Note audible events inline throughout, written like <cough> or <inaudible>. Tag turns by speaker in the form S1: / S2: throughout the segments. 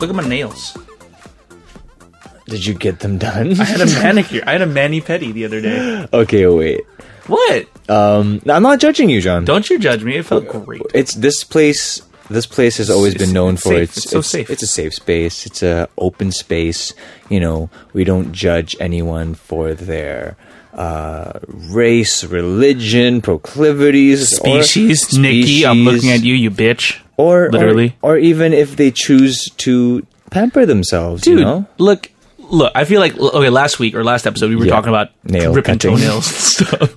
S1: Look at my nails.
S2: Did you get them done?
S1: I had a manicure. I had a mani pedi the other day.
S2: okay, wait.
S1: <gasps> What?
S2: Um, no, I'm not judging you, John.
S1: Don't you judge me. It felt great.
S2: It's this place. This place has always
S1: It's-
S2: been known
S1: it's
S2: for
S1: safe.
S2: its
S1: It's so safe.
S2: It's a safe space. It's a open space. You know, we don't judge anyone for their uh, race, religion, proclivities, or-
S1: Species, Nikki. I'm looking
S2: species,
S1: at you, you bitch.
S2: or or-
S1: literally.
S2: or, even if they choose to pamper themselves.
S1: dude.
S2: you know?
S1: Look, look. I feel like okay. Last week or last episode, we were
S2: Yeah.
S1: talking about
S2: Nail
S1: ripping
S2: cutting.
S1: toenails and <laughs> stuff.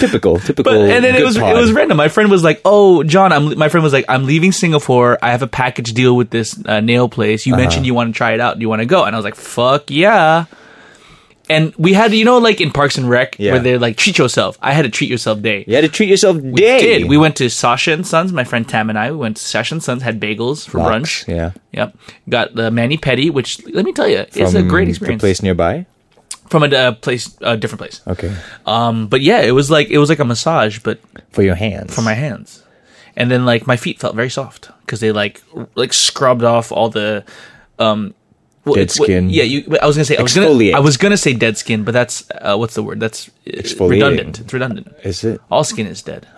S2: typical, typical.
S1: But and then it
S2: good
S1: was
S2: pod.
S1: it was random. My friend was like, "Oh, John, I'm." My friend was like, "I'm leaving Singapore. I have a package deal with this uh, nail place. You
S2: Uh-huh.
S1: mentioned you want to try it out. Do you want to go?" And I was like, "Fuck yeah!" And we had you know like in Parks and Rec
S2: Yeah.
S1: where they're like, "Treat yourself." I had a treat yourself day.
S2: You had to treat yourself day.
S1: Did we went to Sasha and Sons? My friend Tam and I we went to Sasha and Sons. Had bagels for
S2: Locks,
S1: brunch.
S2: Yeah,
S1: Yep. Got the mani pedi, which let me tell you, is a
S2: From
S1: great
S2: the
S1: experience
S2: place nearby.
S1: from a uh, place, a different place.
S2: Okay,
S1: Um, but yeah, it was like it was like a massage, but
S2: for your hands. For
S1: my hands, and then like my feet felt very soft because they like r- like scrubbed off all the um well,
S2: Dead
S1: it's what-
S2: skin.
S1: yeah, you. I was gonna say I was
S2: Exfoliate.
S1: gonna I was gonna say dead skin, but that's uh, what's the word? That's uh,
S2: Exfoliating.
S1: redundant. It's redundant.
S2: Is it?
S1: all skin is dead.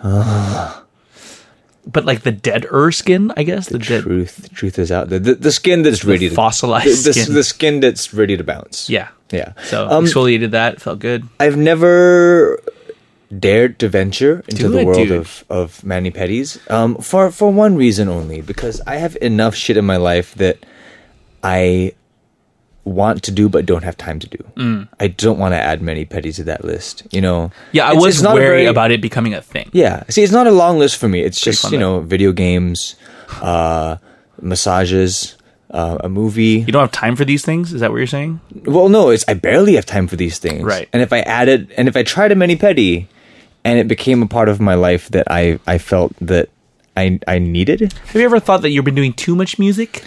S1: but like the deader skin, I guess the, dead.
S2: truth. The truth is out there. The, the skin that's ready to
S1: fossilized
S2: the, the,
S1: skin.
S2: the skin that's ready to bounce.
S1: Yeah,
S2: yeah.
S1: So
S2: um,
S1: exfoliated that felt good.
S2: I've never dared to venture into
S1: Do
S2: the
S1: it,
S2: world
S1: dude.
S2: of of mani pedis. Um, for for one reason only, because I have enough shit in my life that I want to do but don't have time to do. I don't want to add many pedis to that list. You know.
S1: Mm. Yeah, I
S2: It's-
S1: was
S2: it's not a
S1: wary
S2: very-
S1: about it becoming a thing.
S2: Yeah. See, it's not a long list for me. It's just,
S1: fun,
S2: you
S1: though.
S2: know, video games, uh, massages, uh, a movie.
S1: You don't have time for these things? Is that what you're saying?
S2: Well, no, it's I barely have time for these things.
S1: Right.
S2: And if I added, and if I tried a mini pedi, and it became a part of my life that I I felt that I I needed.
S1: Have you ever thought that you've been doing too much music?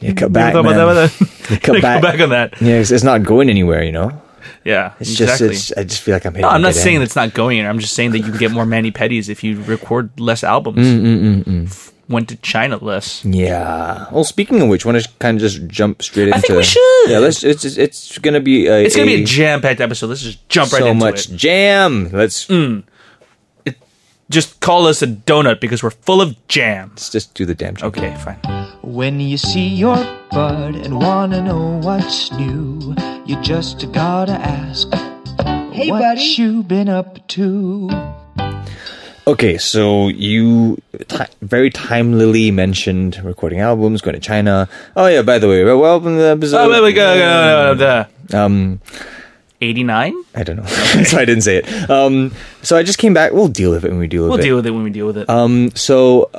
S2: Yeah, cut
S1: You ever
S2: back,
S1: thought
S2: man.
S1: about
S2: <laughs>
S1: that? <laughs> Gotta
S2: Cut back.
S1: on that.
S2: Yeah, it's, it's not going anywhere. You know.
S1: Yeah,
S2: It's
S1: exactly.
S2: just it's. I just feel like I'm hitting.
S1: no, I'm
S2: a
S1: not
S2: dead
S1: saying
S2: end.
S1: that's not going. anywhere. I'm just saying that you can get more mani pedis if you record less albums.
S2: Mm,
S1: F- Went to China less.
S2: Yeah. Well, speaking of which, want to kind of just jump straight into.
S1: think we should.
S2: Yeah. Let's. It's. It's, it's gonna be. A,
S1: It's gonna be a jam-packed episode. Let's just jump right
S2: so
S1: into
S2: much
S1: it. Mm.
S2: jam. Let's
S1: Just call us a donut because we're full of jams.
S2: let's just do the damn jam.
S1: Okay, fine.
S3: When you see your bud and wanna know what's new, you just gotta ask. Hey, what
S4: buddy.
S3: you been up to?
S2: Okay, so you ti very timelily mentioned recording albums, going to China. Oh yeah, by the way, well, welcome to the episode.
S1: Oh, wait, wait, go, go, go, go, go.
S2: Um,
S1: 89?
S2: I don't know, <laughs> so I didn't say it. Um, so I just came back. We'll deal with it when we deal with
S1: We'll
S2: it.
S1: deal with it when we deal with it.
S2: Um, so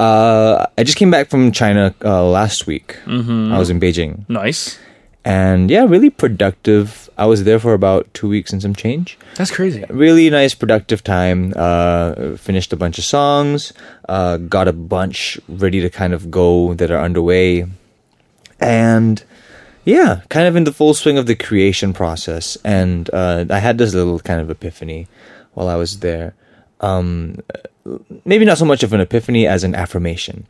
S2: uh, I just came back from China uh, last week. Mm-hmm. I was in Beijing,
S1: nice.
S2: and yeah, really productive. I was there for about two weeks and some change.
S1: That's crazy.
S2: really nice productive time uh, finished a bunch of songs uh, got a bunch ready to kind of go that are underway and yeah kind of in the full swing of the creation process and uh, i had this little kind of epiphany while i was there um, maybe not so much of an epiphany as an affirmation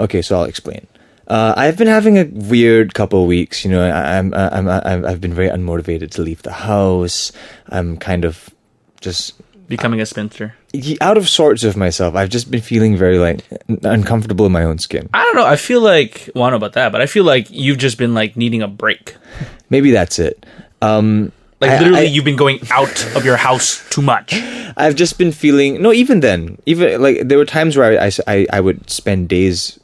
S2: okay so i'll explain uh, I've been having a weird couple of weeks. You know, I, I'm, I'm, I'm, I've been very unmotivated to leave the house. I'm kind of just
S1: Becoming a spinster.
S2: y- out of sorts of myself. I've just been feeling very like n- uncomfortable in my own skin.
S1: I don't know. I feel like, well, I don't know about that, but I feel like you've just been like needing a break.
S2: Maybe that's it. Um,
S1: Like
S2: I-
S1: literally,
S2: I-
S1: you've been going out of your house too much.
S2: I've just been feeling no. Even then, even like there were times where I I s- I- I would spend days.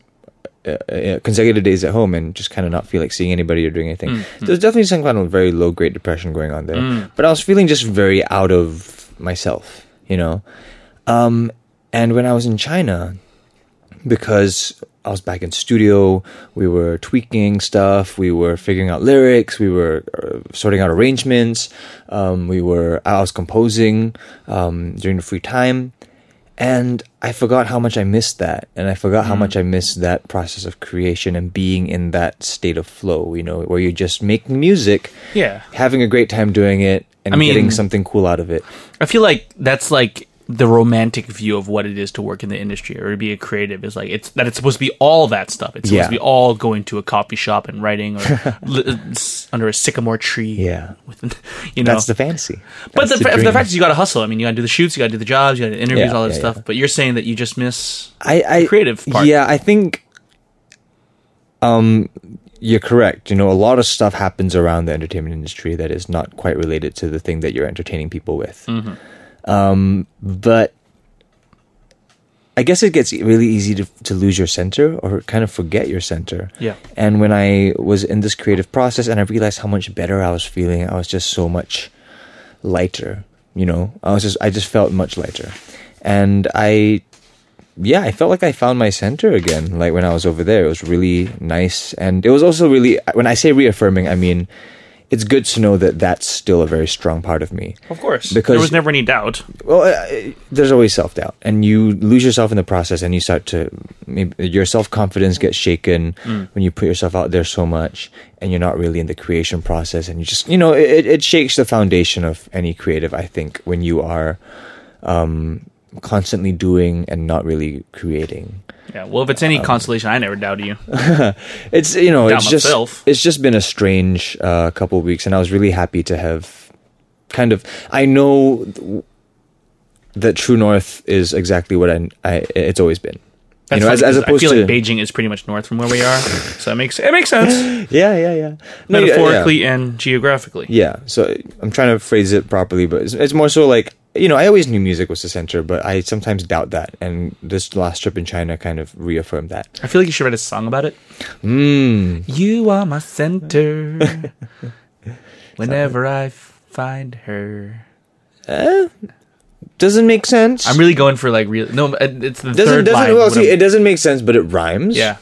S2: Uh, uh, consecutive days at home and just kind of not feel like seeing anybody or doing anything. There's definitely some kind of very low grade depression going on there. But I was feeling just very out of myself, you know. Um, and when I was in China, because I was back in studio, we were tweaking stuff, we were figuring out lyrics, we were uh, sorting out arrangements, um, we were I was composing um, during the free time, and I forgot how much I missed that, and I forgot
S1: Mm.
S2: how much I missed that process of creation and being in that state of flow, you know, where you're just making music,
S1: Yeah.
S2: having a great time doing it, and
S1: I mean-
S2: getting something cool out of it.
S1: I feel like that's like the romantic view of what it is to work in the industry or to be a creative is like it's that it's supposed to be all that stuff. It's supposed
S2: Yeah.
S1: to be all going to a coffee shop and writing or
S2: <laughs>
S1: li- uh, s- under a sycamore tree.
S2: Yeah.
S1: with, <laughs> you know.
S2: That's the fantasy.
S1: but the,
S2: That's
S1: fa- the
S2: dream.
S1: fact is, you got to hustle. I mean, you got to do the shoots, you got to do the jobs, you got to interviews,
S2: Yeah,
S1: all that
S2: yeah,
S1: stuff.
S2: yeah.
S1: But you're saying that you just miss.
S2: I, I
S1: creative part.
S2: Yeah, I think um you're correct. You know, a lot of stuff happens around the entertainment industry that is not quite related to the thing that you're entertaining people with.
S1: Mm-hmm.
S2: Um but I guess it gets really easy to to lose your center or kind of forget your center.
S1: Yeah.
S2: And when I was in this creative process and I realized how much better I was feeling, I was just so much lighter, you know. I was just I just felt much lighter. And I yeah, I felt like I found my center again. Like when I was over there, it was really nice, and it was also really. When I say reaffirming, I mean it's good to know that that's still a very strong part of me.
S1: Of course,
S2: Because-
S1: there was never any doubt.
S2: Well, uh, there's always self doubt, and you lose yourself in the process, and you start to maybe your self confidence gets shaken when you put yourself out there so much, and you're not really in the creation process, and you just you know it, it shakes the foundation of any creative. I think when you are um, constantly doing and not really creating.
S1: Yeah. Well, if it's
S2: Um,
S1: any consolation, I never doubted you.
S2: it's you know
S1: Down
S2: it's
S1: myself.
S2: just it's just been a strange uh, couple of weeks and i was really happy to have kind of i know th- that true north is exactly what i, I it's always been
S1: That's
S2: you know as,
S1: funny
S2: as
S1: 'cause
S2: opposed
S1: I feel
S2: to
S1: like Beijing is pretty much north from where we are, so it makes it makes sense
S2: <laughs> yeah yeah yeah No, yeah, yeah.
S1: metaphorically and geographically.
S2: Yeah, so I'm trying to phrase it properly, but it's, it's more so like you know I always knew music was the center, but I sometimes doubt that, and this last trip in China kind of reaffirmed that.
S1: I feel like you should write a song about it.
S2: Mm.
S1: You are my
S2: <laughs>
S1: center. Whenever I f- find her,
S2: Doesn't make sense.
S1: I'm really going for like real. No, it- it's the
S2: doesn't
S1: third
S2: doesn't
S1: line.
S2: well
S1: what
S2: see
S1: I'm-
S2: it doesn't make sense, but it rhymes.
S1: yeah,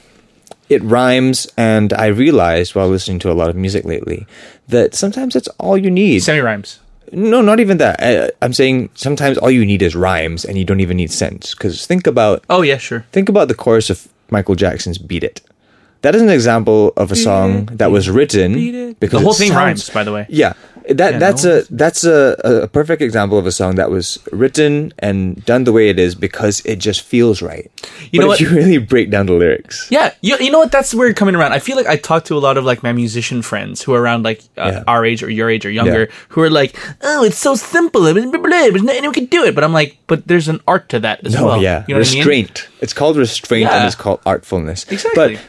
S2: it rhymes and i realized while listening to a lot of music lately that sometimes that's all you need
S1: semi rhymes.
S2: no not even that I, i'm saying sometimes all you need is rhymes and you don't even need sense because think about
S1: Oh yeah, sure.
S2: think about the chorus of michael jackson's beat it that is an example of a song that was
S1: Beat
S2: written
S1: it.
S2: because
S1: the whole
S2: it
S1: thing
S2: sounds-
S1: rhymes, by the way.
S2: yeah that
S1: Yeah,
S2: that's
S1: no
S2: a that's a, a perfect example of a song that was written and done the way it is because it just feels right
S1: You
S2: But
S1: know
S2: if
S1: what?
S2: you really break down the lyrics
S1: Yeah, you, you know what? That's where coming around. I feel like I talk to a lot of like my musician friends who are around like uh,
S2: Yeah.
S1: our age or your age or younger who are like, oh, it's so simple. Blah, blah, blah, blah, but anyone can do it. But I'm like, but there's an art to that as
S2: No,
S1: well.
S2: Oh, yeah,
S1: You know what I mean?
S2: restraint. It's called restraint
S1: Yeah.
S2: and it's called artfulness.
S1: Exactly.
S2: But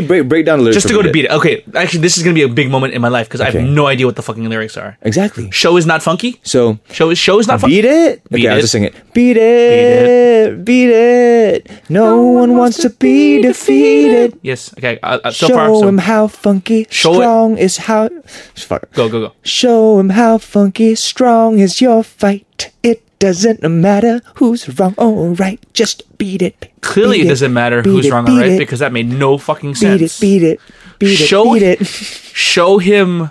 S1: Okay.
S2: break break down the lyrics.
S1: Just to go
S2: of
S1: to beat it. Okay, actually, this is gonna be a big moment in my life because I
S2: Okay.
S1: have no idea what the fucking lyrics are.
S2: Exactly.
S1: Show is not funky.
S2: So
S1: Show is show is not funky.
S2: beat it.
S1: Beat
S2: Okay, I'll
S1: it.
S2: just sing it. Beat it, beat it. No, one wants to be defeated.
S1: Yes. Okay. Uh, uh, so
S2: Show
S1: far, so
S2: him how funky
S1: Show it.
S2: strong is how. Fuck.
S1: go go go.
S2: Show him how funky strong is your fight. It doesn't matter who's wrong or right. Just beat it.
S1: Clearly,
S2: Beat
S1: it doesn't matter
S2: Beat
S1: who's
S2: it.
S1: wrong
S2: Beat
S1: or right
S2: it.
S1: because that made no fucking
S2: beat it,
S1: sense.
S2: beat it, beat it,
S1: Show-
S2: beat it.
S1: Show him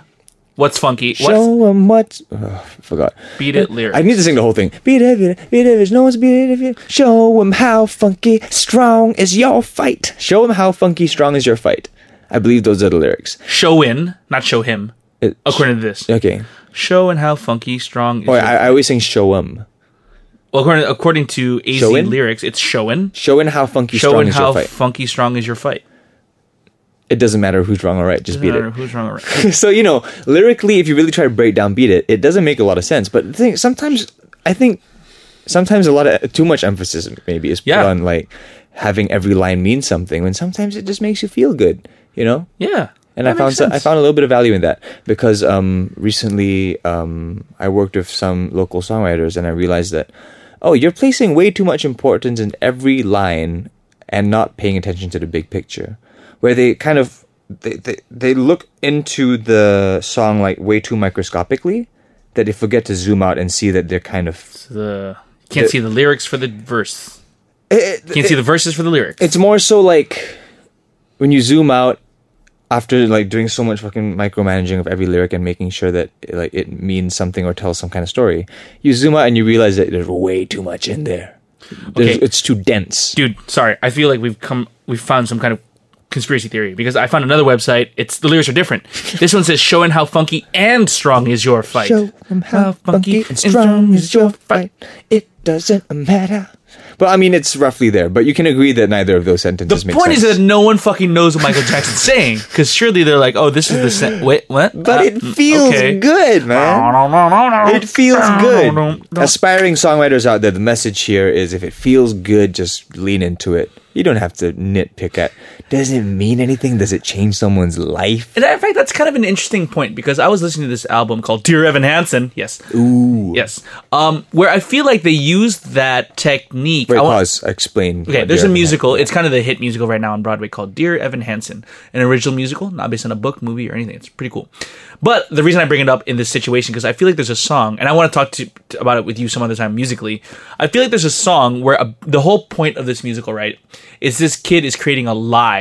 S1: what's funky. What's
S2: Show 'em what. Oh, forgot.
S1: beat it lyrics.
S2: I need to sing the whole thing. Beat it, beat it, beat it. There's no one's beat it. Beat it. Show 'em how funky strong is your fight. Show 'em how funky strong is your fight. I believe those are the lyrics.
S1: show in, not show him.
S2: It-
S1: According to this,
S2: Okay.
S1: show and how funky strong. Is
S2: Oh,
S1: your-
S2: I, I always sing show 'em.
S1: well, according, according to AZ
S2: Show in?
S1: lyrics, it's showin.
S2: Showing how funky strong
S1: Showin
S2: is your
S1: how
S2: fight.
S1: funky strong is your fight.
S2: It doesn't matter who's wrong or right. Just beat
S1: Doesn't matter
S2: it.
S1: Who's wrong or right?
S2: <laughs> so you know, lyrically, if you really try to break down "Beat It," it doesn't make a lot of sense. But the thing, sometimes I think sometimes a lot of too much emphasis maybe is put
S1: Yeah.
S2: on like having every line mean something when sometimes it just makes you feel good, you know.
S1: yeah.
S2: And
S1: that
S2: I found
S1: makes
S2: so, I
S1: sense.
S2: found a little bit of value in that because um, recently um, I worked with some local songwriters and I realized that oh you're placing way too much importance in every line and not paying attention to the big picture where they kind of they, they, they look into the song like way too microscopically that they forget to zoom out and see that they're kind of
S1: the can't see the lyrics for the verse.
S2: it,
S1: Can't see the verses for the lyrics.
S2: it's more so like when you zoom out after like doing so much fucking micromanaging of every lyric and making sure that like it means something or tells some kind of story you zoom out and you realize that there's way too much in there There's-
S1: Okay.
S2: it's too dense
S1: Dude, sorry. I feel like we've come we've found some kind of conspiracy theory because I found another website. It's the lyrics are
S2: <laughs>
S1: different. This one says showing how funky and strong is your fight.
S2: Show 'em how funky and strong is your fight. It doesn't matter. But I mean, it's roughly there. But you can agree that neither of those sentences
S1: The
S2: make
S1: point
S2: sense.
S1: is that no one fucking knows what Michael Jackson's saying because surely they're like, oh, this is the
S2: <laughs>
S1: sen- wait what?
S2: but
S1: Uh,
S2: it
S1: mm,
S2: feels
S1: okay.
S2: good, man. It feels good. Aspiring songwriters out there, the message here is if it feels good, just lean into it. You don't have to nitpick at does it mean anything? Does it change someone's life?
S1: And in fact, that's kind of an interesting point because I was listening to this album called Dear Evan Hansen. Yes. Ooh. Yes. Um, where I feel like they used that technique.
S2: Wait,
S1: I wa-
S2: pause. Explain.
S1: Okay,
S2: what
S1: there's
S2: you're
S1: a
S2: having.
S1: musical. It's kind of the hit musical right now on Broadway called Dear Evan Hansen, an original musical, not based on a book, movie, or anything. It's pretty cool. But the reason I bring it up in this situation because I feel like there's a song, and I want to talk to, to- about it with you some other time musically. I feel like there's a song where a, the whole point of this musical, right, is this kid is creating a lie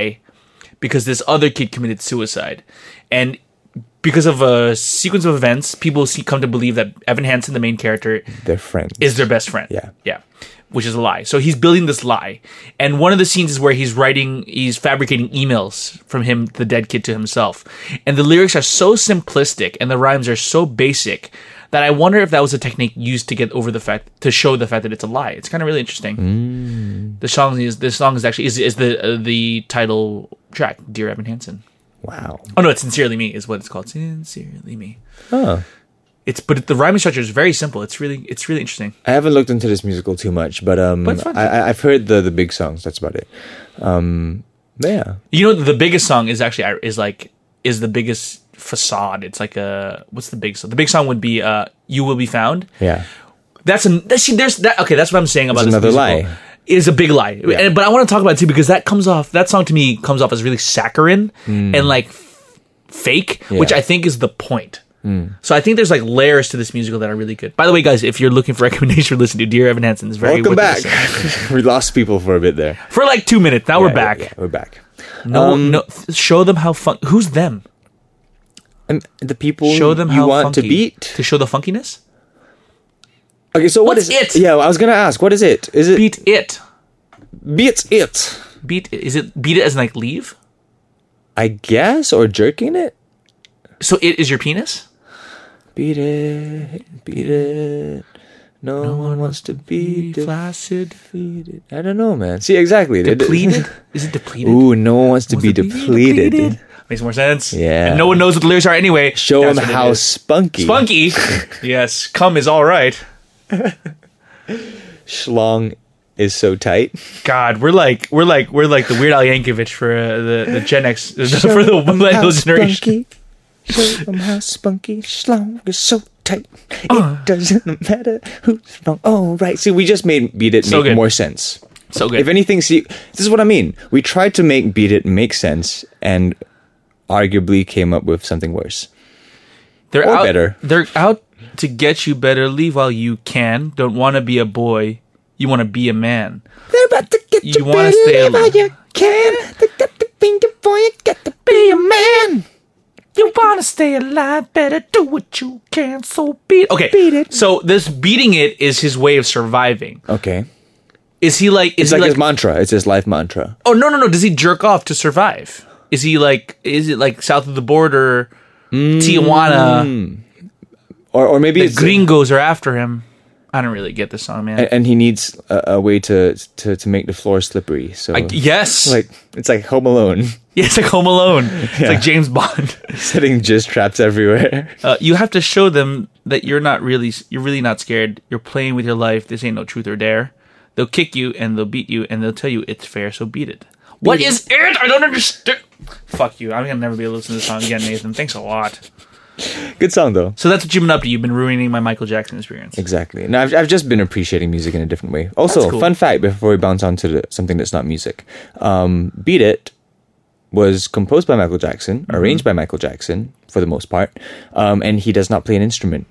S1: because this other kid committed suicide, and because of a sequence of events, people see, come to believe that Evan Hansen, the main character,
S2: They're friends.
S1: is their best friend.
S2: Yeah.
S1: Yeah. Which is a lie. So he's building this lie. And one of the scenes is where he's writing, he's fabricating emails from him, the dead kid, to himself. And the lyrics are so simplistic and the rhymes are so basic that I wonder if that was a technique used to get over the fact, to show the fact that it's a lie. It's kind of really interesting. The song is, this song is actually, is, is the, uh, the title track, Dear Evan Hansen.
S2: wow.
S1: Oh no, it's Sincerely Me is what it's called. Sincerely Me.
S2: Huh.
S1: It's, but the rhyming structure is very simple. It's really, it's really interesting.
S2: I haven't looked into this musical too much, but um,
S1: But it's fun.
S2: I, I, I've heard the the big songs. That's about it. Um, yeah.
S1: You know, the biggest song is actually is like is the biggest facade. It's like a what's the big song? The big song would be uh, "You Will Be Found."
S2: Yeah.
S1: That's an that's, see, there's that. Okay, that's what I'm saying about
S2: It's
S1: this
S2: another
S1: musical.
S2: lie.
S1: It is a big lie, and, but I want to talk about it too because that comes off that song to me comes off as really saccharine
S2: Hmm.
S1: and like f- fake, which I think is the point.
S2: Hmm.
S1: So I think there's like layers to this musical that are really good. By the way, guys, if you're looking for <laughs> recommendation, listen to Dear Evan Hansen. It's very
S2: Welcome
S1: worth
S2: back.
S1: listening.
S2: <laughs> we lost people for a bit there.
S1: for like two minutes. Now
S2: Yeah,
S1: we're back.
S2: Yeah, Um, yeah, we're back.
S1: No, no, show them how fun. Who's them?
S2: And the people
S1: show them
S2: you
S1: how
S2: want
S1: funky.
S2: to beat.
S1: to show the funkiness
S2: Okay, so what
S1: What's
S2: is
S1: it?
S2: Yeah, I was gonna ask. What is it? Is it
S1: beat it
S2: beats it?
S1: beat is it beat it as in like leave
S2: I guess or jerking it.
S1: so it is your penis
S2: Beat it, beat it. No, one wants to be
S1: flaccid
S2: defeated. I don't know, man. See, exactly. It-
S1: depleted is it depleted
S2: <laughs> Ooh, no one wants to
S1: Was
S2: be
S1: it
S2: depleted.
S1: makes more sense
S2: Yeah.
S1: and no one knows what the lyrics are anyway
S2: Show
S1: That's
S2: them
S1: what it
S2: how
S1: is. <laughs>
S2: spunky.
S1: spunky yes cum is all right
S2: Schlong is so tight.
S1: God, we're like we're like we're like the Weird Al Yankovic for uh, the the Gen X <laughs> <laughs> for the millennial generation.
S2: Show them how spunky. Schlong is so tight.
S1: Ah.
S2: It doesn't matter who's wrong. Oh, right. See, we just made Beat It
S1: So
S2: make
S1: good.
S2: more sense.
S1: So good.
S2: If anything, see, this is what I mean. We tried to make Beat It make sense and arguably came up with something worse.
S1: They're
S2: Or
S1: out,
S2: better.
S1: They're out to get you better. Leave while you can. Don't want to be a boy. You want to be a man.
S2: They're about to get
S1: You wanna stay
S2: believe all
S1: alive.
S2: you can. They got to be the boy, you got to be a man.
S1: You want to stay alive. Better do what you can. So beat. Okay.
S2: Beat it.
S1: So this beating it is his way of surviving.
S2: Okay.
S1: Is he like? Is
S2: It's
S1: he
S2: like,
S1: like?
S2: his mantra. It's his life mantra.
S1: oh no no no! Does he jerk off to survive? Is he like? Is it like south of the border? Mm. Tijuana.
S2: Or, or maybe
S1: The
S2: it's
S1: gringos are after him. I don't really get this song, man.
S2: and, and he needs a, a way to, to to make the floor slippery. So
S1: I- yes. <laughs>
S2: like it's like Home Alone, <laughs>
S1: Yeah, it's like Home <laughs> Alone. It's like James Bond.
S2: setting just traps everywhere.
S1: Uh, you have to show them that you're not really you're really not scared. You're playing with your life. This ain't no truth or dare. They'll kick you and they'll beat you and they'll tell you it's fair, so beat it. What is it? I don't understand. Fuck you. I'm gonna never be able to listen to this song again, Nathan. Thanks a lot.
S2: Good song though.
S1: So that's what you've been up to. You've been ruining my Michael Jackson experience.
S2: Exactly. Now I've I've just been appreciating music in a different way. Also,
S1: That's cool.
S2: fun fact before we bounce on to the, something that's not music, um, "Beat It" was composed by Michael Jackson,
S1: Mm-hmm.
S2: arranged by Michael Jackson for the most part, um, and he does not play an instrument.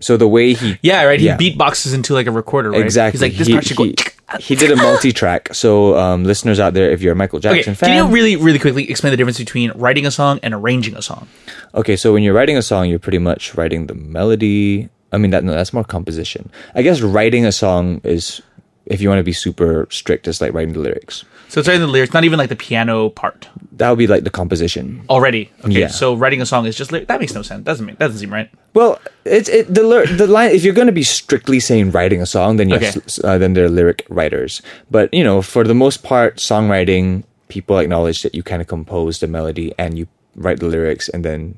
S2: So the way he
S1: Yeah, right. He
S2: Yeah.
S1: beatboxes into like a recorder, right?
S2: Exactly.
S1: He's like this
S2: he,
S1: part should go.
S2: he- he did a multi-track. So, um, listeners out there, if you're a Michael
S1: Okay,
S2: Jackson fan,
S1: can you really, really quickly explain the difference between writing a song and arranging a song?
S2: okay. So when you're writing a song, you're pretty much writing the melody. I mean, that no, that's more composition. I guess writing a song is, if you want to be super strict, it's like writing the lyrics.
S1: So it's right in the lyrics, not even like the piano part
S2: That would be like the composition.
S1: already. Okay,
S2: Yeah.
S1: so writing a song is just lyric. That makes no sense. Doesn't make doesn't seem right.
S2: Well, it's it the lyr- the line. If you're going to be strictly saying writing a song, then yes,
S1: Okay.
S2: uh, then they're lyric writers. But you know, for the most part, songwriting people acknowledge that you kind of compose the melody and you write the lyrics and then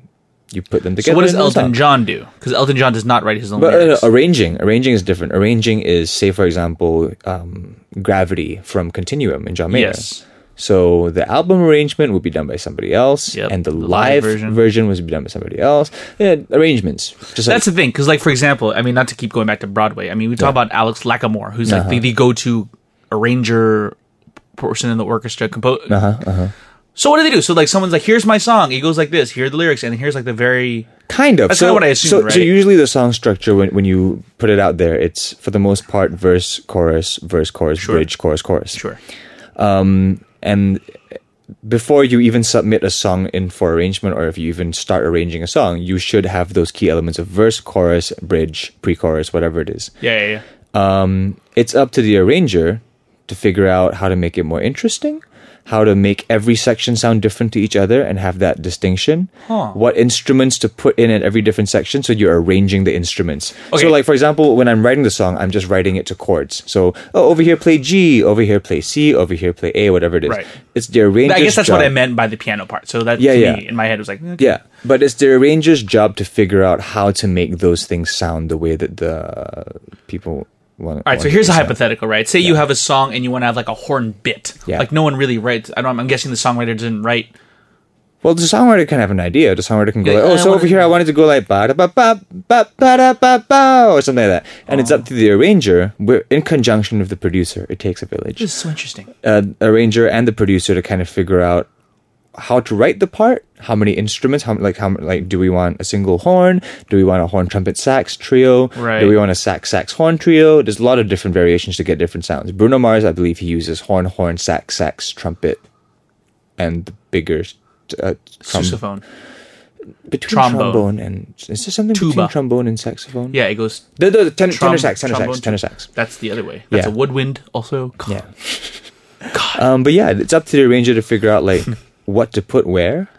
S2: you put them
S1: So
S2: together.
S1: what does
S2: in a
S1: Elton
S2: song.
S1: John do? Because Elton John does not write his own
S2: But uh,
S1: lyrics.
S2: arranging, arranging is different. Arranging is, say, for example, um, "Gravity" from Continuum in John Mayer.
S1: Yes.
S2: So the album arrangement would be done by somebody else,
S1: Yep,
S2: and the,
S1: the live
S2: live,
S1: version.
S2: version. was be done by somebody else. Yeah, arrangements. Just like,
S1: That's the thing, because like for example, I mean, not to keep going back to Broadway. I mean, we talk about Alex Lackamore, who's like
S2: Uh-huh.
S1: the, the go-to arranger person in the orchestra. Compo-
S2: Uh-huh,
S1: So what do they do? So like someone's like, "Here's my song." It goes like this. Here are the lyrics, and here's like the very
S2: Kind of.
S1: That's
S2: so,
S1: kinda what I assumed,
S2: So, so
S1: right?
S2: usually the song structure, when, when you put it out there, it's for the most part verse, chorus, verse, chorus, bridge, chorus, chorus.
S1: sure.
S2: And before you even submit a song in for arrangement, or if you even start arranging a song, you should have those key elements of verse, chorus, bridge, pre-chorus, whatever it is.
S1: Yeah, yeah, yeah.
S2: Um, it's up to the arranger to figure out how to make it more interesting, how to make every section sound different to each other and have that distinction. What instruments to put in at every different section, so you're arranging the instruments.
S1: Okay.
S2: So, like for example, when I'm writing the song, I'm just writing it to chords. So, oh, over here play G, over here play C, over here play A, whatever it is.
S1: Right.
S2: It's the arranger.
S1: I guess that's what I meant by the piano part. So that
S2: Yeah,
S1: to
S2: yeah.
S1: me in my head was like, "Hmm, okay.
S2: Yeah, but it's the arranger's job to figure out how to make those things sound the way that the people want.
S1: All right, so here's a hypothetical, right? Say you have a song and you want to have like a horn bit.
S2: Yeah.
S1: Like no one really writes. I don't. I'm guessing the songwriter didn't write.
S2: Well, the songwriter can have an idea. The songwriter can go
S1: Yeah,
S2: like, "Oh,
S1: I
S2: so
S1: wanna-
S2: over here, I wanted to go like ba da ba ba ba ba da ba ba," or something like that. And it's up to the arranger, we're, in conjunction with the producer. It takes a village,
S1: This is so interesting.
S2: uh, arranger and the producer to kind of figure out how to write the part, how many instruments, how like how like do we want a single horn? Do we want a horn trumpet sax trio?
S1: Right.
S2: Do we want a sax sax horn trio? There's a lot of different variations to get different sounds. Bruno Mars, I believe, he uses horn, horn, sax, sax, trumpet, and the bigger. Uh, trum-
S1: Sousaphone.
S2: between
S1: Trombone.
S2: trombone, and is there something
S1: Tuba.
S2: between trombone and saxophone?
S1: Yeah, it goes
S2: the, the, the tenor,
S1: Trom-
S2: tenor sax, tenor
S1: trombone,
S2: sax, tenor sax.
S1: That's the other way. That's
S2: Yeah.
S1: a woodwind also.
S2: Yeah. Um, but yeah, it's up to the arranger to figure
S1: <laughs>
S2: out like what to put where,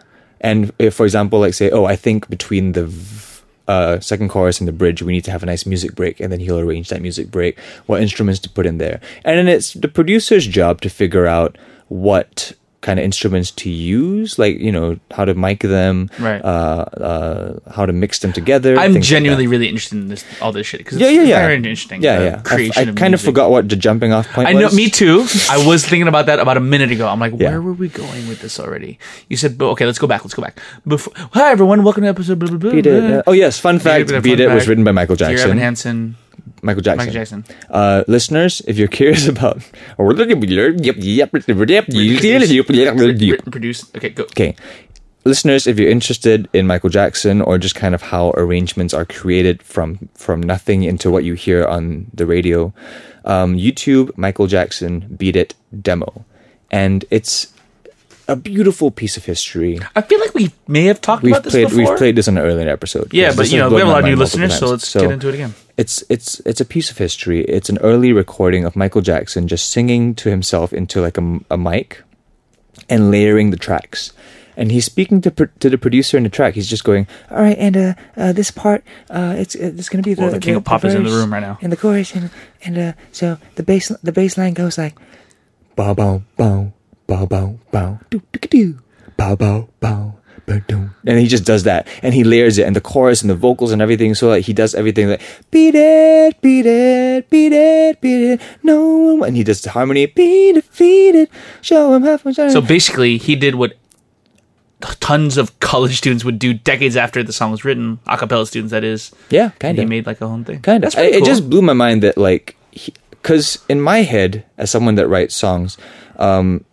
S2: and if, for example, like say, oh, I think between the v- uh, second chorus and the bridge, we need to have a nice music break, and then he'll arrange that music break, what instruments to put in there, and then it's the producer's job to figure out what kind of instruments to use, like you know how to mic them,
S1: Right.
S2: Uh, uh, how to mix them together.
S1: I'm
S2: things like that.
S1: genuinely really interested in this all this shit because
S2: yeah, yeah, yeah.
S1: very interesting.
S2: Yeah,
S1: uh,
S2: yeah. I f-
S1: Creation.
S2: I,
S1: of
S2: kind of
S1: music.
S2: forgot what the jumping off point
S1: I
S2: was.
S1: know. Me
S2: <laughs>
S1: too. I was thinking about that about a minute ago. I'm like,
S2: Yeah.
S1: where were we going with this already? You said, okay, let's go back. Let's go back. Before, hi everyone, welcome to episode. Blah, blah, blah,
S2: Beat it.
S1: blah.
S2: uh, oh yes, fun fact.
S1: Fun
S2: Beat it was
S1: fact.
S2: written by Michael
S1: Dear Evan
S2: Jackson.
S1: Hansen,
S2: Michael Jackson.
S1: Michael Jackson.
S2: Uh, listeners, if you're curious about,
S1: Written, produced. Okay, go.
S2: okay, listeners, if you're interested in Michael Jackson or just kind of how arrangements are created from from nothing into what you hear on the radio, um, YouTube Michael Jackson Beat It demo, and it's a beautiful piece of history.
S1: I feel like we may have talked
S2: we've
S1: about this
S2: played
S1: before.
S2: we've played this on an earlier episode.
S1: Yeah,
S2: This
S1: but,
S2: has
S1: you know, we
S2: blown
S1: have a
S2: my
S1: lot of new
S2: mind multiple
S1: listeners, so let's
S2: times.
S1: get into it again.
S2: It's it's it's a piece of history. It's an early recording of Michael Jackson just singing to himself into like a, m- a mic, and layering the tracks. And he's speaking to, pro- to the producer in the track. He's just going, "All right, and uh, uh this part, uh, it's uh, it's gonna be the
S1: Well, the king of pop is in the
S2: verse
S1: room right now.
S2: and the chorus, and and uh, so the bass the bass line goes like, bow bow bow bow bow bow doo doo doo bow bow bow ba-doom." and he just does that and he layers it and the chorus and the vocals and everything so like he does everything like beat it beat it beat it beat it no one wa-" and he does the harmony beat it beat it show him how much I-"
S1: So basically, he did what tons of college students would do decades after the song was written, a cappella students, that is.
S2: yeah
S1: And
S2: kind
S1: he
S2: of
S1: made like a whole thing.
S2: kind of
S1: That's pretty
S2: it
S1: cool.
S2: just blew my mind that like because in my head as someone that writes songs um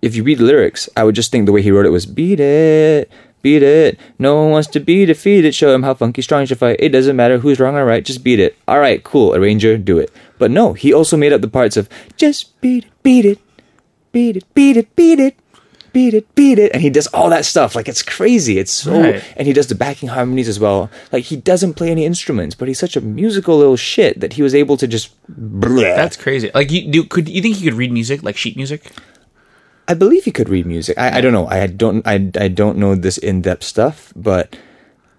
S2: if you read the lyrics i would just think the way he wrote it was beat it beat it no one wants to be defeated show him how funky strong you should fight it doesn't matter who's wrong or right just beat it all right cool arranger do it but no he also made up the parts of just beat it beat it beat it beat it beat it beat it, beat it, and he does all that stuff. Like it's crazy. It's so,
S1: Right.
S2: and he does the backing harmonies as well. Like he doesn't play any instruments, but he's such a musical little shit that he was able to just. bleh.
S1: That's crazy. Like you do could you think you could read music like sheet music?
S2: I believe he could read music. I, I don't know. I don't. I, I don't know this in depth stuff, but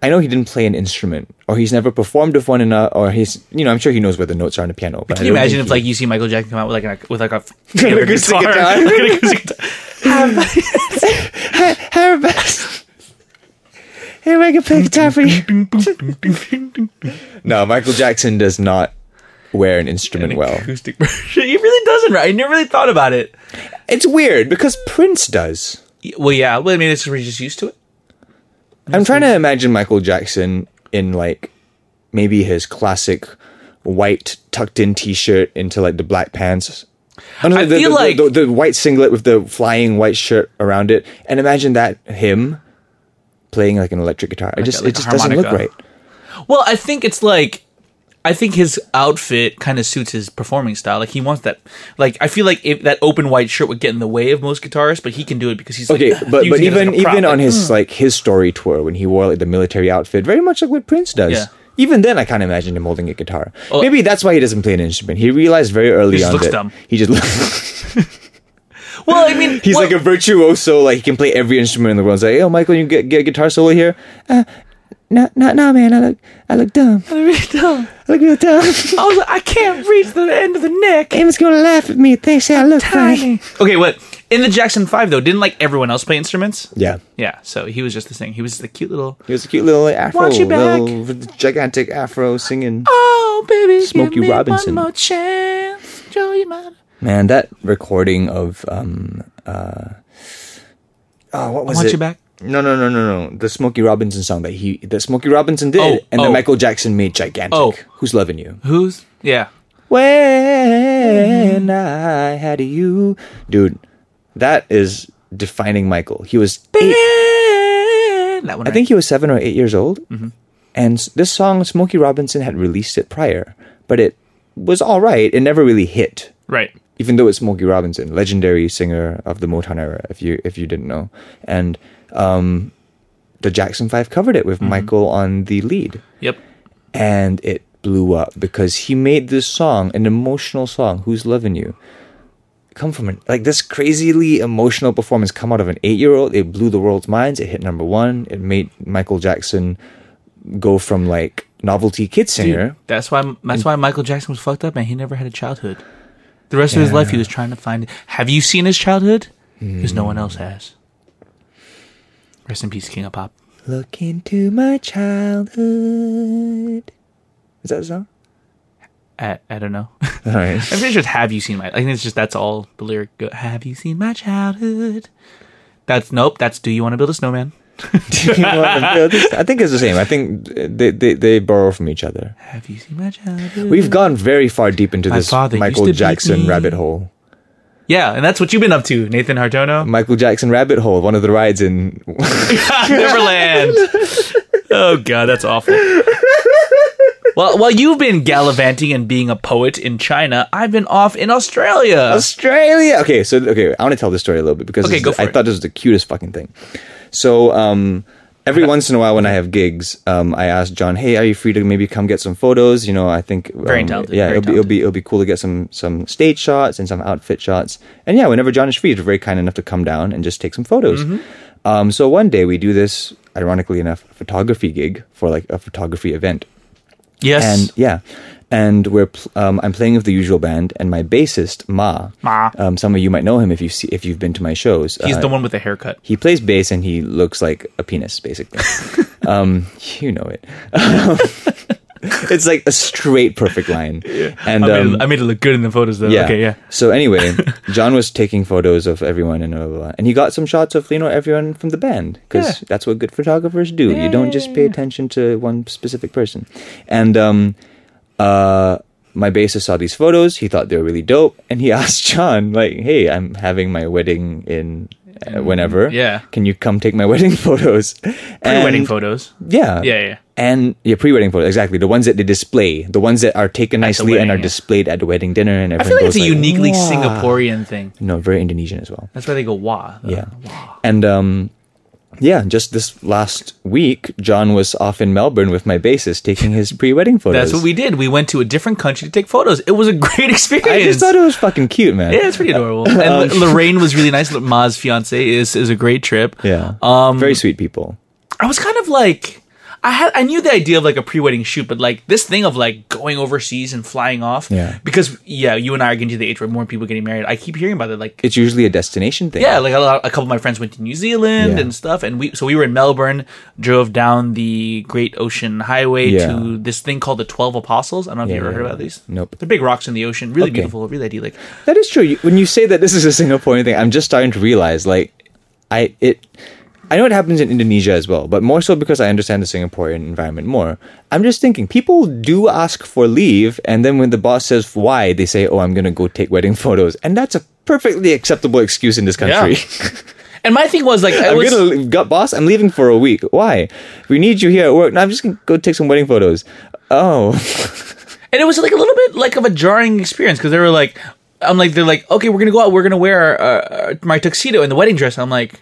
S2: I know he didn't play an instrument, or he's never performed with one enough, or he's. You know, I'm sure he knows where the notes are on the piano. But
S1: Can you imagine if like you see Michael Jackson come out with like an, ac-
S2: <laughs>
S1: with like a
S2: An acoustic guitar.
S1: like <laughs> an acoustic guitar.
S2: hair best? <laughs> Hey, I can play guitar for you. <laughs> no, Michael Jackson does not wear an instrument
S1: An
S2: well.
S1: <laughs> acoustic version. He really doesn't, right? I never really thought about it.
S2: It's weird because Prince does.
S1: Well, yeah. Well, I mean, it's we're just used to it.
S2: I'm trying to imagine Michael Jackson in like maybe his classic white tucked in t-shirt into like the black pants. Oh, no,
S1: I
S2: the,
S1: feel
S2: the-
S1: like-
S2: the, the white singlet with the flying white shirt around it, and imagine that him playing like an electric guitar. It just
S1: like
S2: it
S1: a
S2: just doesn't look right.
S1: harmonica. Well, I think it's like I think his outfit kind of suits his performing style. Like he wants that. Like I feel like if that open white shirt would get in the way of most guitarists, but he can do it because he's <laughs>
S2: Okay,
S1: Like,
S2: but but
S1: using it as,
S2: even
S1: like, a prop. Mm.
S2: even on
S1: Like,
S2: his like his story tour when he wore like the military outfit, very much like what Prince does.
S1: Yeah.
S2: Even then, I can't imagine him holding a guitar.
S1: Oh.
S2: Maybe that's why he doesn't play an instrument. He realized very early
S1: just
S2: on
S1: looks
S2: that
S1: dumb.
S2: he just <laughs> looks.
S1: well, I mean,
S2: He's
S1: well,
S2: like a virtuoso. Like he can play every instrument in the world. It's like, oh, Michael, you get, get a guitar solo here? Uh, no, no, no, man. I look, I look dumb. I look real dumb. <laughs>
S1: I was like, I can't reach the end of the neck.
S2: Everyone's gonna laugh at me. if They say I look funny.
S1: Okay, what in the Jackson Five though? Didn't like everyone else play instruments?
S2: Yeah,
S1: Yeah, so he was just this thing. He was the cute little.
S2: he was a cute little afro,
S1: Want you back?
S2: little with the gigantic afro singing.
S1: Oh baby,
S2: Smokey
S1: give me
S2: Robinson.
S1: One more chance, Joe, you might.
S2: Man, that recording of um uh, oh, what was
S1: Want
S2: it?
S1: you back?
S2: No, no, no, no, no. The Smokey Robinson song that he that Smokey Robinson did,
S1: Oh,
S2: and
S1: oh.
S2: then Michael Jackson made gigantic.
S1: Oh.
S2: Who's loving you?
S1: Who's yeah?
S2: When I had you, dude, that is defining Michael. He was eight,
S1: That one.
S2: I think he was seven or eight years old,
S1: Mm-hmm.
S2: and s- this song Smokey Robinson had released it prior, but it was all right. It never really hit,
S1: right.
S2: even though it's Smokey Robinson, legendary singer of the Motown era. If you if you didn't know, and um, the Jackson Five covered it with Michael on the lead
S1: Yep.
S2: and it blew up because he made this song an emotional song who's loving you come from an like this crazily emotional performance come out of an eight-year-old it blew the world's minds it hit number one it made michael jackson go from like novelty kid singer
S1: That's why. That's why Michael Jackson was fucked up, and he never had a childhood. The rest of his life, he was trying to find. Have you seen his childhood? Because no one else has. Rest in peace, King of Pop.
S2: look into my childhood is that a song
S1: I, I don't know. <laughs>
S2: all right
S1: I'm pretty sure it's "Have you seen my?" I think it's just that's all the lyric. Go, Have you seen my childhood? That's nope. That's "Do you want to build a snowman?"
S2: <laughs> You want to build this- i think it's the same i think they, they, they borrow from each other
S1: Have you seen my childhood?
S2: we've gone very far deep into
S1: My
S2: this
S1: father used
S2: michael
S1: to beat
S2: jackson
S1: me.
S2: rabbit hole
S1: yeah, and that's what you've been up to, Nathan Hartono,
S2: Michael Jackson rabbit hole, one of the rides in.
S1: <laughs> Neverland. oh god, that's awful. Well, while you've been gallivanting and being a poet in China, I've been off in Australia.
S2: Australia. Okay, so okay, I want to tell this story a little bit because
S1: Okay,
S2: this-
S1: go for
S2: I
S1: it.
S2: thought this was the cutest fucking thing. So, um,
S1: <laughs>
S2: every once in a while when I have gigs, um, I ask John, "Hey, are you free to maybe come get some photos?" You know, I think
S1: Very
S2: um,
S1: talented,
S2: Yeah,
S1: very
S2: it'll, be, it'll be it'll be cool to get some some stage shots and some outfit shots. And yeah, whenever John is free, he's very kind enough to come down and just take some photos.
S1: Mm-hmm.
S2: Um, so one day we do this, ironically enough, photography gig for like a photography event.
S1: Yes.
S2: and yeah and we're pl- um, I'm playing with the usual band and my bassist Ma
S1: Ma.
S2: um, some of you might know him if you see if you've been to my shows
S1: He's
S2: Uh,
S1: the one with the haircut.
S2: he plays bass and he looks like a penis
S1: <laughs>
S2: basically um, you know it <laughs> it's like a straight perfect line and
S1: I, made
S2: um,
S1: it, I made it look good in the photos though.
S2: yeah.
S1: Okay, yeah. <laughs>
S2: So anyway, John was taking photos of everyone and blah, blah, blah. and he got some shots of you know everyone from the band because
S1: Yeah.
S2: that's what good photographers do. You don't just pay attention to one specific person. And um, uh, my bassist saw these photos. He thought they were really dope, and he <laughs> asked John like, "Hey, I'm having my wedding in." uh, Whenever,
S1: Mm, yeah.
S2: can you come take my <laughs> wedding photos?
S1: Pre-wedding
S2: And-
S1: photos.
S2: yeah.
S1: Yeah, yeah.
S2: and yeah, pre-wedding photos exactly the ones that they display, the ones that are taken nicely
S1: wedding,
S2: and are
S1: yeah.
S2: displayed at the wedding dinner, and
S1: I
S2: everyone
S1: feel like
S2: goes
S1: it's a uniquely Oh,
S2: "Wah."
S1: Singaporean thing.
S2: No, very Indonesian as well.
S1: That's why they go wah.
S2: Yeah, and um, yeah, just this last week, John was off in Melbourne with my bassist taking his pre-wedding
S1: <laughs>
S2: photos.
S1: That's what we did. We went to a different country to take photos. It was a <laughs> great experience.
S2: I just thought it Um, was fucking cute, man.
S1: yeah, it's pretty adorable.
S2: <laughs>
S1: And L- Lorraine was really nice. Ma's fiance is is a great trip.
S2: yeah.
S1: Um,
S2: very sweet people.
S1: I was kind of like, I had, I knew the idea of like a pre-wedding shoot, but like this thing of like going overseas and flying off.
S2: Yeah.
S1: Because yeah, you and I are getting to the age where more people are getting married. I keep hearing about it. Like
S2: It's usually a destination thing.
S1: yeah, like a, lot, a couple of my friends went to New Zealand
S2: Yeah.
S1: and stuff, and we so we were in Melbourne, drove down the Great Ocean Highway
S2: Yeah.
S1: to this thing called the Twelve Apostles. I don't know if you
S2: Yeah,
S1: ever heard
S2: yeah.
S1: about these.
S2: Nope.
S1: they're big rocks in the ocean, really
S2: Okay.
S1: beautiful, really idyllic.
S2: That is true. You- When you say that this is a Singaporean thing, I'm just starting to realize, like, I it, I know it happens in Indonesia as well, but more so because I understand the Singaporean environment more. I'm just thinking people do ask for leave, and then when the boss says why, they say, "Oh, I'm gonna go take wedding <laughs> photos," and that's a perfectly acceptable excuse in this country. <laughs>
S1: And my thing was like, I
S2: I'm
S1: was,
S2: gonna leave- gut boss. I'm leaving for a week. Why? We need you here at work. No, I'm just gonna go take some wedding photos. Oh, <laughs>
S1: and it was like a little bit like of a jarring experience because they were like, I'm like, they're like, okay, we're gonna go out, we're gonna wear our, uh, our, my tuxedo and the wedding dress. I'm like,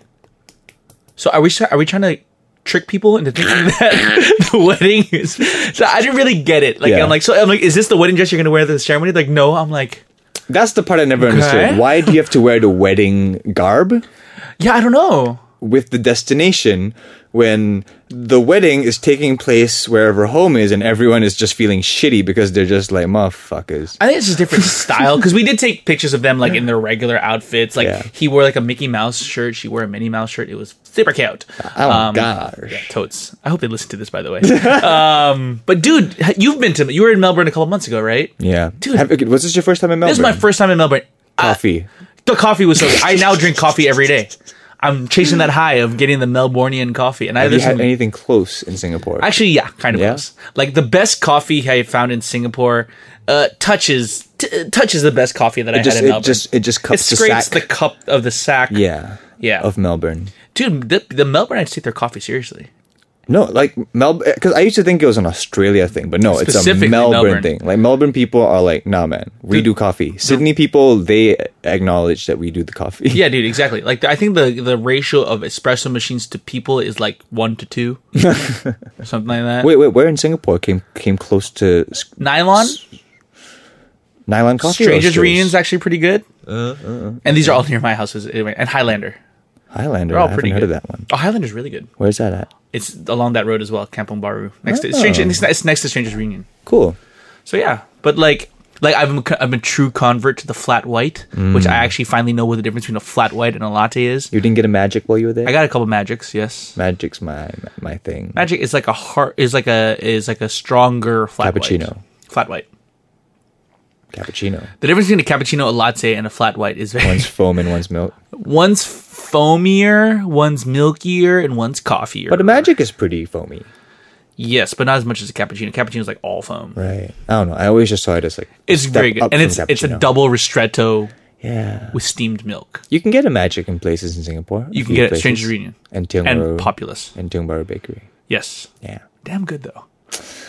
S1: so are we? Are we trying to? trick people into thinking <laughs> that the wedding is <laughs> so i didn't really get it like
S2: Yeah.
S1: i'm like so i'm like is this the wedding dress you're gonna wear to the ceremony like no i'm like
S2: that's the part I never
S1: Okay.
S2: understood. Why do you have to wear the wedding garb?
S1: yeah i don't know
S2: with the destination when the wedding is taking place wherever home is and everyone is just feeling shitty because they're just like motherfuckers.
S1: I think it's just
S2: <laughs>
S1: different style because we did take pictures of them like in their regular outfits. Like
S2: Yeah.
S1: he wore like a Mickey Mouse shirt, she wore a Minnie Mouse shirt. It was super cute.
S2: Oh my gosh.
S1: yeah, totes. I hope they listen to this, by the way. <laughs> um, but dude, you've been to you were in Melbourne a couple months ago, right?
S2: Yeah.
S1: Dude.
S2: Have, was this your first time in Melbourne?
S1: This is my first time in Melbourne.
S2: coffee.
S1: The coffee was so. good. I now drink coffee every day. I'm chasing that high of getting the Melbourneian coffee, and I
S2: Have you
S1: there's
S2: had
S1: some-
S2: anything close in Singapore?
S1: Actually, yeah, kind of
S2: Yeah?
S1: close. Like the best coffee I found in Singapore uh, touches t- touches the best coffee that I
S2: just
S1: had in
S2: it
S1: Melbourne.
S2: just it just
S1: it
S2: cups the
S1: scrapes
S2: sack.
S1: the cup of the sack.
S2: yeah.
S1: Yeah.
S2: Of Melbourne.
S1: dude, the, the Melbourneites take their coffee seriously.
S2: No, like Melbourne, because I used to think it was an Australia thing, but no, it's a
S1: Specifically
S2: Melbourne,
S1: Melbourne.
S2: thing. Like Melbourne people are like, nah, man, we do coffee. Sydney people, they acknowledge that we do the coffee.
S1: Yeah, dude, exactly. Like I think the the ratio of espresso machines to people is like one to
S2: <laughs>
S1: two, or something like that.
S2: Wait, wait, where in Singapore came came close to s-
S1: Nylon
S2: nylon coffee?
S1: Strangers
S2: roasters?
S1: Reunion's actually pretty good. and these are all near my houses anyway. And Highlander,
S2: Highlander.
S1: they're all
S2: I haven't
S1: pretty
S2: heard
S1: good.
S2: of that one.
S1: Oh, Highlander's really good.
S2: Where's that at?
S1: It's along that road as well, Kampong Baru. Next to Stranger,
S2: Oh.
S1: it's, it's next to Strangers Reunion.
S2: Cool.
S1: So yeah, but like like I'm a- I'm a true convert to the flat white, which I
S2: Mm.
S1: actually finally know what the difference between a flat white and a latte is.
S2: You didn't get a magic while you were there.
S1: I got a couple magics, yes.
S2: Magic's my my thing.
S1: Magic is like a hard is like a is like a stronger flat
S2: Cappuccino.
S1: white. Flat white.
S2: Cappuccino.
S1: The difference between a cappuccino, a latte, and a flat white is very
S2: One's foam and one's milk.
S1: <laughs> one's foamier, one's milkier, and one's coffeeier.
S2: But um, the magic is pretty foamy,
S1: yes, but not as much as a cappuccino. Cappuccino is like all foam.
S2: right? I don't know. I always just saw it as like
S1: It's
S2: step
S1: very good,
S2: up
S1: and
S2: from
S1: it's it's a
S2: cappuccino.
S1: double ristretto
S2: Yeah,
S1: with steamed milk.
S2: you can get a magic in places in Singapore.
S1: You can get it at Strangers Reunion
S2: and Tiong
S1: and
S2: and
S1: Populous.
S2: and Tiong Bahru Bakery.
S1: Yes,
S2: Yeah.
S1: damn good though.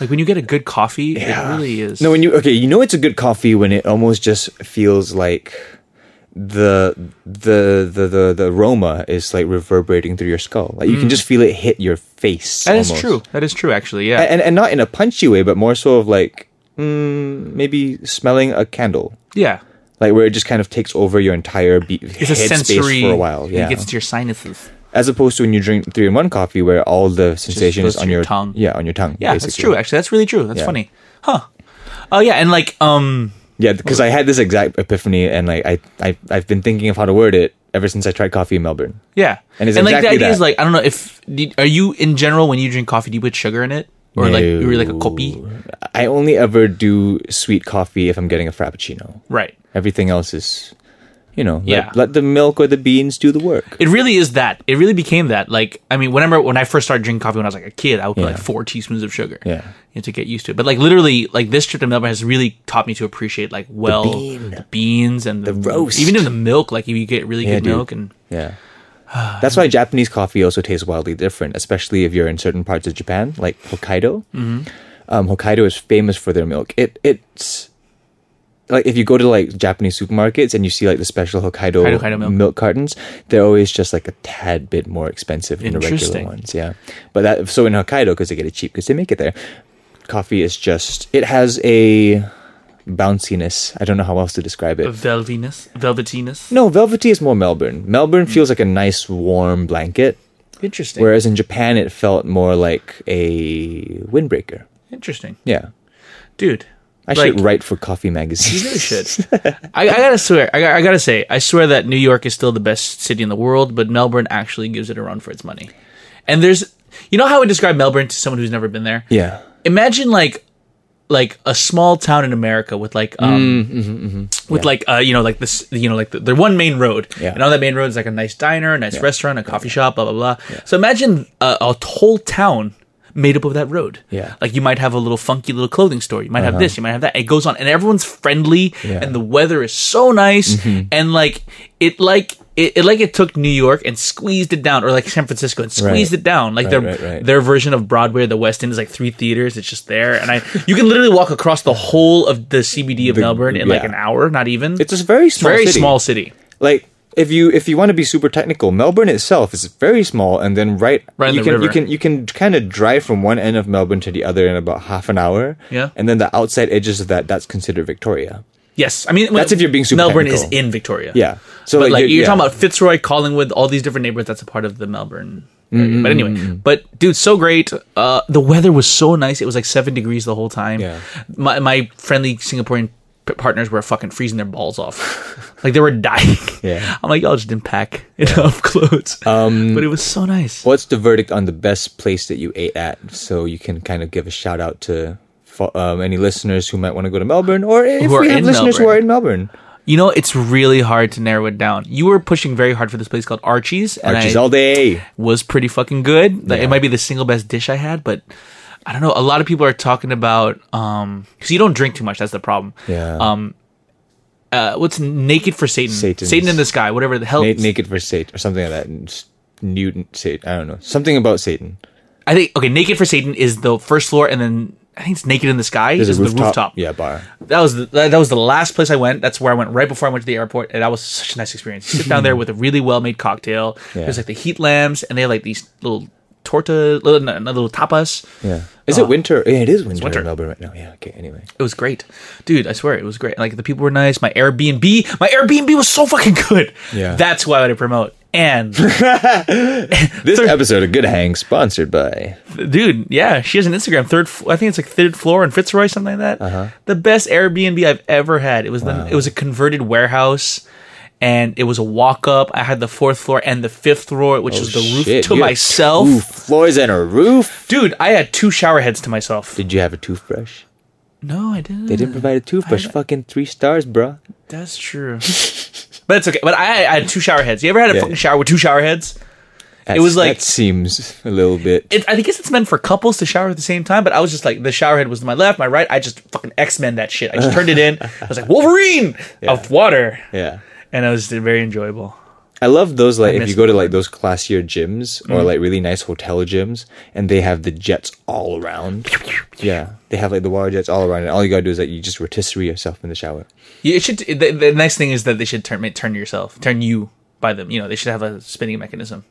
S1: Like when you get a good coffee, it really is.
S2: No, when you okay, you know it's a good coffee when it almost just feels like the the the the, the aroma is like reverberating through your skull. Like you can just feel it hit your face.
S1: Mm. that is
S2: almost. Eh,
S1: true. That is true. Actually, yeah,
S2: A- and and not in a punchy way, but more so of like mm, maybe smelling a candle,
S1: yeah.
S2: like where it just kind of takes over your entire be-
S1: It's a sensory.
S2: headspace for a while. Yeah,
S1: it gets to your sinuses.
S2: as opposed to when you drink three in one coffee, where all the sensation
S1: goes
S2: is
S1: to
S2: on
S1: your
S2: your,
S1: tongue.
S2: Yeah, on your tongue.
S1: Yeah, that's
S2: basically.
S1: true. Actually, that's really true. That's
S2: Yeah.
S1: funny, huh? Oh yeah, and like um,
S2: Yeah, because I had this exact epiphany, and like I, I, I've been thinking of how to word it ever since I tried coffee in Melbourne.
S1: yeah,
S2: And it's
S1: like the
S2: exactly
S1: idea
S2: that.
S1: is like I don't know if did, are you in general when you drink coffee, do you put sugar in it or like you were like a copy,
S2: I only ever do sweet coffee if I'm getting a frappuccino.
S1: right?
S2: Everything else is, you know, let-
S1: Yeah.
S2: let, the milk or the beans do the work.
S1: It really is that. It really became that. Like, I mean, whenever when I first started drinking coffee when I was like a kid, I would put
S2: Yeah.
S1: like four teaspoons of sugar.
S2: Yeah.
S1: You have to get used to it. But like literally, like this trip to Melbourne has really taught me to appreciate like well the,
S2: bean.
S1: beans and the,
S2: roast.
S1: even in the milk. Like if you get really
S2: Yeah,
S1: good
S2: dude.
S1: milk and
S2: Yeah,
S1: Ah,
S2: That's why Japanese coffee also tastes wildly different, especially if you're in certain parts of Japan, like Hokkaido.
S1: Mm-hmm.
S2: Um, Hokkaido is famous for their milk. It it's like if you go to like Japanese supermarkets and you see like the special Hokkaido,
S1: Hokkaido- Hokkaido milk.
S2: cartons, they're always just like a tad bit more expensive than the regular
S1: Interesting.
S2: ones. Yeah, but that so in Hokkaido because they get it cheap because they make it there. Coffee is just it has a bounciness. I don't know how else to describe it.
S1: Velvetiness, velvetiness.
S2: No, velvety is more Melbourne. Melbourne
S1: Hmm.
S2: feels like a nice warm blanket,
S1: Interesting.
S2: whereas in Japan it felt more like a windbreaker.
S1: Interesting,
S2: Yeah,
S1: dude.
S2: I should write for coffee magazines.
S1: You really should. I, I gotta swear. I, I gotta say. I swear that New York is still the best city in the world, but Melbourne actually gives it a run for its money. And there's, you know, how I would describe Melbourne to someone who's never been there.
S2: <laughs> yeah,
S1: Imagine like, like a small town in America with like,
S2: Mm,
S1: um,
S2: mm-hmm,
S1: with like, uh, you know, like this, you know, like the, the one main road,
S2: Yeah.
S1: and on that main road is like a nice diner, a nice restaurant, a coffee shop, blah blah blah. So imagine a, a whole town. Made up of that road.
S2: Yeah. Uh-huh.
S1: Like you might have a little funky little clothing store. You might have this. You might have that. It goes on, and everyone's friendly,
S2: Yeah. Mm-hmm.
S1: and the weather is so nice, and like it, like it, it, like it took New York and squeezed it down, or like San Francisco and squeezed
S2: Right.
S1: it down. Like their
S2: right, right.
S1: their version of Broadway, the West End is like three theaters. It's just there, and I you can literally walk across the whole of the CBD of Melbourne in like
S2: yeah.
S1: an hour, not even.
S2: it's a very small,
S1: very
S2: city.
S1: small city.
S2: Like if you if you want to be super technical, Melbourne itself is very small, and then right,
S1: Right on
S2: you
S1: the
S2: can you
S1: river.
S2: can you can kind of drive from one end of Melbourne to the other in about half an hour.
S1: Yeah.
S2: and then the outside edges of that that's considered Victoria.
S1: Yes, I mean
S2: That's if you're being super
S1: Melbourne
S2: technical.
S1: is in Victoria.
S2: Yeah. So,
S1: So but
S2: like,
S1: like
S2: you're-
S1: you're, talking
S2: yeah.
S1: about Fitzroy, Collingwood, all these different neighborhoods. That's a part of the Melbourne. area.
S2: Mm-hmm.
S1: But anyway, but dude, so great. Uh, the weather was so nice. It was like seven degrees the whole time.
S2: Yeah.
S1: My my friendly Singaporean p- partners were fucking freezing their balls
S2: <laughs>
S1: off, like they were dying.
S2: Yeah.
S1: I'm like, y'all just didn't pack enough <laughs> clothes. Um, but it was so nice.
S2: What's the verdict on the best place that you ate at? So you can kind of give a shout out to fo- um, any listeners who might want to go to Melbourne, or if
S1: Who are
S2: we have
S1: in
S2: listeners who are in Melbourne,
S1: You know, it's really hard to narrow it down. You were pushing very hard for this place called Archie's, and
S2: Archie's
S1: I,
S2: all day.
S1: was pretty fucking good. Like,
S2: Yeah.
S1: It might be the single best dish I had, but I don't know. A lot of people are talking about um because you don't drink too much. That's the problem.
S2: Yeah.
S1: Um. Uh, what's naked for Satan?
S2: Satan's-
S1: Satan in the sky. Whatever the hell.
S2: Na- naked for Satan or something like that. and s- Newton Satan. I don't know something about Satan.
S1: I think okay. Naked for Satan is the first floor, and then I think it's naked in the sky
S2: There's
S1: is
S2: a
S1: the
S2: rooftop.
S1: rooftop.
S2: Yeah, bar.
S1: That was the, that was the last place I went. That's where I went right before I went to the airport, and that was such a nice experience. You sit
S2: <laughs>
S1: down there with a really well made cocktail.
S2: Yeah.
S1: There's like the heat lamps, and they have like these little torta, little, no, no, little tapas.
S2: Yeah. Is it winter? Yeah, it is winter,
S1: Uh, winter.
S2: in Melbourne right now. Yeah. Okay.
S1: <laughs>
S2: Anyway.
S1: It was great, dude. I swear it was great. Like the people were nice. My Airbnb, my Airbnb was so fucking good.
S2: Yeah.
S1: that's why I would promote. And <laughs>
S2: This episode of Good Hang sponsored by
S1: dude, yeah, she has an Instagram. Third, f- I think it's like third floor in Fitzroy, something like that.
S2: Uh-huh.
S1: The best Airbnb I've ever had. It was the, it was a converted warehouse, and it was a walk up. I had the fourth floor and the fifth floor, which was the roof
S2: Oh, Shit,
S1: to
S2: you have
S1: myself.
S2: two floors and a roof.
S1: Dude, I had two shower heads to myself.
S2: Did you have a toothbrush?
S1: no, I didn't.
S2: They didn't provide a toothbrush. Fucking three stars, bruh.
S1: That's true. <laughs> but it's okay. But I, I had two shower heads. You ever had a
S2: Yeah.
S1: fucking shower with two shower heads?
S2: That's-
S1: was like-
S2: that seems a little bit.
S1: it, I guess it's meant for couples to shower at the same time, but I was just like, the shower head was to my left, my right. I just fucking X Men that shit. I just turned it <laughs> in. I was like, Wolverine of water.
S2: Yeah.
S1: And it was very enjoyable.
S2: I love those like if
S1: miss
S2: you go to like those classier gyms
S1: Mm.
S2: or like really nice hotel gyms and they have the jets all around. Yeah, they have like the water jets all around, and all you gotta do is like you just rotisserie yourself in the shower. <laughs>
S1: You- It should. The, the nice thing is that they should turn turn yourself, turn you by them. You know, they should have a spinning mechanism.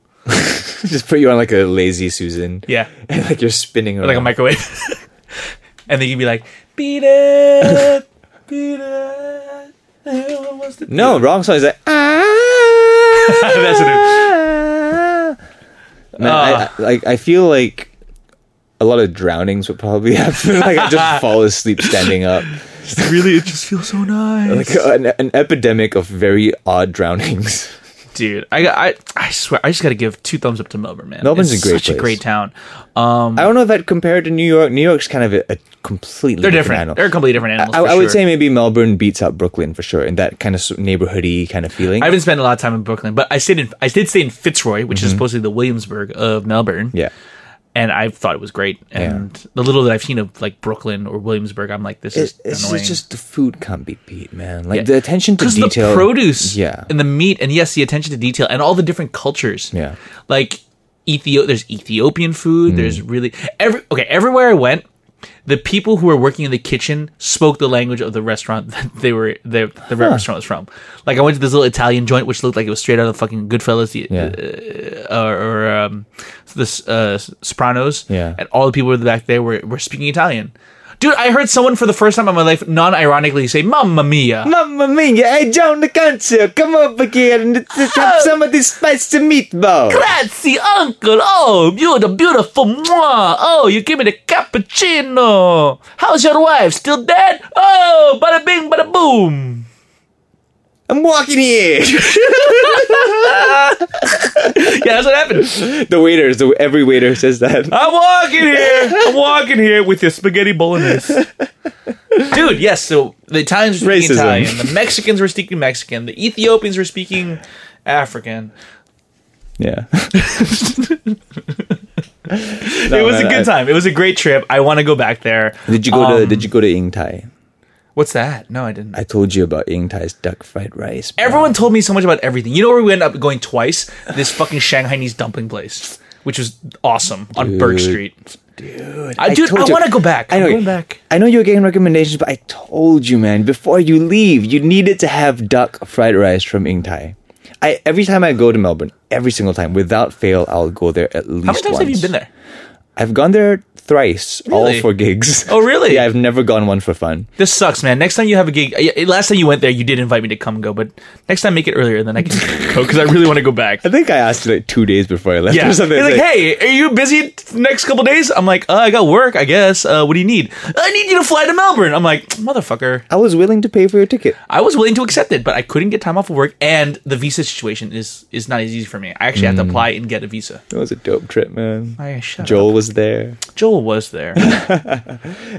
S2: just put you on like a lazy Susan.
S1: <laughs> Yeah,
S2: <laughs> and like you're spinning around.
S1: like a microwave. <laughs> and then you'd be like, <laughs> beat it, beat it. Everyone wants to beat
S2: no,
S1: it."
S2: wrong song. Is like ah.
S1: <laughs> That's what it- Ah.
S2: Man, I, I, like I feel like a lot of drownings would probably <laughs> happen. like
S1: <laughs>
S2: I just fall asleep standing up.
S1: It's really, it just feels so nice.
S2: Like <laughs> an, an epidemic of very odd drownings. <laughs>
S1: dude I, I i swear i just gotta give two thumbs up to melbourne man
S2: Melbourne's
S1: It's
S2: a great
S1: such
S2: place.
S1: a great town um
S2: I don't know if I'd compare it to New York. New York's kind of a, a completely
S1: they're
S2: different.
S1: different
S2: Animal.
S1: they're completely different animals
S2: I,
S1: for
S2: I would
S1: sure.
S2: say maybe Melbourne beats out Brooklyn for sure in that kind of s- neighborhoody kind of feeling.
S1: i haven't spent a lot of time in brooklyn but i stayed in i did stay in fitzroy which is supposedly the williamsburg of melbourne
S2: Mm-hmm. yeah,
S1: and I thought it was great. And the little that I've seen of like Brooklyn or Williamsburg, I'm like, this
S2: It,
S1: is
S2: it's,
S1: annoying.
S2: it's just the food can't be beat, man. Like
S1: Yeah.
S2: the attention to
S1: because the
S2: detail.
S1: produce,
S2: Yeah.
S1: and the meat, and yes, the attention to detail, and all the different cultures,
S2: Yeah. Mm.
S1: Like Ethiopia, there's Ethiopian food. There's really every okay. Everywhere I went, the people who were working in the kitchen spoke the language of the restaurant <laughs> that they were the, the restaurant was from. Like I went to this little Italian joint, which looked like it was straight out of the fucking Goodfellas, the,
S2: Yeah.
S1: or, or um, this uh, Sopranos.
S2: Yeah.
S1: And all the people in the back there were, were speaking Italian. Dude, I heard someone for the first time in my life non-ironically say "Mamma mia."
S2: Mamma mia! Hey, John the Council, come over here and let's let's
S1: Oh.
S2: have some of this spicy meatball.
S1: Grazie, uncle. Oh, you're the beautiful moi. Oh, you give me the cappuccino. How's your wife? Still dead? Oh, bada bing, bada boom.
S2: I'm walking here. <laughs>
S1: Yeah, that's what happened.
S2: the waiters, the, every waiter says that.
S1: I'm walking here. I'm walking here with your spaghetti bolognese. Dude, yes. So the Italians were speaking
S2: Racism.
S1: Italian. The Mexicans were speaking Mexican. The Ethiopians were speaking African. <laughs>
S2: Yeah.
S1: it was a good time. It was a great trip. I want to go back there.
S2: Did you go to
S1: Um,
S2: Did you go to Ying Tai?
S1: What's that? No, I didn't.
S2: I told you about Ying Tai's duck fried rice. bro.
S1: Everyone told me so much about everything. You know where we ended up going twice? This fucking Shanghainese dumpling place, which was awesome on Berg Street. Dude, I, dude, I
S2: told you.
S1: want to go back.
S2: I
S1: I'm
S2: know.
S1: going back.
S2: I know you're getting recommendations, but I told you, man, before you leave, you needed to have duck fried rice from Ying Tai. I every time I go to Melbourne, every single time, without fail, I'll go there at least.
S1: How many times have you been there?
S2: I've gone there thrice,
S1: Really?
S2: all for gigs.
S1: Oh, really?
S2: <laughs> yeah, I've never gone one for fun.
S1: This sucks, man. Next time you have a gig, I- I- last time you went there, you did invite me to come and go, but next time make it earlier, then I can <laughs> go because I really want to go back.
S2: <laughs> I think I asked you like two days before I left
S1: Yeah,
S2: or
S1: It's
S2: something.
S1: like,
S2: It's like,
S1: hey, are you busy next couple days? I'm like, uh, I got work, I guess. Uh, what do you need? I need you to fly to Melbourne. I'm like, motherfucker.
S2: I was willing to pay for your ticket.
S1: I was willing to accept it, but I couldn't get time off of work, and the visa situation is is not as easy for me. I actually
S2: Mm.
S1: have to apply and get a visa.
S2: It was a dope trip, man.
S1: I shut Joel.
S2: Joel was there.
S1: Joel was
S2: <laughs>
S1: there.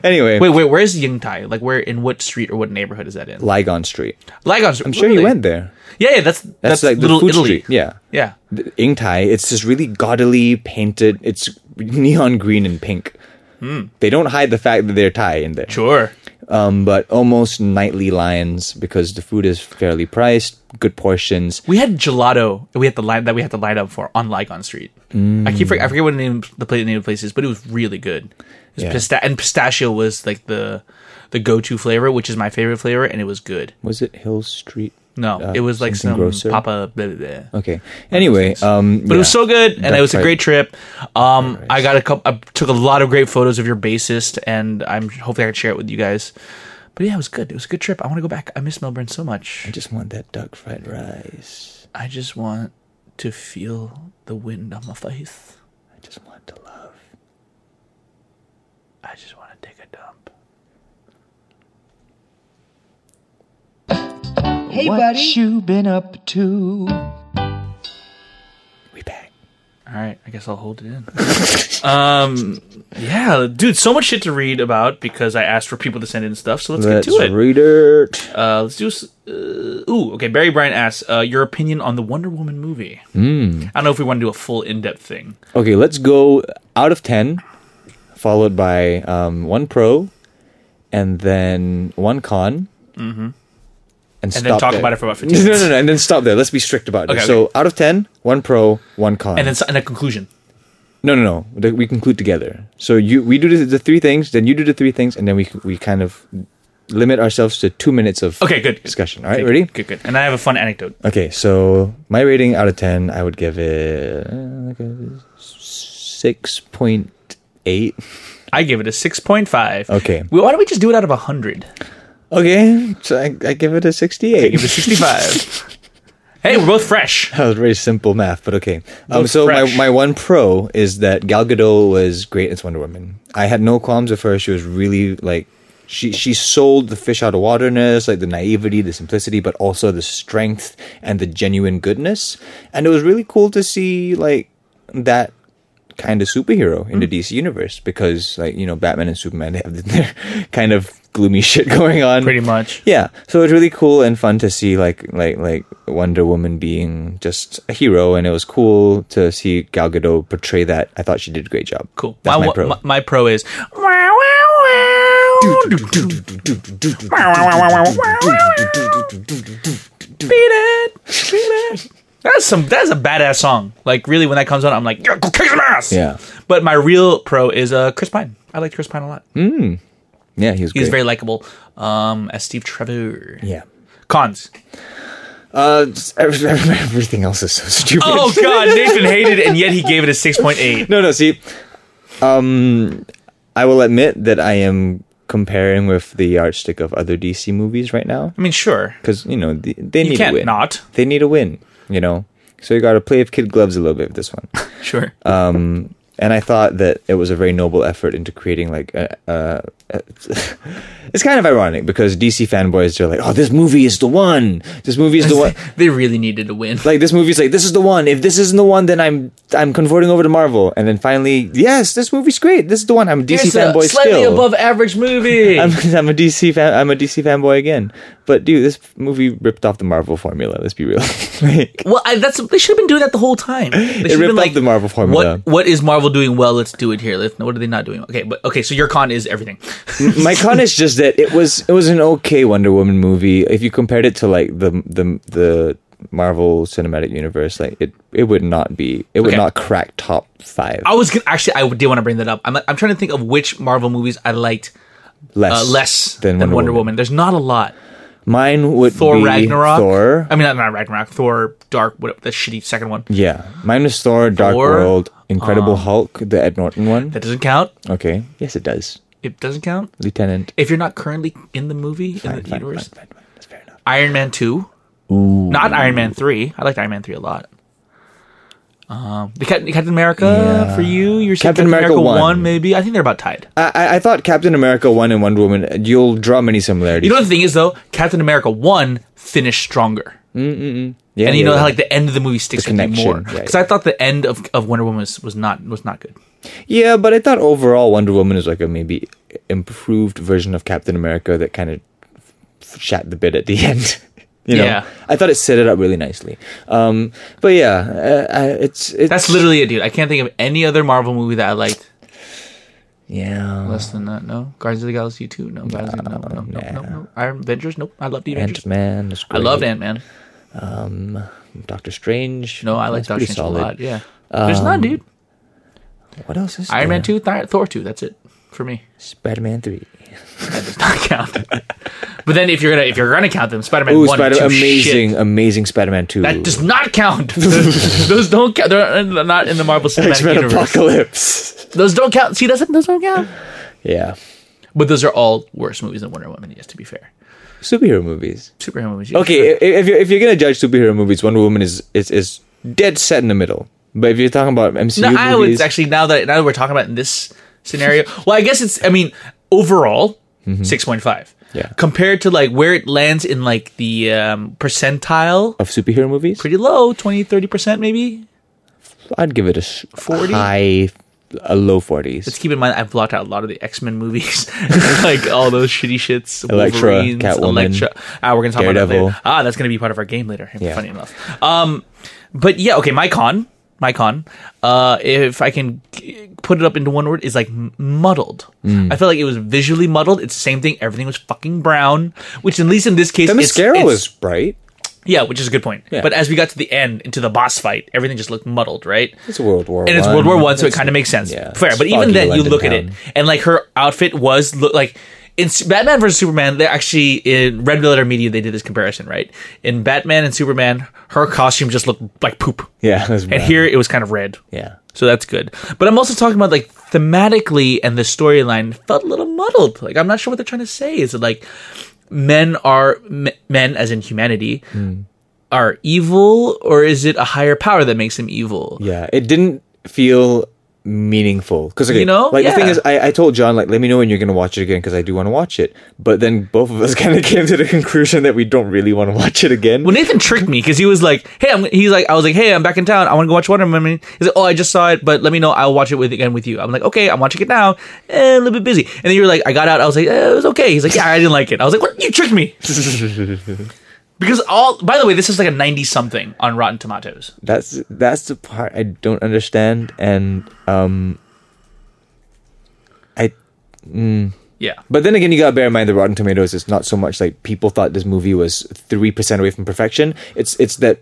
S2: Anyway,
S1: wait, wait, where's Yingtai? Like, where in what street or what neighborhood is that in?
S2: Ligon Street.
S1: Ligon Street.
S2: I'm sure you went there.
S1: Yeah, yeah, that's that's,
S2: That's, like the
S1: Little
S2: food
S1: Italy.
S2: street. Yeah.
S1: Yeah.
S2: The Ing Tai, it's this really gaudily painted. It's neon green and pink. They don't hide the fact that they're Thai in there.
S1: Hmm. sure.
S2: Um, but almost nightly lines because the food is fairly priced, good portions.
S1: We had gelato. that We had the line that we had to line up for on Ligon Street. I keep forget, I forget what the name the place the name of the place is, but it was really good. It was
S2: Yeah.
S1: pista- and pistachio was like the the go to flavor, which is my favorite flavor, and it was good.
S2: Was it Hill Street?
S1: No,
S2: Uh,
S1: it was like
S2: something
S1: some
S2: grosser?
S1: Papa. Blah, blah, blah.
S2: Okay. Anyway, um,
S1: But it was so good, and it
S2: Duck
S1: was a
S2: fried-
S1: great trip. Um, I got a couple. I took a lot of great photos of your bassist, and I'm hopefully I can share it with you guys. But yeah, it was good. It was a good trip. I want to go back. I miss Melbourne so
S2: I
S1: much.
S2: just want that duck fried rice.
S1: I just want to feel the wind on my face.
S2: I just want to love.
S1: I just want to take a dump.
S3: Hey, what you been up to?
S2: We back.
S1: All right, I guess I'll hold it
S2: <laughs>
S1: in. um, yeah, dude, so much shit to read about because I asked for people to send in stuff. So let's,
S2: Let's
S1: get to it.
S2: read it.
S1: Uh, let's do. s- Uh, ooh, okay. Barry Bryant asks uh, your opinion on the Wonder Woman movie.
S2: Hmm.
S1: I don't know if we want to do a full in-depth thing.
S2: Okay, let's go out of 10, followed by um, one pro, and then one con. Mm-hmm. And,
S1: then talk about it
S2: <laughs>
S1: for about 15
S2: No, no, no, and then stop there. Let's be strict about it.
S1: Okay,
S2: So out of 10, one pro, one con.
S1: And then s- and a conclusion.
S2: no, no, no. The- We conclude together. So you we do the, the three things, then you do the three things, and then we we kind of limit ourselves to two minutes of
S1: Okay, good. good.
S2: discussion. All
S1: Okay,
S2: right, ready?
S1: Good, good. And I have a fun anecdote.
S2: Okay, so my rating out of ten, I would give it uh, like a six point eight.
S1: I give it a six point five.
S2: Okay.
S1: Well, why don't we just do it out of hundred?
S2: Okay, so I, I give it a sixty-eight.
S1: Give it
S2: <laughs>
S1: sixty-five. hey, we're both fresh.
S2: that was very simple math, but okay. Um,
S1: Both
S2: so
S1: fresh.
S2: my, my one pro is that Gal Gadot was great as Wonder Woman. I had no qualms with her. She was really like she she sold the fish out of waterness, like the naivety, the simplicity, but also the strength and the genuine goodness. And it was really cool to see like that kind of superhero
S1: Hmm.
S2: in the DC universe because like you know Batman and Superman they have <laughs> their kind of gloomy shit going on
S1: pretty much.
S2: yeah so it's really cool and fun to see like like like wonder woman being just a hero and it was cool to see gal gadot portray that i thought she did a great job
S1: Cool. my,
S2: that's my,
S1: wa-
S2: pro
S1: My, my pro is. Wow, wow, wow. Wow, wow, wow, wow, wow, wow, wow. Beat it, beat it. That's some. That's a badass song. Like really, when that comes on, I'm like, yeah, go kick some ass.
S2: Yeah.
S1: But my real pro is uh, Chris Pine. I like Chris Pine a lot.
S2: yeah he was great
S1: He's very likable. Um, as Steve Trevor.
S2: yeah <laughs>
S1: Cons.
S2: uh just every- <laughs> every- everything else is so <laughs> stupid
S1: Oh God, Nathan hated it, and yet he gave it a six point eight.
S2: no no see um i will admit that i am comparing with the yardstick of other dc movies right now
S1: I mean, sure.
S2: because you know they, they
S1: You
S2: need a
S1: can't
S2: win
S1: not.
S2: they need a win you know so you gotta play with kid gloves a little bit with this one
S1: Sure.
S2: um, and I thought that it was a very noble effort into creating like a. a, a <laughs> it's kind of ironic because DC fanboys are like, "Oh, this movie is the one. This movie is
S1: <laughs>
S2: the one."
S1: they really needed a win.
S2: Like this movie's like, "This is the one. If this isn't the one, then I'm I'm converting over to Marvel." And then finally, yes, this movie's great. This is the one. I'm a DC
S1: It's a
S2: fanboy
S1: uh, slightly
S2: still.
S1: above average movie.
S2: I'm, <laughs> I'm a DC fan. I'm a DC fanboy again. But dude, this movie ripped off the Marvel formula. Let's be real. <laughs> like,
S1: well, I, that's they should have been doing that the whole
S2: <laughs>
S1: time. They should have
S2: ripped
S1: been
S2: off the Marvel formula.
S1: What, what is Marvel doing well? Let's do it here. Let's, what are they not doing? Okay, but okay. So your con is everything. <laughs>
S2: my con is just that it was it was an okay Wonder Woman movie. If you compared it to like the the the Marvel Cinematic Universe, like it it would not be it would
S1: Okay. Oh,
S2: not crack top five.
S1: I was gonna, actually I did want to bring that up. I'm I'm trying to think of which Marvel movies I liked uh,
S2: less
S1: less than, Wonder, Woman. There's not a lot.
S2: Mine would
S1: Thor
S2: be
S1: Ragnarok. Uh,
S2: Thor.
S1: I mean, not, not Ragnarok. Thor Dark. What the shitty second one
S2: yeah, mine was Thor, Dark
S1: Thor, um,
S2: World, Incredible Hulk, the Ed Norton one.
S1: that doesn't count.
S2: Okay, yes, it does.
S1: It doesn't count
S2: Lieutenant.
S1: if you're not currently in the movie in the
S2: Fine,
S1: universe.
S2: fine, fine, fine. That's fair enough.
S1: Iron Man two. Not Iron Man three. I liked Iron Man three a lot. Um, the Captain, Captain America
S2: Yeah.
S1: for you. You're saying
S2: Captain America one.
S1: maybe. I think they're about tied.
S2: I, I- I thought Captain America one and Wonder Woman. uh, You'll draw many similarities.
S1: You know what the thing is though? Captain America one finished stronger,
S2: yeah,
S1: and you
S2: yeah,
S1: know
S2: yeah.
S1: how like the end of the movie sticks
S2: The
S1: with you
S2: connection,
S1: more.
S2: yeah,
S1: Because I thought the end of, of Wonder Woman was, was not was not good.
S2: Yeah, but I thought overall Wonder Woman is like a maybe improved version of Captain America that kind of shat the bit at the <laughs> end. you know,
S1: Yeah.
S2: I thought it set it up really nicely. Um, but yeah, uh, I, it's, it's
S1: That's literally it, dude. I can't think of any other Marvel movie that I liked
S2: yeah.
S1: less than that. No, Guardians of the Galaxy two. No, Guardians of the- no, no, no, no,
S2: nah.
S1: no. Iron Avengers. Nope. I loved the Avengers.
S2: Ant Man,
S1: I loved Ant Man.
S2: Doctor Strange.
S1: No, I like
S2: It's
S1: Doctor
S2: pretty Um,
S1: Strange a lot. Yeah, there's not, dude.
S2: What else is
S1: Iron Man
S2: there?
S1: two, Thor, Thor two. That's it for me. <laughs>
S2: Spider Man three.
S1: That does not count. but then if you're gonna if you're gonna count them, Spider Man
S2: Ooh,
S1: one, and
S2: Spider!
S1: two,
S2: Amazing,
S1: shit,
S2: amazing Spider Man two.
S1: that does not
S2: <laughs>
S1: count. <laughs> Those don't count. They're not in the Marvel
S2: X
S1: Cinematic
S2: Men
S1: Universe.
S2: Apocalypse. <laughs>
S1: Those don't count. See, that's those don't count.
S2: yeah,
S1: But those are all worse movies than Wonder Woman. Yes, to be fair,
S2: superhero movies.
S1: superhero movies. yes.
S2: Okay, i- if you're, if you're gonna judge superhero movies, Wonder Woman is, is is dead set in the middle. But if you're talking about MCU
S1: No, I
S2: uh, movies,
S1: would actually now that now that we're talking about it in this scenario. well, I guess it's. I mean, overall, point five.
S2: Mm-hmm. Yeah.
S1: Compared to like where it lands in like the um, percentile,
S2: of superhero movies,
S1: pretty low, 20, 30 percent maybe.
S2: I'd give it a s-
S1: 40?
S2: high, a low forties.
S1: Let's keep in mind I've blocked out a lot of the X Men movies, <laughs> like all those shitty
S2: <laughs>
S1: shits.
S2: Elektra,
S1: Wolverines,
S2: Catwoman,
S1: Elektra. Ah, we're gonna talk about that
S2: Daredevil.
S1: later. Ah, that's gonna be part of our game later.
S2: Yeah.
S1: Funny enough. Um, but yeah, okay. My con, my con. Uh, if I can g- put it up into one word, is like m- muddled.
S2: Mm.
S1: I feel like it was visually muddled. It's the same thing. Everything was fucking brown, which at least in this case,
S2: The
S1: it's-
S2: mascara
S1: it's-
S2: was bright.
S1: yeah, which is a good point.
S2: Yeah.
S1: But as we got to the end into the boss fight, everything just looked muddled, right?
S2: It's World War
S1: and it's
S2: One.
S1: World War One, so it
S2: It's-
S1: kind of makes sense.
S2: yeah,
S1: Fair,
S2: it's
S1: but even
S2: foggy
S1: then, you
S2: London
S1: look at it,
S2: town.
S1: and like her outfit was look like in S- Batman versus Superman. They actually in Red Letter Media they did this comparison, right? In Batman and Superman, her costume just looked like poop,
S2: Yeah, it was
S1: and
S2: brown.
S1: here it was kind of red.
S2: yeah,
S1: So that's good. But I'm also talking about like thematically and the storyline felt a little muddled. Like I'm not sure what they're trying to say. Is it like men are m- men as in humanity
S2: Hmm.
S1: are evil or is it a higher power that makes them evil?
S2: yeah. It didn't feel meaningful because okay,
S1: You know?
S2: like the thing
S1: Yeah.
S2: is I, I told john like let me know when you're gonna watch it again because i do want to watch it but then both of us <laughs> kind of came to the conclusion that we don't really want to watch it again
S1: Well, Nathan tricked me because he was like, "Hey, I'm, he's like, I was like, hey, I'm back in town. I want to go watch Wonder Woman." He's like, "Oh, I just saw it, but let me know. I'll watch it with again with you." I'm like, "Okay, I'm watching it now. Eh, a little bit busy." And then you were like, "I got out. I was like, eh, it was okay." He's like, "Yeah, I didn't like it." I was like, "What? You tricked me." because all, by the way, this is like a ninety something on Rotten Tomatoes.
S2: that's that's the part I don't understand, and um, I.
S1: Yeah,
S2: But then again, you gotta bear in mind the Rotten Tomatoes is not so much like people thought this movie was three percent away from perfection. It's it's that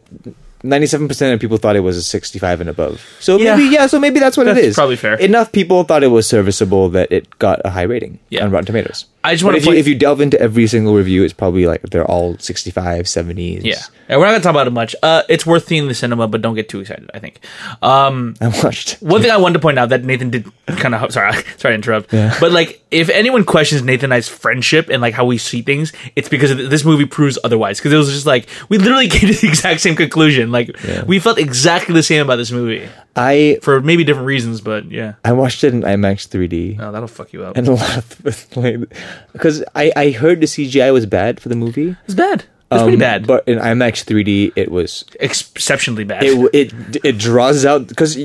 S2: ninety-seven percent of people thought it was a sixty-five and above. So
S1: Yeah.
S2: maybe yeah, so maybe that's what it
S1: That's
S2: is.
S1: probably fair.
S2: Enough people thought it was serviceable that it got a high rating
S1: Yeah.
S2: on Rotten Tomatoes.
S1: I just
S2: But
S1: wanna
S2: if you,
S1: point-
S2: if you delve into every single review, it's probably like they're all 65, 70s.
S1: yeah. And we're not gonna talk about it much. Uh, it's worth seeing in the cinema, but don't get too excited. I think. Um,
S2: <laughs> I watched.
S1: One thing I wanted to point out that Nathan did kind of sorry <laughs> sorry to interrupt, but like if anyone questions Nathan and I's friendship and like how we see things, it's because of th- this movie proves otherwise. Because it was just like we literally <laughs> came to the exact same conclusion. Like we felt exactly the same about this movie
S2: I
S1: for maybe different reasons, but yeah,
S2: I watched it in IMAX 3D.
S1: oh, that'll fuck you up.
S2: and <laughs> a lot of like because I I heard the CGI was bad for the movie.
S1: it's bad. It's pretty
S2: Um,
S1: bad, but
S2: But in IMAX 3D, it was
S1: exceptionally bad.
S2: it w- it it draws out because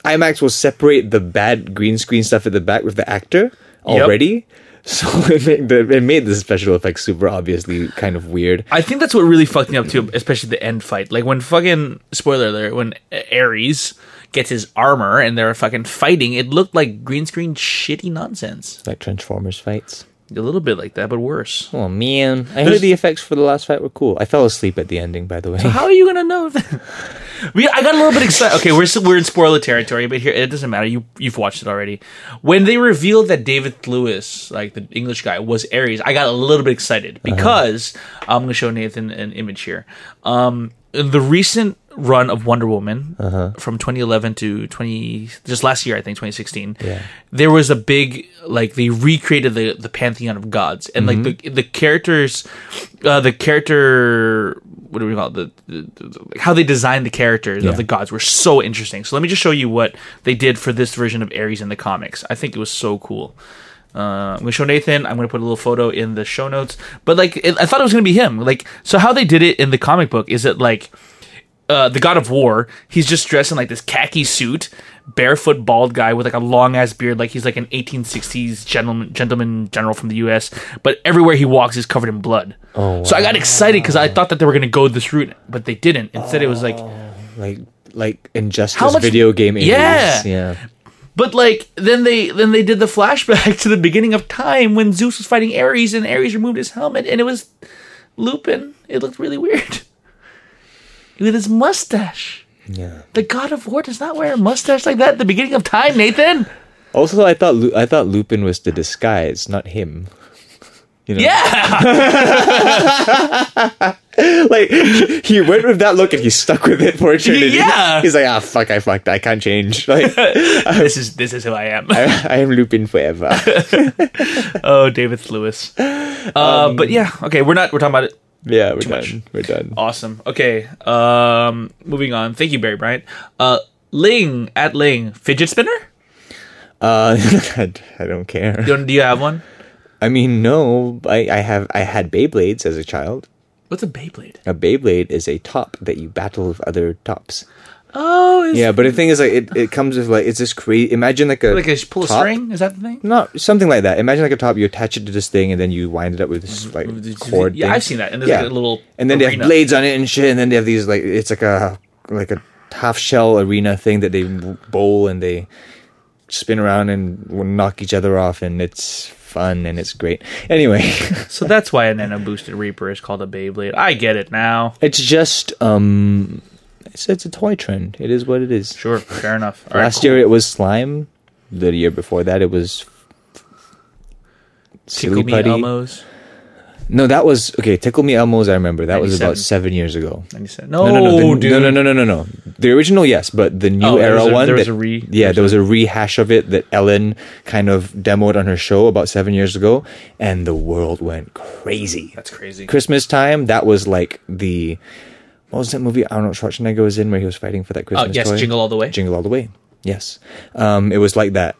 S2: IMAX will separate the bad green screen stuff at the back with the actor
S1: Yep.
S2: already. <laughs> So it made the it made the special effects super obviously kind of weird.
S1: I think that's what really fucked me up too, especially the end fight. Like when fucking spoiler alert, when Ares gets his armor and they're fucking fighting, it looked like green screen shitty nonsense.
S2: Like Transformers fights.
S1: A little bit like that, but worse.
S2: Oh man, I heard the effects for the last fight were cool. I fell asleep at the ending, by the way.
S1: How are you gonna know? If- <laughs> we, I got a little bit excited. Okay, we're s- we're in spoiler territory, but here it doesn't matter. You you've watched it already. When they revealed that David Lewis, like the English guy, was Ares, I got a little bit excited because I'm gonna show Nathan an image here. Um, the recent run of Wonder Woman from 2011 to 20 just last year I think 2016 there was a big like they recreated the the pantheon of gods and like the the characters uh, the character what do we call it the, the, the how they designed the characters of the gods were so interesting so let me just show you what they did for this version of Ares in the comics I think it was so cool uh, I'm gonna show Nathan. I'm gonna put a little photo in the show notes. But like, it, I thought it was gonna be him. Like, so how they did it in the comic book is that like, uh, the God of War, he's just dressed in like this khaki suit, barefoot bald guy with like a long ass beard, like he's like an 1860s gentleman, gentleman general from the U.S. But everywhere he walks is covered in blood. Oh, so I got excited because I thought that they were gonna go this route, but they didn't. Instead, it was like
S2: <laughs> like like injustice
S1: How much-
S2: video game. Ares.
S1: Yeah.
S2: yeah.
S1: But like then they then they did the flashback <laughs> to the beginning of time when Zeus was fighting Ares and Ares removed his helmet and it was Lupin. It looked really weird. <laughs> With his mustache.
S2: Yeah.
S1: The god of war does not wear a mustache like that at the beginning of time, Nathan.
S2: Also, I thought Lu- I thought Lupin was the disguise, not him. <laughs> You know?
S1: Yeah. <laughs>
S2: like <laughs> he- he went with that look and he stuck with it for eternity.
S1: Yeah.
S2: he's like, ah, fuck, I fucked, I can't change. <laughs> Like,
S1: this is this is who I am.
S2: I, I am Lupin forever. <laughs>
S1: Oh, David Lewis. Uh,
S2: Um,
S1: but yeah, okay, we're not we're talking about it.
S2: yeah, we're done.
S1: much. Oh.
S2: We're done.
S1: Awesome. Okay. Um moving on. Thank you, Barry Bryant. Uh Ling at Ling. Fidget spinner?
S2: Uh, <laughs> I d- I don't care.
S1: Do you, do you have one?
S2: I mean, no, I, I have I had Beyblades as a child.
S1: What's a Beyblade?
S2: A Beyblade is a top that you battle with other tops.
S1: Oh, it's
S2: Yeah, but the thing is, like, it, it comes with like it's this crazy. Imagine like a
S1: like a pull a
S2: top-
S1: string. Is that the thing?
S2: Not something like that. Imagine like a top. You attach it to this thing, and then you wind it up with
S1: Mm-hmm.
S2: this like cord.
S1: Yeah,
S2: thing.
S1: I've seen that. And there's like a little
S2: and then they
S1: arena.
S2: have blades on it and shit, and then they have these like it's like a like a half shell arena thing that they bowl and they spin around and knock each other off, and it's fun and it's great. Anyway, <laughs>
S1: So that's why a nano boosted reaper is called a Beyblade. I get it now.
S2: it's just um, it's it's a toy trend. It is what it is.
S1: Sure, fair enough. All right,
S2: Last
S1: cool.
S2: year it was slime. The year before that it was. Silly
S1: tickle me
S2: Putty.
S1: Elmos.
S2: No, that was okay. Tickle Me Elmos. I remember that was about
S1: 97.
S2: seven years ago.
S1: And he said, "No,
S2: No, no, no, the,
S1: Oh, dude.
S2: no, no, no, no, no, no. The original, yes, but the new
S1: Oh, there
S2: era
S1: was a-
S2: one.
S1: there was
S2: that-
S1: a re-
S2: yeah, there was a rehash of it that Ellen kind of demoed on her show about seven years ago, and the world went crazy.
S1: That's crazy.
S2: Christmas time, that was like the what was that movie Arnold Schwarzenegger was in where he was fighting for that Christmas
S1: Oh, yes,
S2: toy?
S1: Jingle All the Way.
S2: Jingle All the Way. Yes. Um, it was like that.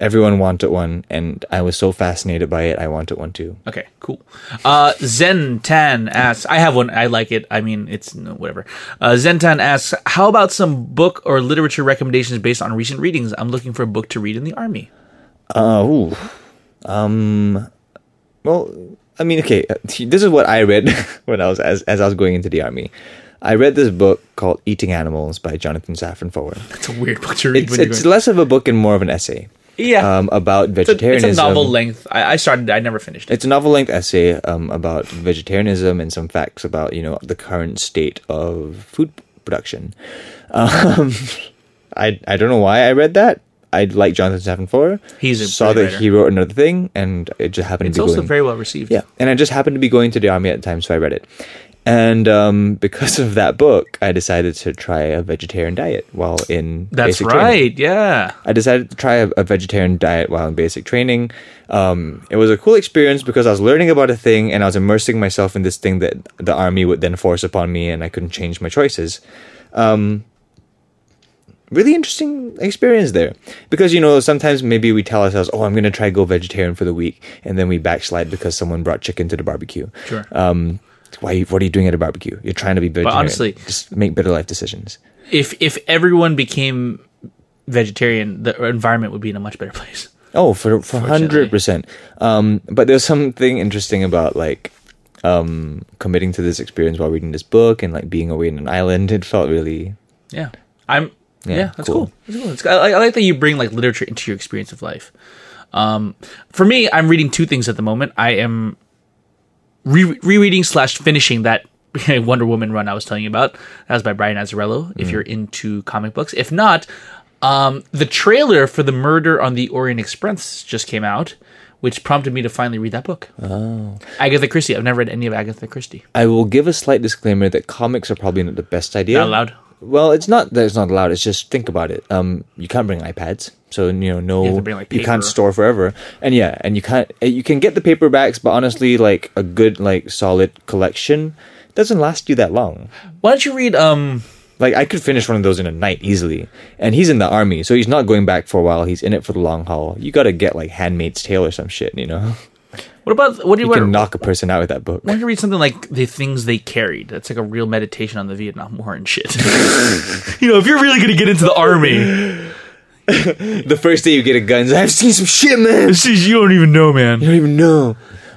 S2: Everyone wanted one, and I was so fascinated by it, I wanted one too.
S1: Okay, cool. Uh, Zen Tan asks, I have one. I like it. I mean, it's no, whatever. Uh, Zen Tan asks, how about some book or literature recommendations based on recent readings? I'm looking for a book to read in the army.
S2: Uh, ooh. Um, well, I mean, okay, uh, this is what I read <laughs> when I was as, as I was going into the army. I read this book called Eating Animals by Jonathan Safran Foer.
S1: It's a weird book to read
S2: It's,
S1: when you're
S2: it's
S1: going.
S2: less of a book and more of an essay.
S1: Yeah.
S2: Um, about
S1: It's a, it's
S2: vegetarianism.
S1: a novel length. I, I started, I never finished it.
S2: It's a novel length essay um, about vegetarianism and some facts about you know the current state of food production. Um, <laughs> I I don't know why I read that. I like Jonathan Safran Foer.
S1: He's a
S2: saw
S1: great
S2: that
S1: writer.
S2: he wrote another thing, and it just happened
S1: It's
S2: to be
S1: also
S2: going.
S1: very well received.
S2: yeah, and I just happened to be going to the army at the time, so I read it. And um, <laughs> because of that book, I decided to try a vegetarian diet while in
S1: That's
S2: basic training.
S1: right. Yeah.
S2: I decided to try a, a vegetarian diet while in basic training. Um, it was a cool experience because I was learning about a thing and I was immersing myself in this thing that the army would then force upon me, and I couldn't change my choices. Um, really interesting experience there because you know sometimes maybe we tell ourselves, "Oh, I'm going to try go vegetarian for the week," and then we backslide because someone brought chicken to the barbecue.
S1: Sure.
S2: Um, why? you- What are you doing at a barbecue? You're trying to be vegetarian.
S1: honestly-
S2: just make better life decisions.
S1: If, if everyone became vegetarian, the environment would be in a much better place.
S2: Oh, for for hundred percent. Um, but there's something interesting about like um committing to this experience while reading this book and like being away in an island. It felt really
S1: Yeah. I'm yeah,
S2: Yeah,
S1: that's cool.
S2: cool.
S1: That's cool. It's- I, I like that you bring like literature into your experience of life. Um, for me, I'm reading two things at the moment. I am re- rereading slash finishing that <laughs> Wonder Woman run I was telling you about. That was by Brian Azzarello. If you're into comic books, if not, um, the trailer for the Murder on the Orient Express just came out, which prompted me to finally read that book. Oh, Agatha Christie. I've never read any of Agatha Christie.
S2: I will give a slight disclaimer that comics are probably not the best idea.
S1: Not allowed.
S2: Well, it's not that it's not allowed. It's just think about it. Um, you can't bring iPads, so you know no.
S1: You have to bring, like,
S2: you can't
S1: paper.
S2: store forever, and yeah, and you can't. eh, You can get the paperbacks, but honestly, like a good like solid collection doesn't last you that long.
S1: Why don't you read um
S2: Like I could finish one of those in a night easily. And he's in the army, so he's not going back for a while. He's in it for the long haul. You got to get like Handmaid's Tale or some shit, you know.
S1: what about what do you
S2: You can knock a person out with that book.
S1: Why don't you read something like the things they carried? That's like a real meditation on the Vietnam War and shit. <laughs> you know, if you're really gonna get into the army,
S2: The first day you get a gun, I've seen some shit, man.
S1: this is- you don't even know, man.
S2: I don't even know.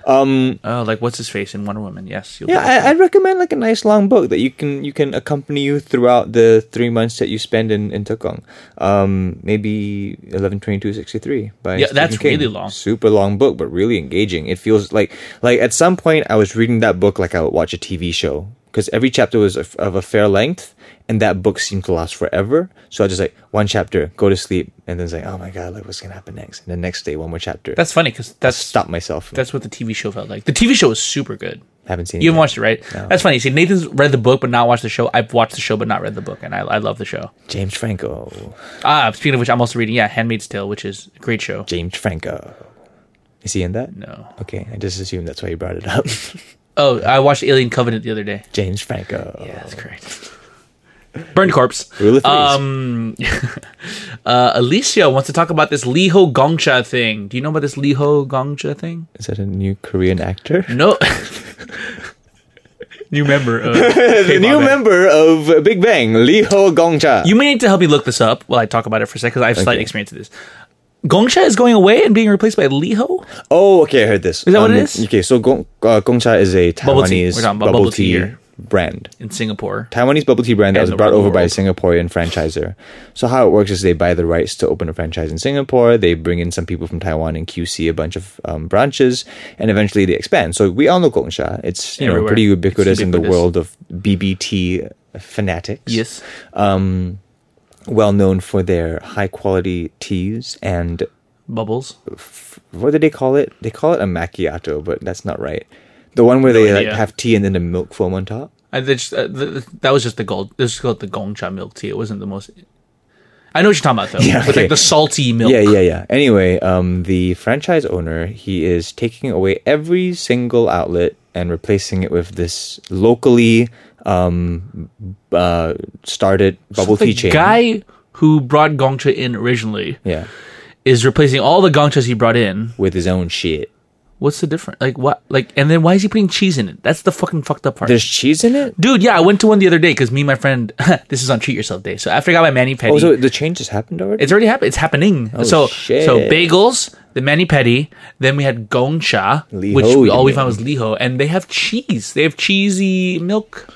S2: Um,
S1: Oh, like what's his face in Wonder Woman? Yes, you'll
S2: Yeah, I, I'd recommend like a nice long book that you can you can accompany you throughout the three months that you spend in in Tukong. Um, maybe eleven twenty two sixty three by
S1: Yeah,
S2: Stephen
S1: that's
S2: King.
S1: really long.
S2: super long book, but really engaging. It feels like like at some point I was reading that book like I would watch a TV show because every chapter was of, of a fair length, and that book seemed to last forever. So I just like one chapter, go to sleep, and then it's like, oh my god, like what's gonna happen next? And the next day, one more chapter.
S1: that's funny because that's
S2: Stop myself. From,
S1: that's what the TV show felt like. The TV show was super good.
S2: haven't seen it
S1: You haven't
S2: yet.
S1: watched it, right? That's funny. See, Nathan's read the book but not watched the show. I've watched the show but not read the book, and I, I love the show.
S2: James Franco.
S1: Ah, speaking of which, I'm also reading yeah, Handmaid's Tale, which is a great show.
S2: James Franco. Is he in that?
S1: No.
S2: Okay, I just assumed that's why you brought it up. <laughs>
S1: Oh, I watched Alien Covenant the other day.
S2: James Franco.
S1: Yeah, that's correct. Burned corpse.
S2: Rule of threes.
S1: Um, uh, Alicia wants to talk about this Liho Gongcha thing. Do you know about this Liho Gongcha thing?
S2: Is that a new
S1: <laughs>
S2: Korean actor?
S1: No. new member. <laughs> Of
S2: The new
S1: K-pop band.
S2: member of Big Bang, Lee Ho Gongcha.
S1: You may need to help me look this up while I talk about it for a second because I have slight
S2: Okay.
S1: experience with this. Gongcha is going away and being replaced by Liho.
S2: oh, okay, I heard this. Is
S1: that what it is?
S2: Okay, so Gong, uh, Gongcha is a
S1: Bubble tea.
S2: Taiwanese
S1: We're talking about
S2: bubble,
S1: bubble tea
S2: tea,
S1: here.
S2: brand.
S1: in Singapore.
S2: Taiwanese bubble tea brand that
S1: And
S2: was
S1: the
S2: brought
S1: world.
S2: over by a Singaporean franchisor. So how it works is they buy the rights to open a franchise in Singapore. They bring in some people from Taiwan and QC a bunch of um, branches, and eventually they expand. So we all know Gongsha. It's you know
S1: Everywhere.
S2: pretty
S1: It's
S2: ubiquitous, in the
S1: ubiquitous.
S2: world of BBT fanatics.
S1: Yes.
S2: um, well known for their high quality teas and
S1: Bubbles.
S2: what do they call it? They call it a macchiato, but that's not right. The one where they like,
S1: idea.
S2: have tea and then the milk foam on top.
S1: I, that's- uh, th- that was just the gold. This is called the Gongcha milk tea. It wasn't the most. I know what you're talking <laughs> about though.
S2: Yeah,
S1: With
S2: okay.
S1: like the salty milk.
S2: Yeah, yeah, yeah. Anyway, um, the franchise owner he is taking away every single outlet and replacing it with this locally um, uh, started bubble
S1: the
S2: tea chain.
S1: guy who brought Gongcha in originally,
S2: Yeah.
S1: is replacing all the Gongchas he brought in.
S2: With his own shit.
S1: What's the difference? Like what? Like and then why is he putting cheese in it? That's the fucking fucked up part.
S2: There's cheese in it?
S1: Dude, yeah, I went to one the other day because me and my friend. <laughs> this is on Treat Yourself Day. So after I got my mani pedi,
S2: Oh, so the change has happened already?
S1: it's already happened. It's happening. so
S2: shit.
S1: so bagels, the mani pedi, then we had gongcha,
S2: Liho,
S1: which we,
S2: you
S1: all we
S2: mean.
S1: found was liho, and they have cheese. They have cheesy milk.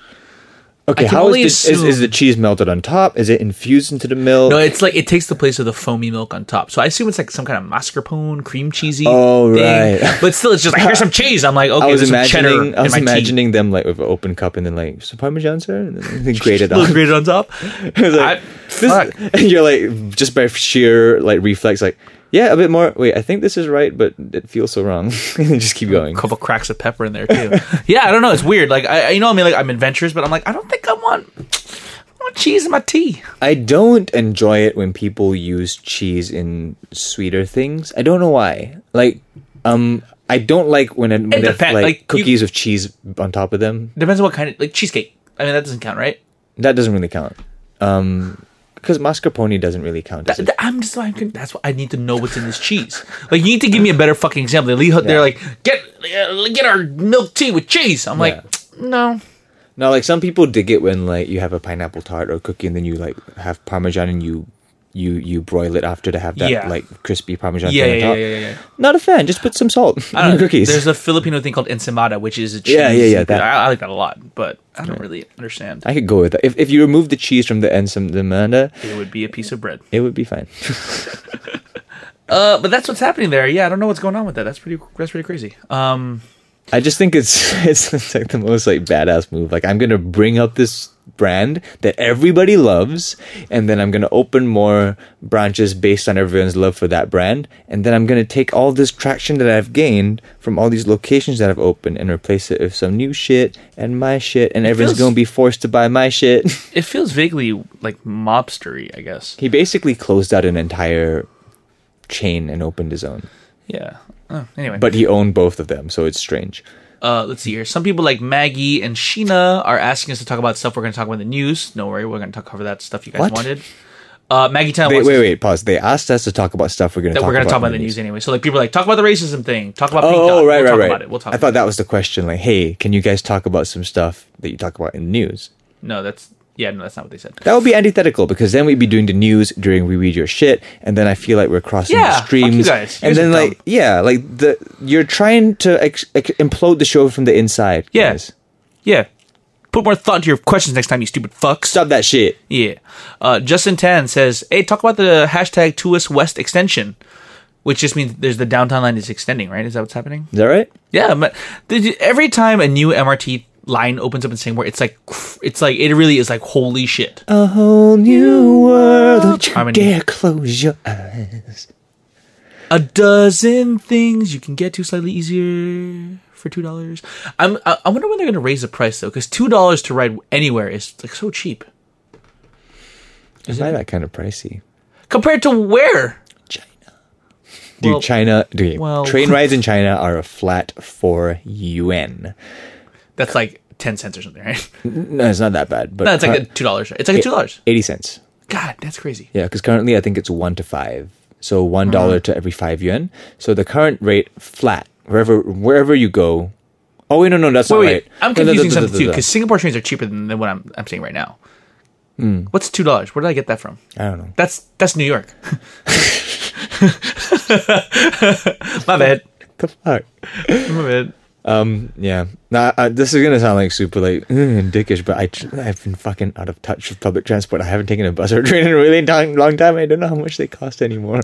S2: okay,
S1: I can
S2: how
S1: only
S2: is, the, is, is
S1: assume-
S2: the cheese melted on top? Is it infused into the milk?
S1: No, it's like it takes the place of the foamy milk on top. So I assume it's like some kind of mascarpone, cream cheesy.
S2: Oh,
S1: thing.
S2: right.
S1: But still, it's just like here's some cheese. I'm like, okay,
S2: <laughs> I was
S1: there's some cheddar
S2: imagining, I was
S1: in my tea.
S2: imagining them like with an open cup and then like some parmesan sir, and
S1: <laughs>
S2: then they grate it
S1: Little
S2: on.
S1: grated on top.
S2: <laughs> It's
S1: I-
S2: like, this-
S1: fuck.
S2: <laughs> and you're like just by sheer like reflex, like yeah, a bit more. Wait, I think this is right, but it feels so wrong. <laughs> and you just keep going.
S1: couple cracks of pepper in there too. yeah, I don't know. It's weird. Like I, I- you know, I mean, like I'm adventurous, but I'm like, I don't think I want, I want cheese in my tea.
S2: I don't enjoy it when people use cheese in sweeter things. I don't know why. Like, um, I don't like when, it, when they have,
S1: depend-
S2: like,
S1: like, you-
S2: cookies with cheese on top of them.
S1: Depends on what kind of like cheesecake. I mean, that doesn't count, right?
S2: That doesn't really count. Um, because mascarpone doesn't really count.
S1: Th-
S2: does it?
S1: th- I'm just like that's what I need to know what's in this cheese. Like you need to give me a better fucking example. They leave, They're like get uh, get our milk tea with cheese. I'm like no.
S2: No, like some people dig it when like you have a pineapple tart or cookie, and then you like have parmesan and you you you broil it after to have that
S1: Yeah.
S2: like crispy parmesan
S1: Yeah,
S2: thing on
S1: yeah,
S2: top.
S1: yeah, yeah, yeah.
S2: Not a fan. Just put some salt
S1: I
S2: on
S1: don't
S2: your
S1: know.
S2: cookies.
S1: There's a Filipino thing called ensaimada, which is a cheese.
S2: Yeah, yeah, yeah, that-
S1: I, I like that a lot, but I don't really understand.
S2: I could go with that. If if you remove the cheese from the ensaimada,
S1: it would be a piece of bread.
S2: it would be fine.
S1: Uh, but that's what's happening there. Yeah, I don't know what's going on with that. That's pretty. That's pretty crazy. Um,
S2: I just think it's, <laughs> it's like the most like badass move. Like I'm gonna bring up this brand that everybody loves, and then I'm gonna open more branches based on everyone's love for that brand, and then I'm gonna take all this traction that I've gained from all these locations that I've opened and replace it with some new shit and my shit, and everyone's
S1: feels-
S2: gonna be forced to buy my shit. <laughs>
S1: it feels vaguely like mobstery, I guess.
S2: he basically closed out an entire chain and opened his own,
S1: Yeah. Oh, anyway,
S2: but he owned both of them, so it's strange.
S1: uh, let's see here. Some people like Maggie and Sheena are asking us to talk about stuff we're going to talk about in the news. No worry, we're going to cover that stuff you guys
S2: What?
S1: wanted. Uh, Maggie, tell
S2: Wait,
S1: wants
S2: wait,
S1: us-
S2: wait, pause. They asked us to talk about stuff we're gonna
S1: that
S2: talk
S1: we're going to
S2: about
S1: talk about
S2: in
S1: in the news anyway. So like people are like talk about the racism thing, talk about Pink
S2: Oh,
S1: Dot.
S2: right,
S1: we'll
S2: right,
S1: talk
S2: right.
S1: about it. We'll talk.
S2: I
S1: about
S2: thought
S1: it.
S2: that was the question. Like, hey, can you guys talk about some stuff that you talk about in the news?
S1: no, that's yeah, no, that's not what they said.
S2: That would be antithetical because then we'd be doing the news during we read your shit, and then I feel like we're crossing
S1: Yeah,
S2: the
S1: fuck
S2: streams.
S1: you guys. You
S2: and
S1: guys
S2: then
S1: are
S2: like,
S1: dumb.
S2: yeah, like the you're trying to ex- ex- implode the show from the inside.
S1: Yeah.
S2: guys.
S1: Yeah, put more thought into your questions next time, you stupid fucks.
S2: stop that shit.
S1: Yeah. Uh, Justin Tan says, hey, talk about the hashtag 2S West extension, which just means there's the downtown line is extending, right? Is that what's happening?
S2: Is that right?
S1: Yeah. But did you- every time a new MRT line opens up in Singapore, it's like, it's like, it really is like, holy shit.
S2: A whole new world. Don't you
S1: Harmony.
S2: dare close your eyes.
S1: a dozen things you can get to slightly easier for $2. I'm, I, I wonder when they're going to raise the price, though, because $2 to ride anywhere is like so cheap.
S2: Is that that kind of pricey?
S1: Compared to where?
S2: China. Dude,
S1: Well-
S2: China. Dude,
S1: well- <laughs>
S2: train rides in China are a flat four yuan.
S1: That's like 10 cents or something, right? <laughs>
S2: No, it's not that bad. But
S1: No, it's like a
S2: cur-
S1: $2. It's like a $2.
S2: eighty cents.
S1: God, that's crazy.
S2: Yeah, because currently I think it's one to five, so one dollar
S1: Mm-hmm.
S2: to every five yuan. So the current rate flat wherever wherever you go. Oh wait, no, no, that's
S1: Wait,
S2: not
S1: wait,
S2: right.
S1: I'm
S2: No, no,
S1: confusing
S2: no, no,
S1: something too
S2: no, no.
S1: because Singapore trains are cheaper than, than what I'm I'm seeing right now.
S2: Hmm.
S1: What's two dollars? Where did I get that from?
S2: I don't know.
S1: That's that's New
S2: <laughs>
S1: York. my bad.
S2: The fuck.
S1: My bad.
S2: Um. Yeah. Nah, uh, this is gonna sound like super like <laughs> mm, dickish, but I tr- I've been fucking out of touch with public transport. I haven't taken a bus or <laughs> train in a really long, long time. I don't know how much they cost anymore.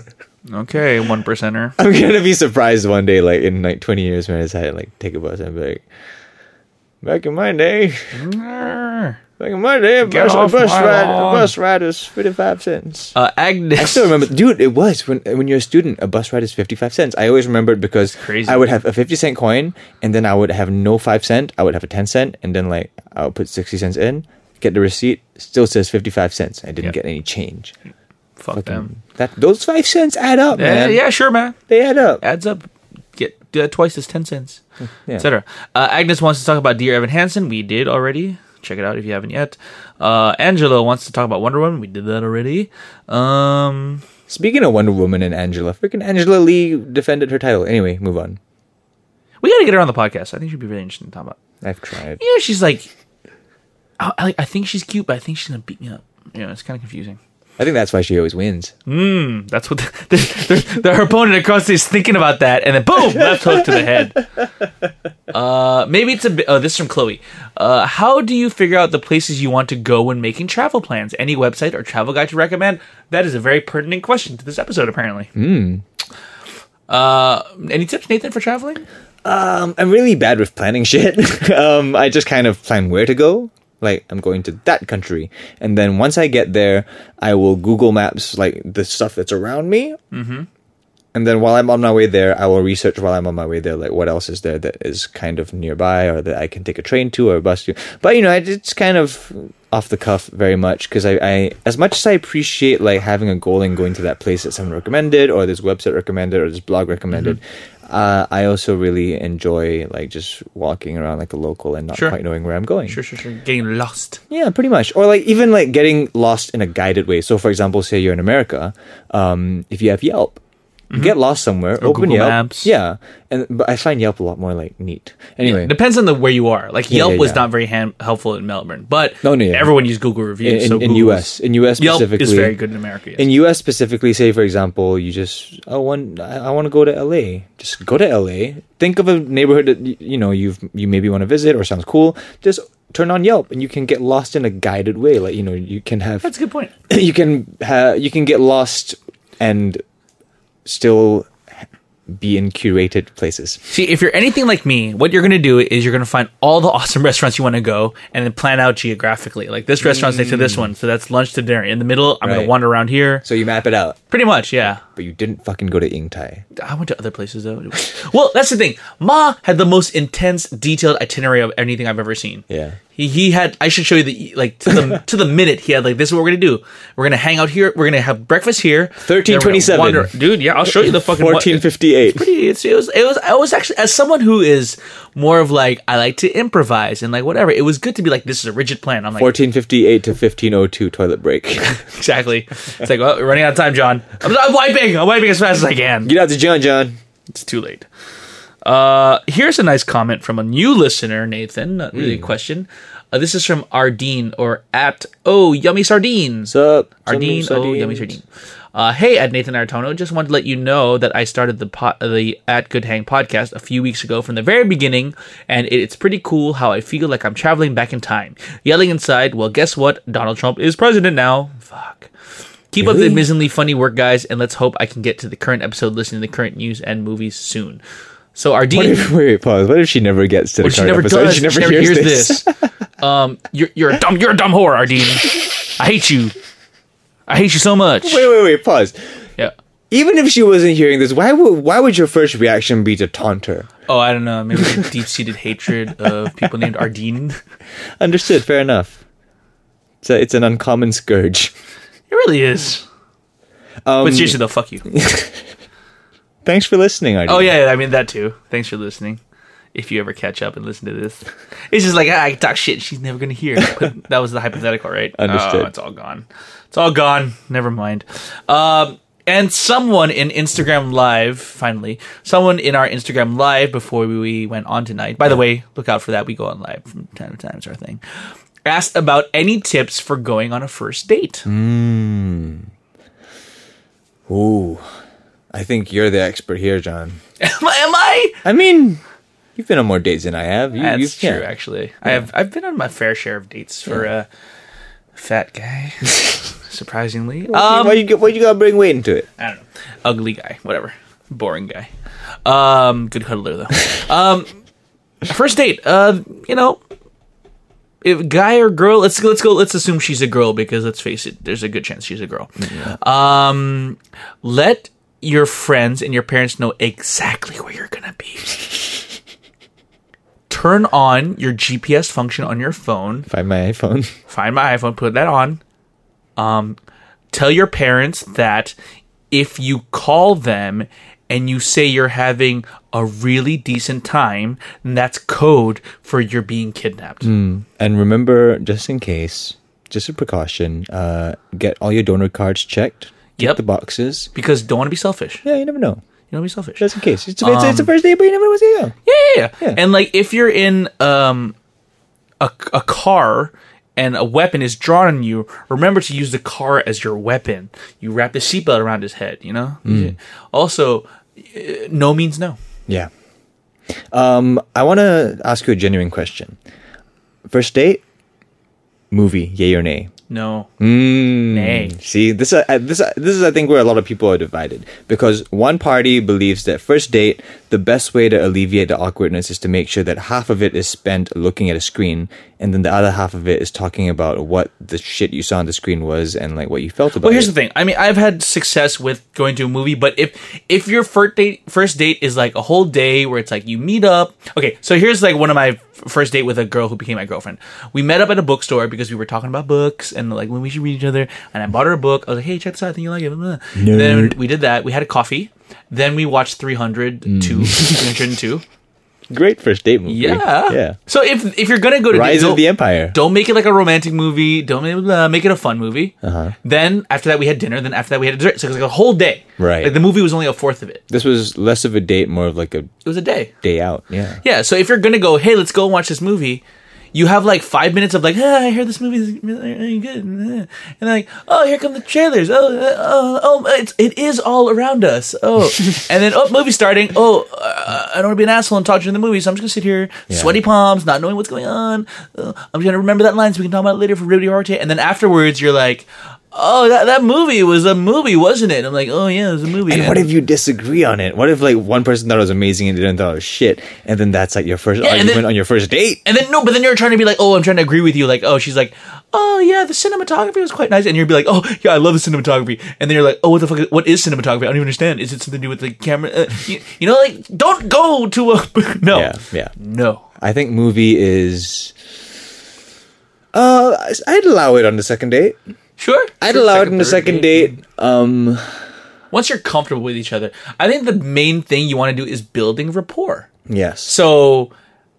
S1: Okay, one percenter.
S2: I'm gonna be surprised one day, like in like 20 years, when I decide to like take a bus and be like, back in my day.
S1: Uh,
S2: Like my day,
S1: Get
S2: bus, a
S1: off
S2: bus
S1: my
S2: ride, a
S1: lawn.
S2: bus ride is fifty-five cents. I
S1: Agnes.
S2: still remember, dude. It was when when you're a student, a bus ride is fifty-five cents. I always remembered because
S1: crazy.
S2: I would have a fifty cent coin, and then I would have no five cent. I would have a ten cent, and then like I would put sixty cents in, get the receipt. Still says fifty-five cents. I didn't
S1: Yep.
S2: get any change.
S1: Fuck them.
S2: That those five cents add up,
S1: Yeah,
S2: man.
S1: yeah, sure, man.
S2: they add up.
S1: Adds up. Get do that twice as ten cents,
S2: Yeah.
S1: etc. Uh, Agnes wants to talk about Dear Evan Hansen. We did already. Check it out if you haven't yet. Uh, Angelo wants to talk about Wonder Woman. We did that already. Um,
S2: Speaking of Wonder Woman and Angela, freaking Angela Lee defended her title. Anyway, move on.
S1: we got to get her on the podcast. I think she'd be really interesting to talk about.
S2: I've tried.
S1: You know, she's like, I, I, I think she's cute, but I think she's gonna beat me up. You know, it's kind of confusing.
S2: I think that's why she always wins.
S1: Hmm, That's what <laughs> the, the, the, her opponent across is thinking about that, and then boom, left hook to the head. <laughs> Uh, maybe it's a bit. Oh, this is from Chloe. Uh, how do you figure out the places you want to go when making travel plans? Any website or travel guide to recommend? That is a very pertinent question to this episode, apparently. Uh, any tips, Nathan, for traveling?
S2: Um, I'm really bad with planning shit. <laughs> um, I just kind of plan where to go. Like I'm going to that country, and then once I get there, I will Google Maps like the stuff that's around me. Mm-hmm. And then while I'm on my way there, I will research while I'm on my way there, like what else is there that is kind of nearby, or that I can take a train to or a bus to. But you know, I- it's kind of off the cuff very much because I, I, as much as I appreciate like having a goal and going to that place that someone recommended, or this website recommended, or this blog recommended,
S1: Mm-hmm.
S2: uh, I also really enjoy like just walking around like a local and not
S1: Sure.
S2: quite knowing where I'm going.
S1: Sure, sure, sure. Getting lost.
S2: Yeah, pretty much. Or like even like getting lost in a guided way. So for example, say you're in America, um, if you have Yelp, get lost somewhere, open
S1: Mm-hmm. Google
S2: Yelp.
S1: Maps.
S2: Yeah, and but I find Yelp a lot more like neat. Anyway,
S1: Depends on the where you are. Like
S2: Yeah,
S1: Yelp
S2: yeah,
S1: was
S2: yeah.
S1: not very hand, helpful in Melbourne, but
S2: No, no, yeah.
S1: everyone used Google reviews.
S2: in,
S1: so
S2: in
S1: Google's-
S2: US, in US
S1: Yelp
S2: specifically,
S1: is very good in America. yes.
S2: In US specifically, say for example, you just I want I want to go to LA. Just go to LA. Think of a neighborhood that y- you know you've you maybe want to visit or sounds cool. Just turn on Yelp and you can get lost in a guided way. Like you know you can have
S1: That's a good point.
S2: <clears throat> you can ha- you can get lost and still be in curated places.
S1: See, if you're anything like me, what you're going to do is you're going to find all the awesome <laughs> restaurants you want to go and then plan out geographically. Like this restaurant's next to this one, so that's lunch to dinner. In the middle, I'm going to
S2: Mm. Right.
S1: wander around here.
S2: So you map it out,
S1: Pretty much, yeah.
S2: but you didn't fucking go to Ingtai.
S1: I went to other places though. Well, that's the thing. Ma had the most intense, detailed itinerary of anything I've ever seen.
S2: Yeah.
S1: He, he had. I should show you the like to the to the minute. He had like this is what we're gonna do. We're gonna hang out here. We're gonna have breakfast here. Then we're gonna
S2: 1327.
S1: wander- dude. Yeah, I'll show you the fucking wa-
S2: Fourteen fifty eight.
S1: pretty. It's, it was. It was. I was actually as someone who is more of like I like to improvise and like whatever. It was good to be like this is a rigid plan. I'm like
S2: 1458 to 1502 toilet break. <laughs> Get
S1: exactly. It's like well, we're running out of time, John. I'm, I'm wiping. I'm wiping as fast as I can.
S2: out to John, John.
S1: It's too late. Uh, here's a nice comment from a new listener, Nathan. Not really a question. Uh, this is from Ardeen or at oh yummy sardines.
S2: What's up?
S1: Ardeen, oh, yummy sardine. Uh, hey, at Nathan Artono, just wanted to let you know that I started the po- the at Good Hang podcast a few weeks ago from the very beginning, and it, it's pretty cool how I feel like I'm traveling back in time, yelling inside. Well, guess what? Donald Trump is president now. Fuck. Keep up the
S2: Really?
S1: amazingly funny work, guys, and let's hope I can get to the current episode, listening to the current news and movies soon. So,
S2: What
S1: Ardeen,
S2: if, wait, wait, pause. What if she never gets to the
S1: but she
S2: current
S1: never
S2: episode?
S1: does.
S2: she never hears, this.
S1: um, you're you're a dumb you're a dumb whore, Ardeen. I hate you. I hate you so much.
S2: <laughs> Wait, wait, wait, pause.
S1: Yeah.
S2: Even if she wasn't hearing this, why would why would your first reaction be to taunt her?
S1: Oh, I don't know. Maybe deep seated hatred of people named Ardeen. It
S2: Understood. Fair enough. So it's an uncommon scourge.
S1: really is. but seriously, though, fuck you.
S2: Thanks for listening, Artie.
S1: Oh yeah, I mean that too. Thanks for listening. If you ever catch up and listen to this, it's just like ah, I talk shit. She's never gonna hear. But that was the hypothetical, right?
S2: Understood.
S1: Oh, it's all gone. It's all gone. Never mind. Um, and someone in Instagram Live, finally, someone in our Instagram Live before we went on tonight. By the way, look out for that. We go on live from time to time. It's our thing. Asked about any tips for going on a first date.
S2: Ooh, I think you're the expert here, John.
S1: <laughs> Am I? Am I?
S2: I mean, you've been on more dates than I have. You,
S1: That's
S2: you, yeah.
S1: true, actually. I have I've been on my fair share of dates for a fat guy, <laughs> surprisingly. Um,
S2: why you why you gotta bring weight into it?
S1: I don't know, ugly guy, whatever, boring guy. Um, good cuddler though. um, first date. Uh, you know, if guy or girl, let's go- let's go. Let's assume she's a girl because let's face it, there's a good chance she's a girl. Um, let your friends and your parents know exactly where you're gonna be. Turn on your GPS function on your phone.
S2: Find my iPhone. <laughs>
S1: Find my iPhone, put that on. Um, tell your parents that if you call them and you say you're having a really decent time, and that's code for you're being kidnapped.
S2: And remember, just in case, just a precaution, uh, get all your donor cards checked. Check
S1: Yep.
S2: the boxes.
S1: Because don't want to be selfish. You
S2: Yeah, you never know.
S1: don't want to be selfish.
S2: Just in case. It's, it's, it's the first day, but you never know what's going
S1: Um, Yeah, yeah, yeah. And like if you're in um a, a car and a weapon is drawn on you, remember to use the car as your weapon. You wrap the seatbelt around his head, you know? Also, eh, no means no.
S2: Yeah. Um, I want to ask you a genuine question. First date, movie, yay or nay?
S1: No.
S2: Mm.
S1: Nay.
S2: See, this uh, this uh, this is I think where a lot of people are divided because one party believes that first date the best way to alleviate the awkwardness is to make sure that half of it is spent looking at a screen and then the other half of it is talking about what the shit you saw on the screen was and like what you felt about
S1: Well, here's
S2: it.
S1: the thing. I mean, I've had success with going to a movie, but if if your first date first date is like a whole day where it's like you meet up. Okay, so here's like one of my f- first date with a girl who became my girlfriend. We met up at a bookstore because we were talking about books and like when we should read each other. And I bought her a book. I was like, hey, check this out. I think you like it. Blah, blah. And Then we did that. We had a coffee. Then we watched 300 to
S2: <laughs>
S1: 302.
S2: Great first date movie.
S1: Yeah.
S2: Mm. yeah.
S1: So if if you're gonna go to
S2: Rise
S1: don't-
S2: of the Empire.
S1: don't make it like a romantic movie. Don't make, uh, make it a fun movie. Then after that we had dinner. Then after that we had dessert. So it was like a whole day.
S2: Right.
S1: Like the movie was only a fourth of it.
S2: This was less of a date, more of like a
S1: It was a day.
S2: day out. Yeah.
S1: Yeah. So if you're gonna go, hey, let's go and watch this movie. You have like five minutes of like, ah, I hear this movie is really, really good, uh," and then like, oh, here come the trailers. Oh, uh, oh, oh, it's it is all around us.
S2: <laughs>
S1: Oh, and then oh, movie starting. Oh, uh, I don't want to be an asshole and talk during the movie, so I'm just gonna sit here, sweaty palms, not knowing what's going on. Uh, I'm just gonna remember that line so we can talk about it later for Rudy Harte. And then afterwards, you're like, oh, that that movie was a movie, wasn't it? I'm like, oh yeah, it was a movie.
S2: And what if you disagree on it? What if like one person thought it was amazing and the other thought it was shit, and then that's like your first
S1: and
S2: argument
S1: then-
S2: on your first date?
S1: And then no, but then you're trying to be like, oh, I'm trying to agree with you. Like, oh, she's like, oh yeah, the cinematography was quite nice. And you'd be like, oh yeah, I love the cinematography. And then you're like, oh, what the fuck? Is, what is cinematography? I don't even understand. Is it something to do with the camera? Uh, you, you know, like, don't go to a <laughs> no,
S2: Yeah, yeah.
S1: no.
S2: I think movie is. Uh, I- I'd allow it on the second date.
S1: Sure,
S2: I'd
S1: Sure,
S2: allow it on the
S1: third
S2: second date. Um,
S1: Once you're comfortable with each other, I think the main thing you want to do is building rapport.
S2: yes.
S1: So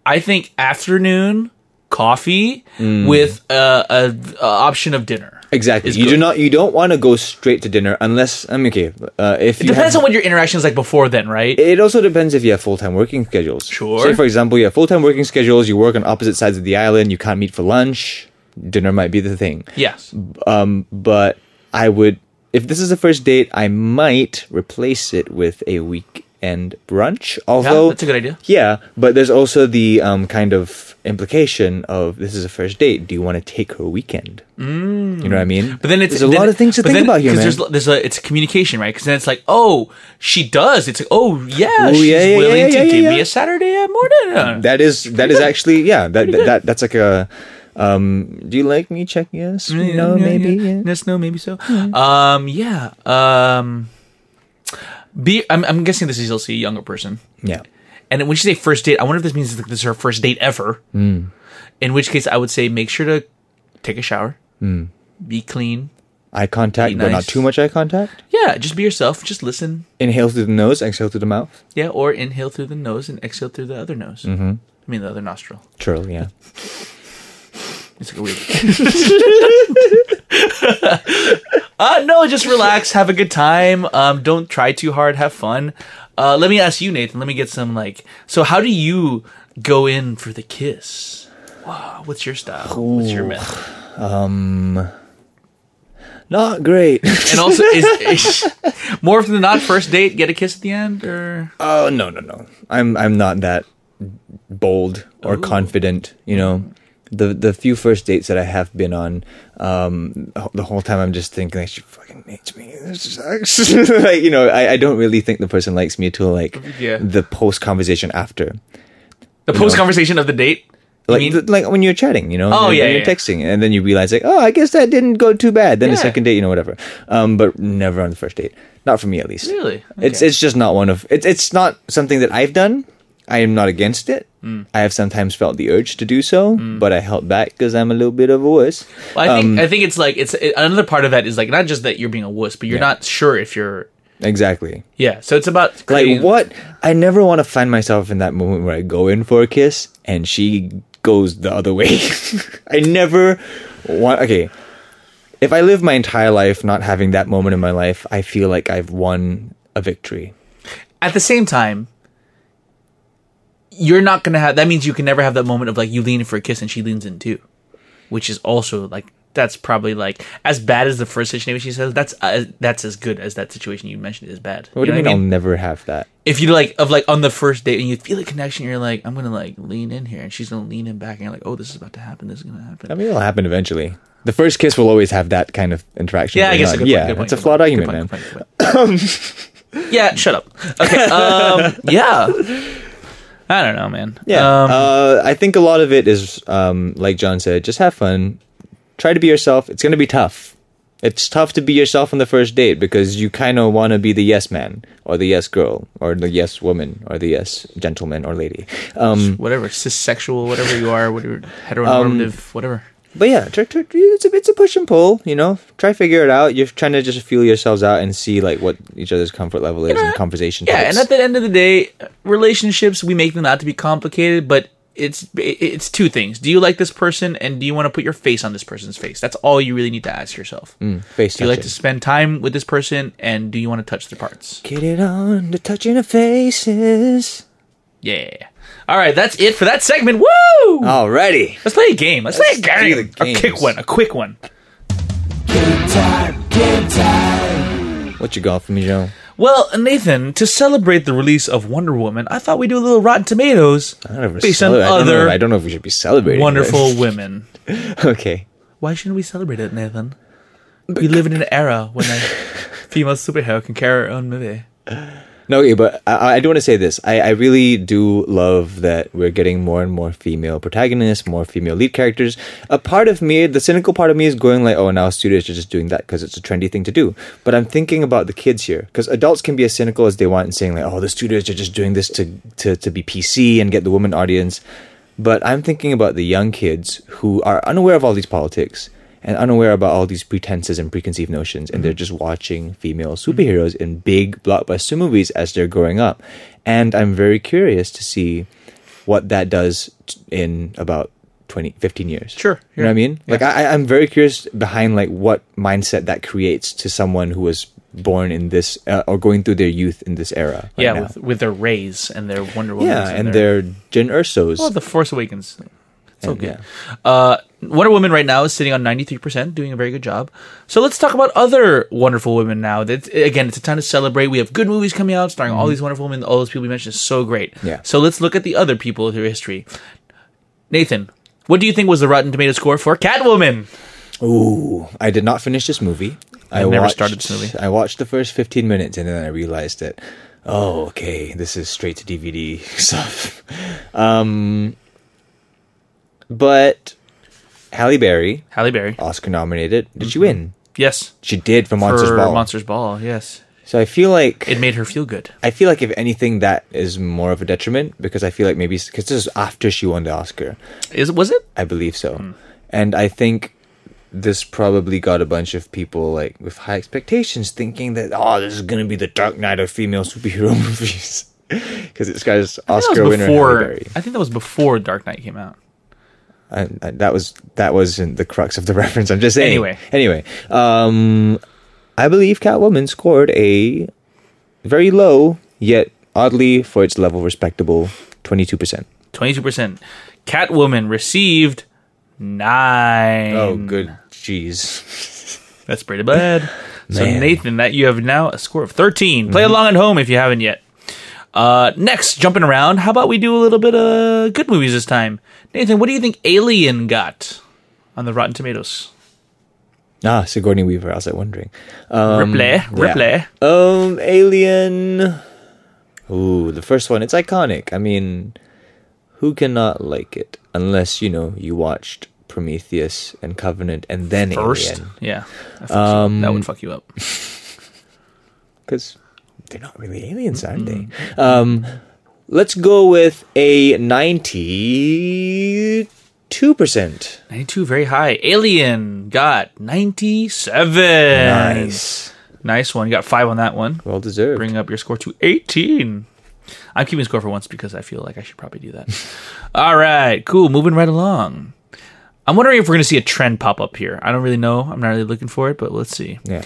S1: I think afternoon coffee with uh, a, a option of dinner.
S2: Mm. Exactly.
S1: is
S2: You do
S1: good.
S2: not. You don't want to go straight to dinner unless. I mean, okay. Uh, if
S1: It
S2: you
S1: depends
S2: have,
S1: on what your interaction is like before then, right?
S2: It also depends if you have full time working schedules.
S1: Sure.
S2: Say, for example, you have full time working schedules. You work on opposite sides of the island. You can't meet for lunch. Dinner might be the thing.
S1: yes.
S2: um, but I would if this is the first date, I might replace it with a weekend brunch. Although
S1: that's a good idea.
S2: Yeah, but there's also the um, kind of implication of this is a first date. Do you want to take her weekend? Mm. You know what I mean?
S1: But then it's
S2: there's a
S1: then-
S2: lot of things to
S1: but
S2: think
S1: then-
S2: about here,
S1: 'cause
S2: man.
S1: There's, there's a, it's communication, right? Because then it's like, oh, she does. It's like, oh yeah,
S2: Ooh,
S1: she's
S2: yeah, yeah,
S1: willing
S2: yeah,
S1: to
S2: yeah, yeah,
S1: give
S2: yeah.
S1: me a Saturday at morning.
S2: that is that is actually yeah that that, that that's like a. Um, do you like me? Check yes. no, maybe. yeah.
S1: Yes, no, maybe so. Um, yeah. Um, be. I'm, I'm guessing this is also a younger person.
S2: yeah.
S1: And when she say first date, I wonder if this means that this is her first date ever.
S2: Hmm.
S1: In which case, I would say make sure to take a shower,
S2: Hmm.
S1: be clean.
S2: Eye contact,
S1: Be
S2: but not
S1: nice.
S2: too much eye contact.
S1: Yeah, just be yourself. Just listen.
S2: Inhale through the nose, exhale through the mouth.
S1: Yeah, or inhale through the nose and exhale through the other nose. Mm-hmm. I mean, the other nostril.
S2: Churl, yeah.
S1: It's like a weird. uh, no, just relax, have a good time. Um, don't try too hard, have fun. Uh, let me ask you, Nathan. Let me get some like. So, how do you go in for the kiss? Wow, what's your style? What's your method?
S2: Not great.
S1: And also, is, is more often than not, first date get a kiss at the end, or
S2: Oh no no no! I'm I'm not that bold or confident. You know, the the few first dates that I have been on, um, the whole time I'm just thinking like, she fucking hates me. <laughs> This sucks. like you know, I, I don't really think the person likes me till like
S1: Yeah.
S2: the post conversation after,
S1: the post conversation of the date? You
S2: like
S1: mean-
S2: th- like when you're chatting, you know,
S1: Oh,
S2: when
S1: yeah, yeah,
S2: you're
S1: yeah.
S2: texting, and then you realize like, oh, I guess that didn't go too bad. Then the
S1: Yeah.
S2: second date, you know, whatever. Um, but never on the first date, not for me at least.
S1: Really?
S2: It's
S1: Okay.
S2: it's just not one of it's it's not something that I've done. I am not against it.
S1: Mm.
S2: I have sometimes felt the urge to do so, but I held back because I'm a little bit of a wuss. Um,
S1: Well, I think I think it's like it's it, another part of that is like not just that you're being a wuss, but you're not sure if you're
S2: Exactly.
S1: Yeah, so it's about
S2: Like
S1: creating-
S2: what? I never want to find myself in that moment where I go in for a kiss and she goes the other way. <laughs> I never want. Okay, if I live my entire life not having that moment in my life, I feel like I've won a victory.
S1: At the same time, you're not gonna have. That means you can never have that moment of like you lean in for a kiss and she leans in too, which is also like that's probably like as bad as the first situation she says. That's uh, that's as good as that situation you mentioned is bad.
S2: What do you
S1: know
S2: mean I'll never have that?
S1: if you like of like on the first date and you feel a connection, you're like, I'm gonna like lean in here, and she's gonna lean in back, and you're like, oh, this is about to happen. This is gonna happen.
S2: I mean, it'll happen eventually. The first kiss will always have that kind of interaction.
S1: yeah, I
S2: going
S1: guess
S2: on.
S1: a good
S2: yeah,
S1: point. Good point
S2: it's a flawed
S1: good point,
S2: argument, man.
S1: good point, good point. <coughs> yeah, shut up. <laughs> Okay. Um, yeah. I don't know, man.
S2: Yeah,
S1: Um,
S2: uh, I think a lot of it is, um, like John said, just have fun, try to be yourself. It's gonna be tough. It's tough to be yourself on the first date because you kind of want to be the yes man or the yes girl or the yes woman or the yes gentleman or lady. Um,
S1: whatever, cissexual, whatever you are, whatever heteronormative, whatever.
S2: but yeah, tr- tr- it's a it's a push and pull. You know, try to figure it out. You're trying to just feel yourselves out and see like what each other's comfort level is and conversation.
S1: Yeah,
S2: types.
S1: and at the end of the day, relationships we make them out to be complicated, but it's it- it's two things. Do you like this person, and do you want to put your face on this person's face? That's all you really need to ask yourself.
S2: face
S1: Do you like to
S2: touching.
S1: spend time with this person, and do you want to touch their parts?
S2: get it on the touching of faces.
S1: Yeah. All right, that's it for that segment. Woo!
S2: Alrighty.
S1: Let's play a game. Let's, play
S2: do
S1: a
S2: the
S1: game. A quick
S2: games.
S1: one. A quick one.
S2: What you got for me, Joe?
S1: Well, Nathan, to celebrate the release of Wonder Woman, I thought we'd do a little Rotten Tomatoes
S2: I don't know if we're
S1: based on
S2: cele- I don't know-
S1: other
S2: I don't know if we should be celebrating. it.
S1: wonderful women.
S2: <laughs> okay.
S1: Why shouldn't we celebrate it, Nathan? We live in an era when
S2: <laughs>
S1: a female superhero can carry her own movie.
S2: No, okay, but I, I do want to say this. I, I really do love that we're getting more and more female protagonists, more female lead characters. A part of me, the cynical part of me, is going like, oh, now studios are just doing that because it's a trendy thing to do. But I'm thinking about the kids here because adults can be as cynical as they want and saying like, oh, the studios are just doing this to, to, to be PC and get the woman audience. But I'm thinking about the young kids who are unaware of all these politics and unaware about all these pretenses and preconceived notions, and
S1: Mm-hmm.
S2: they're just watching female superheroes in big blockbuster movies as they're growing up. And I'm very curious to see what that does t- in about 20, 15 years.
S1: Sure,
S2: You know what I
S1: yeah.
S2: mean? Like, I, I- I'm very curious behind, like, what mindset that creates to someone who was born in this, uh, or going through their youth in this era. right
S1: yeah,
S2: now.
S1: with, with their rays and their Wonder Woman.
S2: Yeah, and their Jin Ursos.
S1: well, the Force Awakens. It's
S2: And,
S1: okay. Uh, Wonder Woman right now is sitting on ninety three percent, doing a very good job. So let's talk about other wonderful women now. That again, it's a time to celebrate. We have good movies coming out starring all these wonderful women. All those people we mentioned is so great.
S2: Mm-hmm. Yeah.
S1: So let's look at the other people through history. Nathan, what do you think was the Rotten Tomato score for Catwoman?
S2: Ooh, I did not finish this movie. I,
S1: never
S2: watched,
S1: started this movie.
S2: I watched the first 15 minutes and then I realized that, oh, okay, this is straight to DVD <laughs> stuff. Um, but Halle Berry,
S1: Halle Berry.
S2: Oscar nominated, did she win?
S1: Yes.
S2: She did for Monsters
S1: Mm-hmm. for
S2: Ball.
S1: Monsters Ball, yes.
S2: so I feel like
S1: It made her feel good.
S2: I feel like if anything, that is more of a detriment because I feel like maybe because this is after she won the Oscar.
S1: Is was it?
S2: I believe so.
S1: Hmm.
S2: And I think this probably got a bunch of people like with high expectations thinking that oh this is going to be the dark knight of female superhero <laughs> movies because it's got
S1: I
S2: this
S1: think that
S2: oscar
S1: was
S2: winner
S1: before-
S2: Halle Berry.
S1: I think that was before Dark Knight came out.
S2: I, I, that was that wasn't the crux of the <laughs> reference i'm just saying
S1: Anyway.
S2: anyway um i believe catwoman scored a very low yet oddly for its level respectable 22%
S1: Twenty two percent. Catwoman received nine.
S2: oh good jeez
S1: That's pretty
S2: <sighs>
S1: bad. so
S2: Man. Mm-hmm.
S1: Nathan, that you have now a score of thirteen. Play along at home if you haven't yet. Uh, next, jumping around, how about we do a little bit of good movies this time? Nathan, what do you think Alien got on the Rotten Tomatoes?
S2: ah sigourney weaver i was like wondering um
S1: Ripley, Ripley.
S2: Yeah. Um, Alien. Ooh, the first one. It's iconic. I mean, who cannot like it? Unless you know you watched Prometheus and Covenant and then
S1: First,
S2: Alien,
S1: yeah, I fucks you up.
S2: Um,
S1: that would fuck you up.
S2: because they're not really aliens, aren't
S1: Mm-hmm.
S2: they? Um, let's go with a ninety-two percent.
S1: 92 very high alien got 97
S2: Nice.
S1: Nice one. You got five on that one.
S2: Well deserved.
S1: Bring up your score to 18. I'm keeping score for once because I feel like I should probably do that. All right, cool. Moving right along. I'm wondering if we're going to see a trend pop up here. I don't really know. I'm not really looking for it, but let's see.
S2: yeah.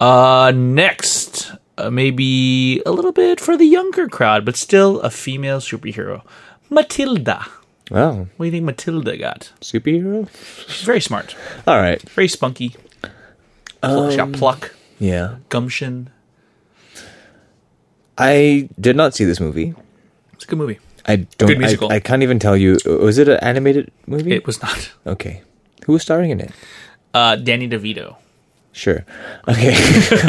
S1: Uh, next, uh, maybe a little bit for the younger crowd, but still a female superhero, Matilda.
S2: Wow.
S1: What do you think Matilda got?
S2: Superhero?
S1: She's very smart,
S2: All right.
S1: very spunky. Pl- she got pluck,
S2: Yeah.
S1: gumption.
S2: I did not see this movie.
S1: It's a good movie.
S2: I don't.
S1: Good musical.
S2: I, I can't even tell you. Was it an animated movie?
S1: It was not.
S2: Okay. Who was starring in it?
S1: Uh, Danny DeVito. <laughs>
S2: Sure. Okay.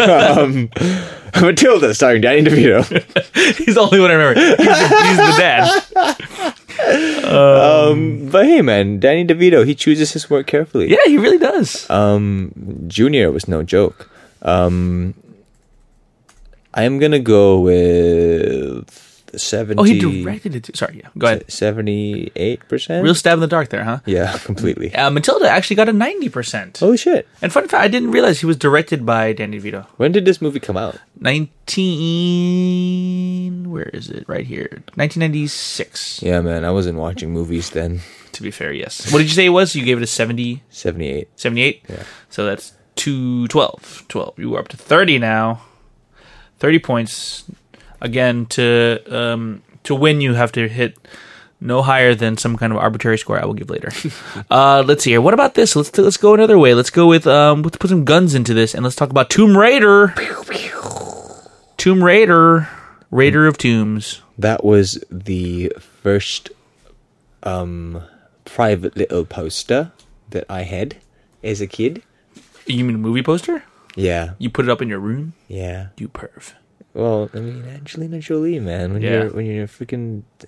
S2: um, <laughs> Matilda starring Danny
S1: <laughs>
S2: DeVito.
S1: He's the only one I remember. He's the, he's the dad.
S2: but hey, man, Danny DeVito. He chooses his work
S1: <laughs>
S2: carefully. Um,
S1: Yeah, he really does.
S2: Junior was no joke. Um, I'm gonna go with seventy.
S1: oh, he directed it. Too. Sorry, yeah. Go ahead.
S2: Seventy-eight percent.
S1: Real stab in the dark there, huh? <laughs>
S2: Yeah, completely.
S1: Uh, Matilda actually got a ninety percent.
S2: Oh shit!
S1: And fun fact, I didn't realize he was directed by Danny DeVito.
S2: When did this movie come out?
S1: 19 where is it right here 1996
S2: Yeah, man, I wasn't watching movies then.
S1: to be fair yes what did you say it was you gave it a 70
S2: Seventy-eight.
S1: 78 so that's 212 12 you were up to 30 now 30 points again to um to win you have to hit no higher than some kind of arbitrary score I will give later. uh, let's see here. What about this? Let's let's go another way. Let's go with um. Let's put some guns into this and let's talk about Tomb Raider. Tomb Raider, Raider of Tombs.
S2: That was the first um private little poster that I had as a kid.
S1: You mean a movie poster?
S2: Yeah.
S1: You put it up in your room.
S2: Yeah.
S1: You perv.
S2: Well, I mean Angelina Jolie, man. When
S1: Yeah.
S2: you're when you're freaking t-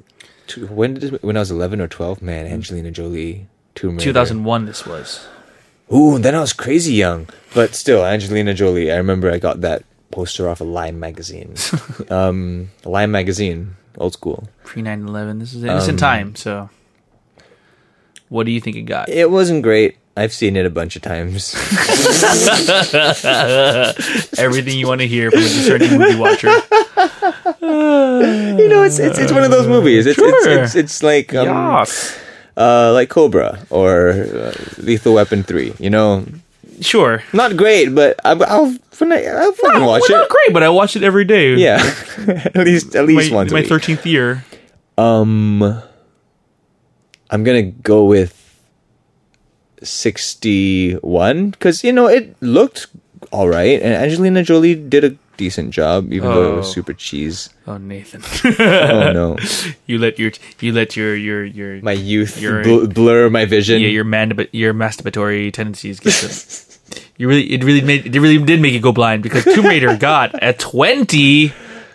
S2: when did this, when I was 11 or 12, man, Angelina Jolie Tomb Raider.
S1: Two thousand one. This was.
S2: Ooh, then I was crazy young. But still, Angelina Jolie. I remember I got that poster off of
S1: <laughs>
S2: Lime magazine. um Lime magazine, old school.
S1: pre 9 11. This is innocent time. So, what do you think it got?
S2: It wasn't great. I've seen it a bunch of times.
S1: Everything you want to hear from a discerning movie watcher.
S2: you know, it's it's, it's one of those movies. It's it's,
S1: Sure.
S2: it's, it's like <laughs> um,
S1: Yas.
S2: uh, like Cobra or uh, Lethal Weapon three. You know,
S1: Sure.
S2: not great, but I, I'll I'll fucking
S1: Well,
S2: watch it.
S1: not great, but I watch it every day.
S2: Yeah, <laughs> at least at
S1: My,
S2: least once. a
S1: my
S2: week.
S1: 13th year.
S2: Um, I'm gonna go with sixty-one because you know it looked all right, and Angelina Jolie did a decent job, even though it
S1: Oh.
S2: was
S1: <laughs>
S2: super cheese.
S1: Oh, Nathan.
S2: Oh no,
S1: you let your, you let your, your, your,
S2: my youth
S1: You're-
S2: bl- blur my vision.
S1: yeah, your man, your masturbatory tendencies get to,
S2: <laughs>
S1: you really, it really made, it really did make you go blind because Tomb Raider got a 20%,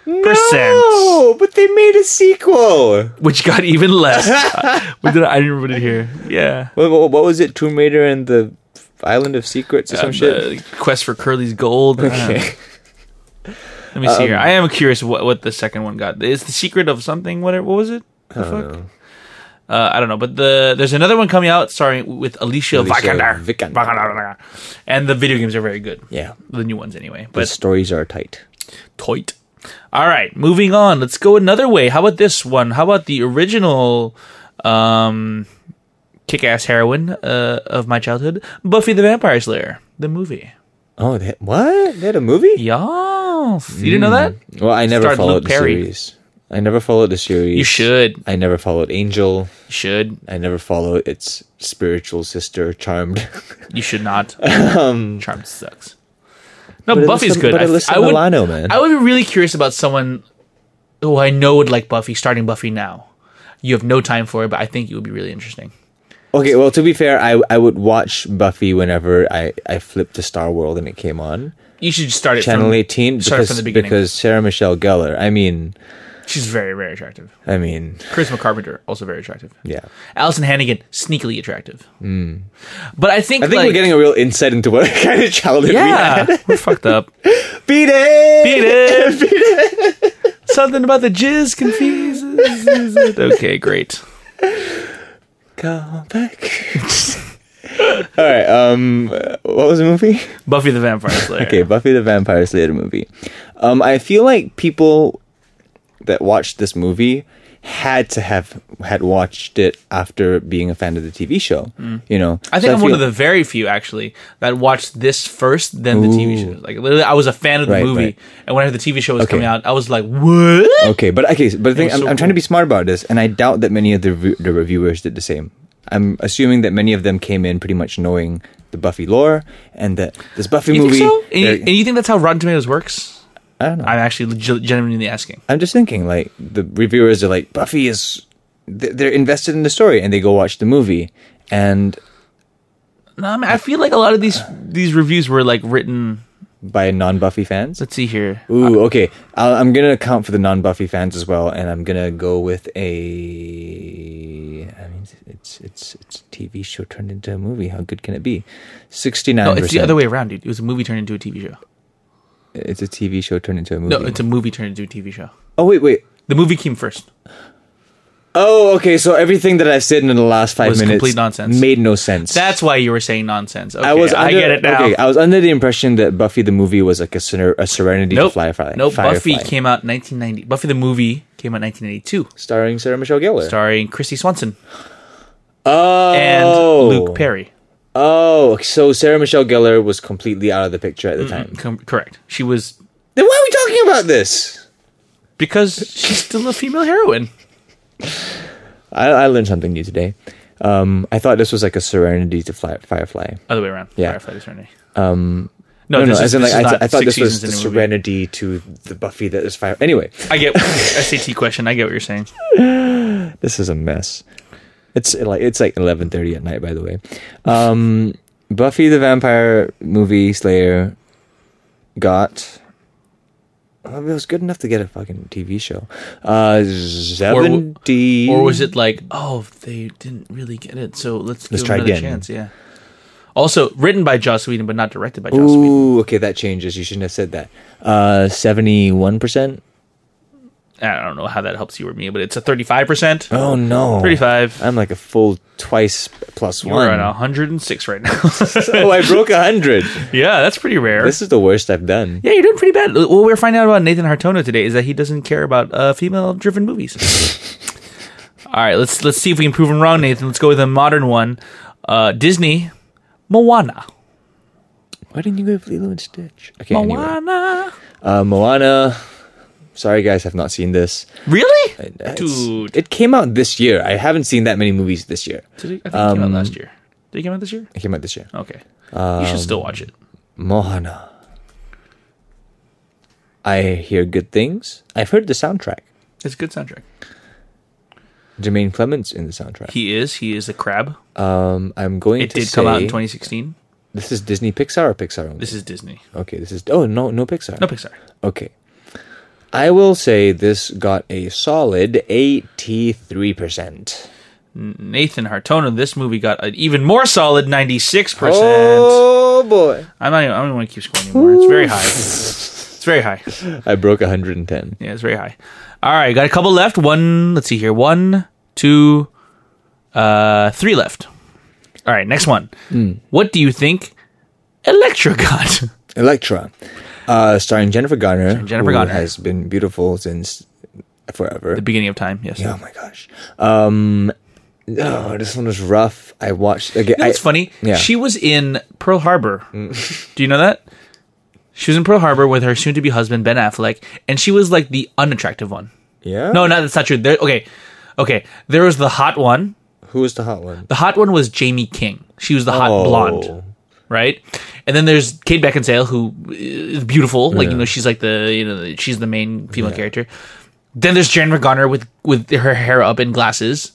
S2: No, but they made a sequel.
S1: which got even
S2: <laughs>
S1: less. Uh, we did, I didn't put it here. Yeah.
S2: What, what, what was it? Tomb Raider and the Island of Secrets or some
S1: Um,
S2: shit.
S1: uh, Quest for Curly's Gold. I don't know. <laughs>
S2: Okay.
S1: Let
S2: Um,
S1: me see here. I am curious what, what the second one got. It's the secret of something. What what was it? The fuck? Uh, I don't know. But the there's another one coming out starring with Alicia,
S2: Alicia
S1: Vikander.
S2: Vikander.
S1: Vikander. And the video games are very good.
S2: Yeah,
S1: The new ones anyway.
S2: the
S1: But
S2: stories are tight.
S1: toit. All right, moving on. Let's go another way. How about this one? How about the original um kick-ass heroine uh, of my childhood, Buffy the Vampire Slayer, the movie.
S2: Oh, they, what? They had a movie?
S1: Yes. You didn't know that?
S2: Well, I never
S1: Starred Luke
S2: followed the
S1: Perry.
S2: series. I never followed the series.
S1: You should.
S2: I never followed Angel.
S1: You should.
S2: I never followed its spiritual sister, Charmed. <laughs>
S1: You should not. Charmed sucks. No,
S2: Um, But I
S1: Buffy's
S2: listen-
S1: good.
S2: but I listen to Lano, man.
S1: I would be really curious about someone who I know would like Buffy starting Buffy now. You have no time for it, but I think it would be really interesting.
S2: okay, well, to be fair, I, I would watch Buffy whenever I, I flipped to Star World and it came on.
S1: You should start it
S2: Channel
S1: from,
S2: 18
S1: Start it
S2: because,
S1: from the beginning.
S2: because Sarah Michelle Gellar. I mean,
S1: She's very, very attractive.
S2: I mean,
S1: Charisma Carpenter, also very attractive.
S2: yeah.
S1: Allison Hannigan, sneakily attractive. But I think
S2: Hmm. I think
S1: like,
S2: we're getting a real insight into what <laughs> kind of childhood we had.
S1: yeah, we're fucked
S2: <laughs>
S1: up.
S2: Beat it!
S1: Beat it. Something about the jizz confuses. okay, great.
S2: Come back. <laughs> All right. Um, what was the movie?
S1: Buffy the Vampire Slayer.
S2: Okay, Buffy the Vampire Slayer movie. Um, I feel like people that watched this movie had to have had watched it after being a fan of the TV show. You know,
S1: I
S2: So
S1: think I'm one
S2: feel-
S1: of the very few actually that watched this first, then the TV show. Like literally, I was a fan of the
S2: Right,
S1: movie,
S2: right.
S1: and whenever the TV show was
S2: Okay.
S1: coming out, I was like, "What?"
S2: Okay, but okay, but the thing,
S1: was
S2: I'm,
S1: so
S2: I'm trying to
S1: cool.
S2: be smart about this, and I doubt that many of the rev- the reviewers did the same. I'm assuming that many of them came in pretty much knowing the Buffy lore and that this Buffy
S1: You think
S2: movie.
S1: so? And you,
S2: they're-
S1: and you think that's how Rotten Tomatoes works?
S2: I don't know.
S1: I'm actually legit- genuinely asking.
S2: I'm just thinking, like the reviewers are like, Buffy is, th- they're invested in the story, and they go watch the movie, and
S1: No, I, mean, I feel like a lot of these these reviews were like written.
S2: by non-Buffy fans.
S1: Let's see here.
S2: Ooh, okay. I'll, I'm gonna account for the non-Buffy fans as well, and I'm gonna go with a. I mean, it's it's it's a TV show turned into a movie. How good can it be? Sixty-nine.
S1: No, it's the other way around, dude. It was a movie turned into a TV show.
S2: It's a TV show turned into a movie.
S1: No, it's a movie turned into a TV show.
S2: oh wait, wait.
S1: The movie came first.
S2: Oh, okay. So everything that I've said in the last five
S1: Was
S2: minutes
S1: complete nonsense.
S2: made no sense.
S1: That's why you were saying nonsense. Okay,
S2: I was. Under,
S1: get it now.
S2: Okay, I was under the impression that Buffy the movie was like a, Sener- a Serenity
S1: nope.
S2: to Firefly.
S1: nope.
S2: Firefly,
S1: Buffy came out 1990. Buffy the movie came out 1992,
S2: starring Sarah Michelle Gellar.
S1: starring Christy Swanson
S2: oh,
S1: and Luke Perry.
S2: Oh, so Sarah Michelle Gellar was completely out of the picture
S1: Mm-hmm.
S2: at the time.
S1: Com- correct. She was
S2: Then why are we talking about this?
S1: because she's still a female heroine.
S2: I, I learned something new today. Um, I thought this was like a Serenity to Fly, Firefly.
S1: Other way around.
S2: Yeah.
S1: Firefly Serenity. Um. No,
S2: No, no,
S1: this is,
S2: as in
S1: this
S2: like
S1: is
S2: I, th-
S1: not
S2: I thought
S1: six
S2: this was
S1: seasons
S2: the
S1: in a movie.
S2: Serenity to the Buffy that is Fire. Anyway,
S1: I get <laughs> SAT question. I get what you're saying.
S2: this is a mess. It's like it's like eleven thirty at night, by the way. Um, Buffy the Vampire movie Slayer got. Well, it was good enough to get a fucking TV show. Uh, seventy,
S1: Or was it like, oh, they didn't really get it, so let's,
S2: Let's
S1: give
S2: try
S1: another
S2: again.
S1: chance. Yeah. Also written by Joss Whedon, but not directed by Joss Whedon.
S2: Ooh, okay, that changes. You shouldn't have said that. Uh, seventy-one percent.
S1: I don't know how that helps you or me, but it's a thirty-five percent.
S2: Oh no,
S1: 35.
S2: I'm like a full twice plus one.
S1: We're at hundred and six right now. <laughs>
S2: <laughs> oh, I broke a hundred.
S1: yeah, that's pretty rare.
S2: this is the worst I've done.
S1: yeah, you're doing pretty bad. What we're finding out about Nathan Hartono today is that he doesn't care about uh, female-driven movies.
S2: <laughs>
S1: All right, let's let's see if we can prove him wrong, Nathan. Let's go with a modern one. Uh, Disney, Moana.
S2: Why didn't you go with Lilo and Stitch? Okay, anyway.
S1: Moana.
S2: Uh, Moana. Sorry, guys, I've not seen this.
S1: Really?
S2: It's-
S1: Dude.
S2: it came out this year. I haven't seen that many movies this year.
S1: Did it, I think it
S2: Um,
S1: came out last year. Did it come out this year?
S2: It came out this year.
S1: Okay. you should
S2: Um,
S1: still watch it.
S2: Moana. I hear good things. I've heard the soundtrack.
S1: It's a good soundtrack.
S2: Jermaine Clements in the soundtrack.
S1: He is. He is a crab.
S2: Um, I'm going
S1: It
S2: to
S1: did
S2: say
S1: come out in 2016.
S2: this is Disney Pixar or Pixar only.
S1: This is Disney.
S2: okay, this is oh no no Pixar
S1: No Pixar.
S2: okay. I will say this got a solid eighty three percent.
S1: Nathan Hartono. This movie got an even more solid 96. percent
S2: Oh boy!
S1: I'm not. Even, I don't even want to keep scoring anymore. It's very high. It's very high.
S2: I broke hundred and ten.
S1: Yeah, it's very high. All right, got a couple left. One. Let's see here. One, two, uh, three left. All right, next one.
S2: Hmm.
S1: What do you think? Electra got. <laughs>
S2: Electra, uh, starring Jennifer Garner.
S1: Jennifer
S2: who
S1: Garner.
S2: has been beautiful since forever.
S1: the beginning of time. Yes.
S2: Oh my gosh! Um, oh, this one was rough. I watched again.
S1: You know what's
S2: I-
S1: funny?
S2: Yeah. Hmm.
S1: She was in Pearl Harbor. <laughs> Do you know that? She was in Pearl Harbor with her soon to be husband, Ben Affleck, and she was like the unattractive one.
S2: yeah.
S1: No, no, that's not true. There, okay. Okay. There was the hot one.
S2: who was the hot one?
S1: The hot one was Jamie King. She was the hot
S2: Oh.
S1: blonde. Right? And then there's Kate Beckinsale, who is beautiful. Like, you know, she's like the, you know, she's the main female character. Then there's Jennifer Garner with, with her hair up and glasses.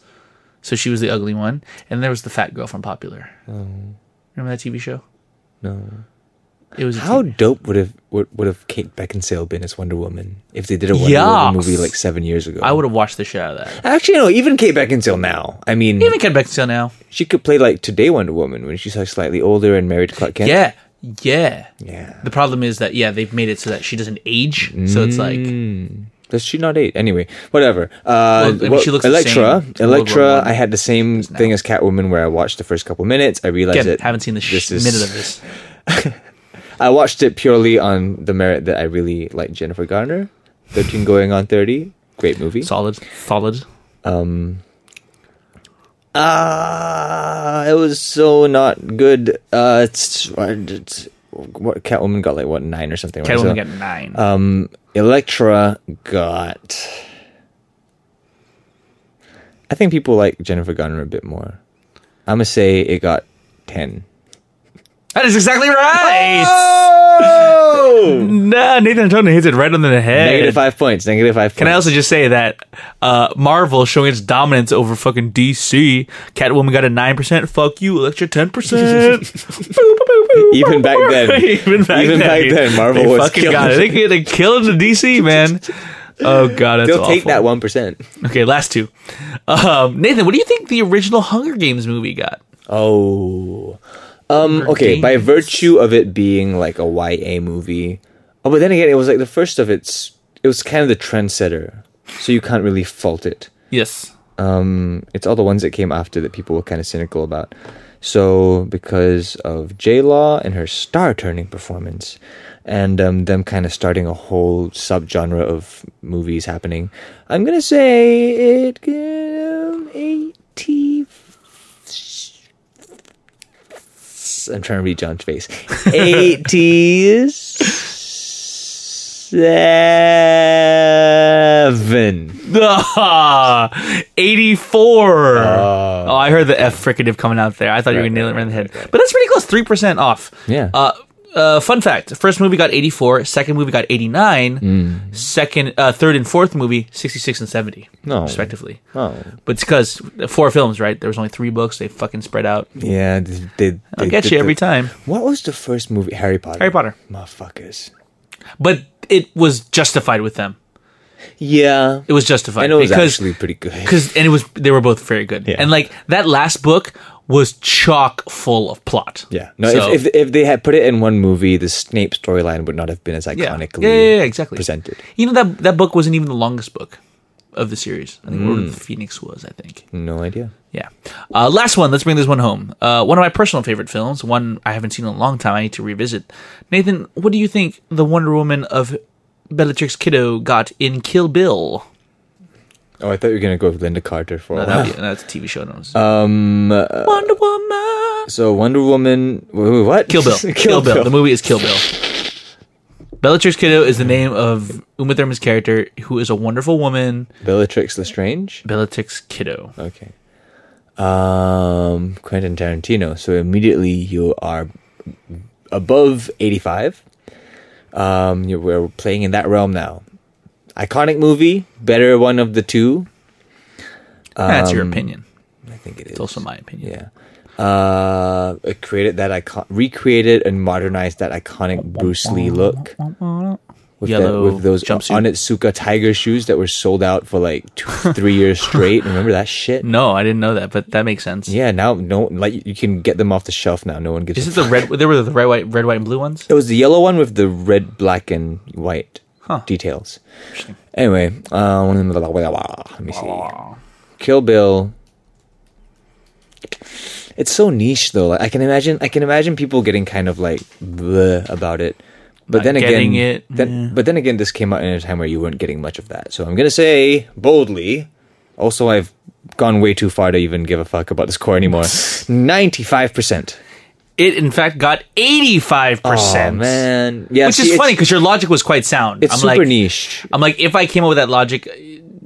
S1: So she was the ugly one. And there was the fat girl from Popular. Remember that TV show?
S2: Oh. No.
S1: It was a
S2: How
S1: TV
S2: dope would have would, would have Kate Beckinsale been as Wonder Woman if they did a Wonder Woman
S1: Yucks.
S2: movie like seven years ago?
S1: I would have watched the shit out of that.
S2: actually no. Even Kate Beckinsale now. I mean,
S1: Even Ken Beckinsale now.
S2: she could play like today Wonder Woman when she's like slightly older and married to Clark Kent.
S1: Yeah. Yeah.
S2: Yeah. Mm.
S1: The problem is that yeah, they've made it so that she doesn't age. So it's like
S2: Does she not date? Anyway, whatever. Uh,
S1: Well, I mean,
S2: well,
S1: she looks the
S2: Electra.
S1: same to
S2: Electra.
S1: World War
S2: I had the same thing as Catwoman, where I watched the first couple minutes. I realized
S1: Again,
S2: it.
S1: haven't seen the sh-
S2: this is-
S1: minute of this.
S2: I watched it purely on the merit that I really like Jennifer Garner. Thirteen going on thirty. Great movie.
S1: Solid, solid.
S2: Ah, it was so not good. Uh, it's, it's what Catwoman got like what nine or something. right?
S1: Catwoman
S2: So-
S1: got nine.
S2: Um, Electra got. I think people like Jennifer Garner a bit more. I'm gonna say it got ten.
S1: that is exactly right.
S2: Oh!
S1: Nah, Nathan Antonio hits it right on the head.
S2: negative five points. Negative five.
S1: Can I
S2: points.
S1: also just say that uh, Marvel showing its dominance over fucking DC? Catwoman got a nine percent. Fuck you, Electra ten
S2: <laughs>
S1: percent.
S2: Even back then.
S1: <laughs> even back then,
S2: Even back
S1: dude,
S2: then, Marvel
S1: they
S2: was
S1: fucking
S2: killing
S1: got it. They, they killed the DC
S2: <laughs>
S1: man. Oh god, that's
S2: They'll take
S1: awful.
S2: that one percent.
S1: Okay, last two. Um, Nathan, what do you think the original Hunger Games movie got?
S2: Oh. Um, okay, by
S1: Games.
S2: virtue of it being like a YA movie. Oh, but then again, it was like the first of its. It was kind of the trendsetter, so you can't really fault it.
S1: <laughs> Yes,
S2: Um, it's all the ones that came after that people were kind of cynical about. So because of J Law and her star-turning performance, and um, them kind of starting a whole subgenre of movies happening, I'm gonna say it um, eighty. I'm trying to read John's face. Eighty-seven.
S1: Ah, 84.
S2: Uh,
S1: oh, I heard the F fricative coming out there. I thought you were going to nail it right in the head. But that's pretty close, 3% off.
S2: Yeah.
S1: Uh, uh, fun fact first movie got 84, second movie got 89,
S2: Hmm.
S1: second, uh, third and fourth movie, 66 and 70,
S2: No.
S1: respectively.
S2: Oh.
S1: But it's because four films, right? There was only three books. They fucking spread out.
S2: Yeah, they, they, they
S1: I'll get
S2: did
S1: you
S2: the-
S1: every time.
S2: What was the first movie? Harry Potter.
S1: Harry Potter.
S2: Motherfuckers.
S1: But it was justified with them.
S2: Yeah,
S1: It was justified.
S2: I know it was
S1: because
S2: actually pretty good.
S1: because and it was they were both very good
S2: Yeah.
S1: and like that last book was chock full of plot
S2: Yeah, no.
S1: So-
S2: if, if if they had put it in one movie, the Snape storyline would not have been as
S1: yeah.
S2: iconically
S1: yeah yeah yeah exactly
S2: presented.
S1: you know that that book wasn't even the longest book of the series i think Order
S2: Mm.
S1: of the phoenix was i think
S2: No idea.
S1: yeah uh, last one let's bring this one home uh, one of my personal favorite films one i haven't seen in a long time i need to revisit nathan what do you think the wonder woman of bellatrix kiddo got in kill bill
S2: Oh, I thought you were gonna go with Linda Carter for a
S1: no,
S2: while.
S1: that'd be, no, that's a tv show no, it's-
S2: Um, uh,
S1: wonder woman
S2: So Wonder Woman. Wait, wait, what?
S1: Kill
S2: <laughs>
S1: Bill. Kill, Bill. The movie is Kill Bill. Bellatrix Kiddo is the name of Uma Thurman's character, who is a wonderful woman.
S2: Bellatrix Lestrange.
S1: Bellatrix Kiddo.
S2: Okay. Um, Quentin Tarantino. So immediately you are above 85. Um, you we're playing in that realm now. Iconic movie, better one of the two.
S1: That's your opinion.
S2: I think it is.
S1: It's also my opinion.
S2: Um, yeah. Uh, it created that icon, recreated and modernized that iconic Bruce Lee look with, that-
S1: Yellow
S2: with those
S1: jumpsuit.
S2: Onitsuka tiger shoes that were sold out for like two, three years
S1: <laughs>
S2: straight. Remember that shit?
S1: No, I didn't know that, but that makes sense.
S2: Yeah, now no, like you can get them off the shelf now. No one gives.
S1: Is
S2: a
S1: it the red? There were the red, white, red, white, and blue ones.
S2: It was the yellow one with the red, black, and white details. Anyway, um, let me see. Kill Bill. It's so niche though. Like, I can imagine. I can imagine people getting kind of like bleh about it. But
S1: Not
S2: then again,
S1: getting it,
S2: then- but then again, this came out in a time where you weren't getting much of that. So I'm gonna say boldly. Also, I've gone way too far to even give a fuck about the score
S1: <laughs>
S2: anymore. Ninety-five percent.
S1: It in fact got eighty-five
S2: Oh
S1: percent.
S2: man, yeah.
S1: Which
S2: see,
S1: is
S2: it's-
S1: funny because your logic was quite sound.
S2: It's
S1: I'm
S2: super
S1: like,
S2: niche.
S1: I'm like, if I came up with that logic,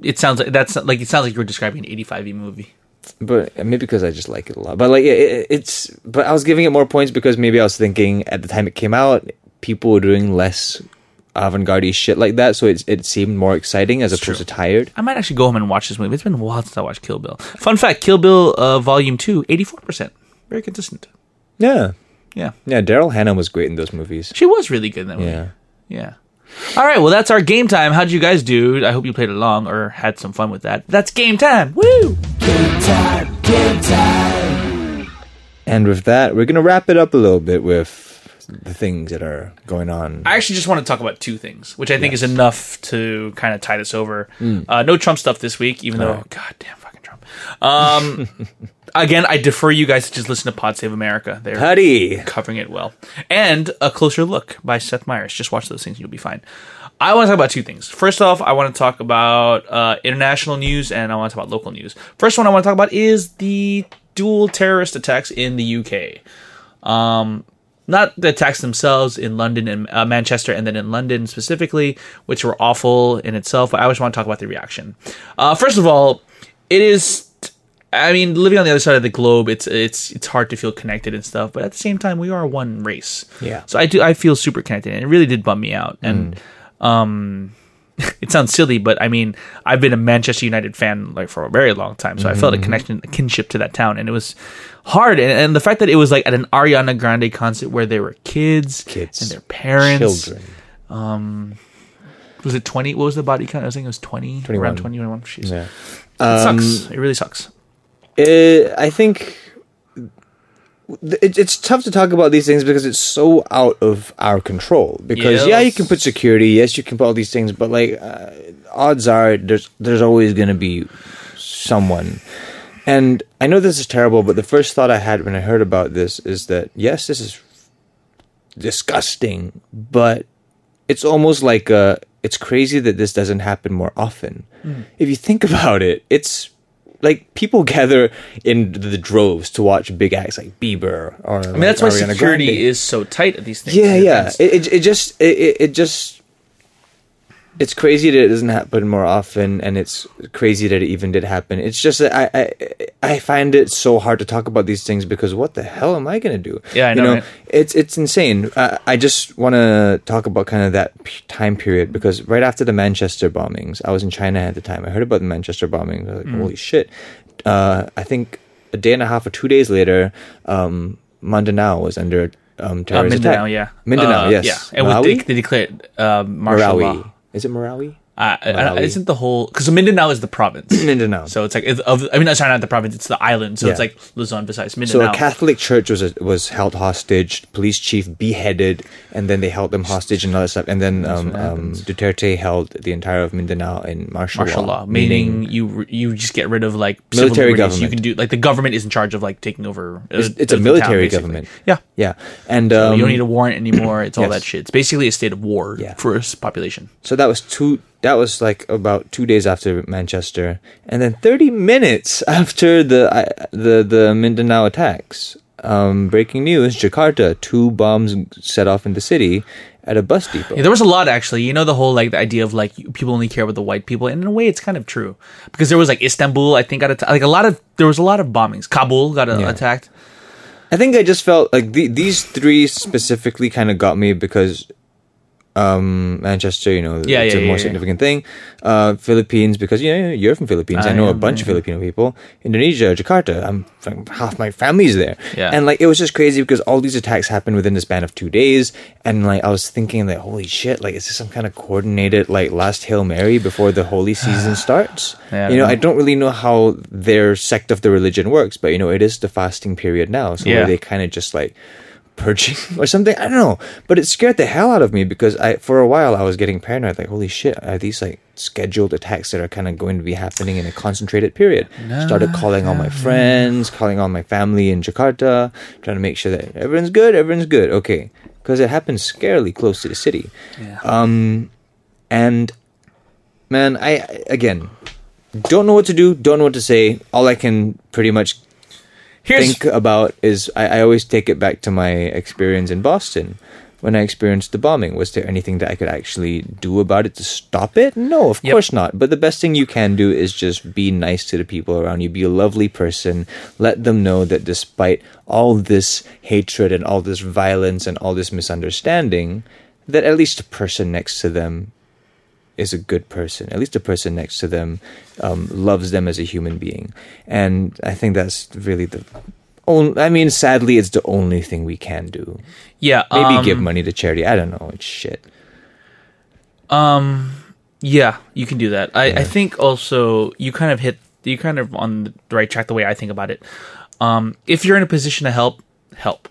S1: it sounds like that's like it sounds like you were describing an eighty-five e movie.
S2: but maybe because I just like it a lot. But like it- it, it's, but I was giving it more points because maybe I was thinking at the time it came out, people were doing less avant-garde shit like that, so it it seemed more exciting as opposed to tired.
S1: I might actually go home and watch this movie. It's been a while since I watched Kill Bill. Fun fact Kill Bill uh, Volume 2, 84%. Very consistent.
S2: Yeah,
S1: Yeah.
S2: yeah. Daryl Hannah was great in those movies.
S1: She was really good in that movie.
S2: Yeah.
S1: Yeah. All right. Well, that's our game time. How'd you guys do? I hope you played along or had some fun with that. That's game time. Woo!
S2: And with that, we're gonna wrap it up a little bit with the things that are going on.
S1: I actually just want to talk about two things, which I think is enough to kind of tie this over. Uh, no Trump stuff this week, even though God damn fucking Trump. Um, <laughs> again, I defer you guys to just listen to Pod Save America. They're
S2: Howdy.
S1: covering it well, and a closer look by Seth Meyers. Just watch those things, you'll be fine. I want to talk about two things. First off, I want to talk about uh, international news, and I want to talk about local news. First one I want to talk about is the dual terrorist attacks in the UK not the attacks themselves in London and uh, Manchester, and then in London specifically, which were awful in itself. But I always want to talk about the reaction. Uh, first of all, it is. I mean, living on the other side of the globe, it's it's it's hard to feel connected and stuff. But at the same time, we are one race.
S2: Yeah.
S1: So I do I feel super connected, and it really did bum me out. And
S2: Mm.
S1: um, <laughs> it sounds silly, but I mean, I've been a Manchester United fan like for a very long time, so I
S2: Mm-hmm.
S1: felt a connection, a kinship to that town, and it was hard. And, and the fact that it was like at an Ariana Grande concert where there were kids,
S2: Kids.
S1: and their parents,
S2: Children.
S1: was it twenty? What was the body count? I was thinking it was twenty, 21. around
S2: 21.
S1: twenty, twenty-one. Jeez.
S2: Yeah. Um,
S1: it sucks. It really sucks.
S2: Uh, I think it, it's tough to talk about these things because it's so out of our control. Because yeah, you
S1: Yes.
S2: can put security, yes, you can put all these things, but like uh, odds are there's there's always going to be someone. And I know this is terrible, but the first thought I had when I heard about this is that yes, this is disgusting, but it's almost like uh it's crazy that this doesn't happen more often.
S1: Hmm.
S2: If you think about it, it's like people <laughs> gather in the droves to watch big acts like Bieber or
S1: I mean, that's why security is so tight at these things.
S2: yeah, yeah.
S1: It's-
S2: It, it it just it, it it just it's crazy that it doesn't happen more often, and it's crazy that it even did happen. It's just that I I I find it so hard to talk about these things because what the hell am I gonna do?
S1: Yeah, I know,
S2: You know,
S1: right?
S2: it's it's insane. I, I just want to talk about kind of that p- time period because right after the Manchester bombings, I was in China at the time. I heard about the Manchester bombings. I was like,
S1: Mm.
S2: holy shit! Uh, I think a day and a half or two days later, um, Mindanao was under um,
S1: uh,
S2: terrorist
S1: Mindanao,
S2: attack.
S1: yeah,
S2: Mindanao,
S1: Uh,
S2: yes.
S1: yeah, and with
S2: Malawi?
S1: they, they declared uh, martial
S2: Marawi.
S1: law.
S2: Is it Marawi?
S1: Uh, uh,
S2: Malawi.
S1: isn't the whole because Mindanao is the province?
S2: <clears throat> Mindanao. So,
S1: So it's like it's of I mean not sorry not the province it's the island so it's
S2: Yeah.
S1: like Luzon Visayas Mindanao.
S2: a Catholic church was was held hostage. Police chief beheaded, and then they held them hostage and all that stuff. And then um, um, Duterte held the entire of Mindanao in martial,
S1: martial law, meaning, you you just get rid of like civil
S2: Military
S1: liberties. You
S2: government.
S1: can do like the government is in charge of like taking over. uh,
S2: It's, it's
S1: the
S2: a
S1: town,
S2: military
S1: basically.
S2: government.
S1: Yeah.
S2: yeah, and um,
S1: you don't need a warrant anymore. It's all
S2: yes.
S1: that shit. It's basically a state of war
S2: Yeah.
S1: for its population.
S2: So that was two. That was like about two days after Manchester, and then thirty minutes <laughs> after the I the the Mindanao attacks. Um, breaking news: Jakarta, two bombs set off in the city at a bus depot.
S1: Yeah, there was a lot actually. You know the whole like the idea of like you- people only care about the white people, and in a way it's kind of true because there was like Istanbul. I think got atta- like a lot of there was a lot of bombings. Kabul got uh,
S2: Yeah.
S1: attacked.
S2: I think I just felt like the, these three specifically kind of got me because um, Manchester, you know,
S1: Yeah,
S2: it's
S1: yeah,
S2: a
S1: yeah,
S2: more
S1: yeah.
S2: significant thing. Uh, Philippines, because you know you're from Philippines. I,
S1: I
S2: know a
S1: am,
S2: bunch of Filipino people. Indonesia, Jakarta. I'm from, half my family's there.
S1: Yeah.
S2: and like it was just crazy because all these attacks happened within the span of two days, and like I was thinking like, holy shit, like is this some kind of coordinated like last hail mary before the holy
S1: <sighs>
S2: season starts?
S1: Yeah, I
S2: you know,
S1: don't
S2: I don't really know how their sect of the religion works, but you know, it is the fasting period now, so
S1: Yeah.
S2: where they kind of just like purging <laughs> or something. I don't know, but it scared the hell out of me because I, for a while, I was getting paranoid. Like, holy shit, are these like scheduled attacks that are kind of going to be happening in a concentrated period? Started calling all my friends, calling all my family in Jakarta, trying to make sure that everyone's good, everyone's good, okay, because it happens scarily close to the city. Um, and man, I again don't know what to do, don't know what to say. All I can pretty much
S1: Here's
S2: think about is I, I always take it back to my experience in Boston when I experienced the bombing. Was there anything that I could actually do about it to stop it? No, of
S1: Yep.
S2: course not. But the best thing you can do is just be nice to the people around you, be a lovely person, let them know that despite all this hatred and all this violence and all this misunderstanding, that at least the person next to them is a good person. At least the person next to them um, loves them as a human being, and I think that's really the. Only, I mean, sadly, it's the only thing we can do.
S1: yeah
S2: Maybe
S1: um,
S2: give money to charity. I don't know. It's shit.
S1: Yeah, you can do that. I, I think also you kind of hit you kind of
S2: Mm.
S1: on the right track the way I think about it. Um, if you're in a position to help, help.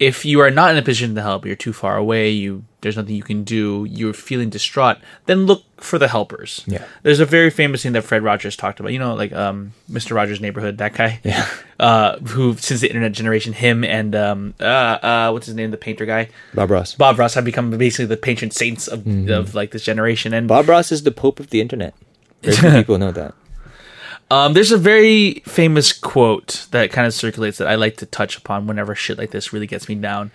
S1: if you are not in a position to help, you're too far away, you there's nothing you can do, you're feeling distraught, then look for the helpers.
S2: Yeah.
S1: There's a very famous thing that Fred Rogers talked about, you know, like um Mr. Rogers' neighborhood, that guy.
S2: Yeah.
S1: Uh who since the internet generation, him and um uh uh what's his name, the painter guy?
S2: Bob Ross.
S1: Bob Ross have become basically the patron saints of
S2: Mm-hmm.
S1: of like this generation. And
S2: Bob Ross is the Pope of the internet. Very
S1: <laughs>
S2: few people know that.
S1: Um, there's a very famous quote that kind of circulates that I like to touch upon whenever shit like this really gets me down.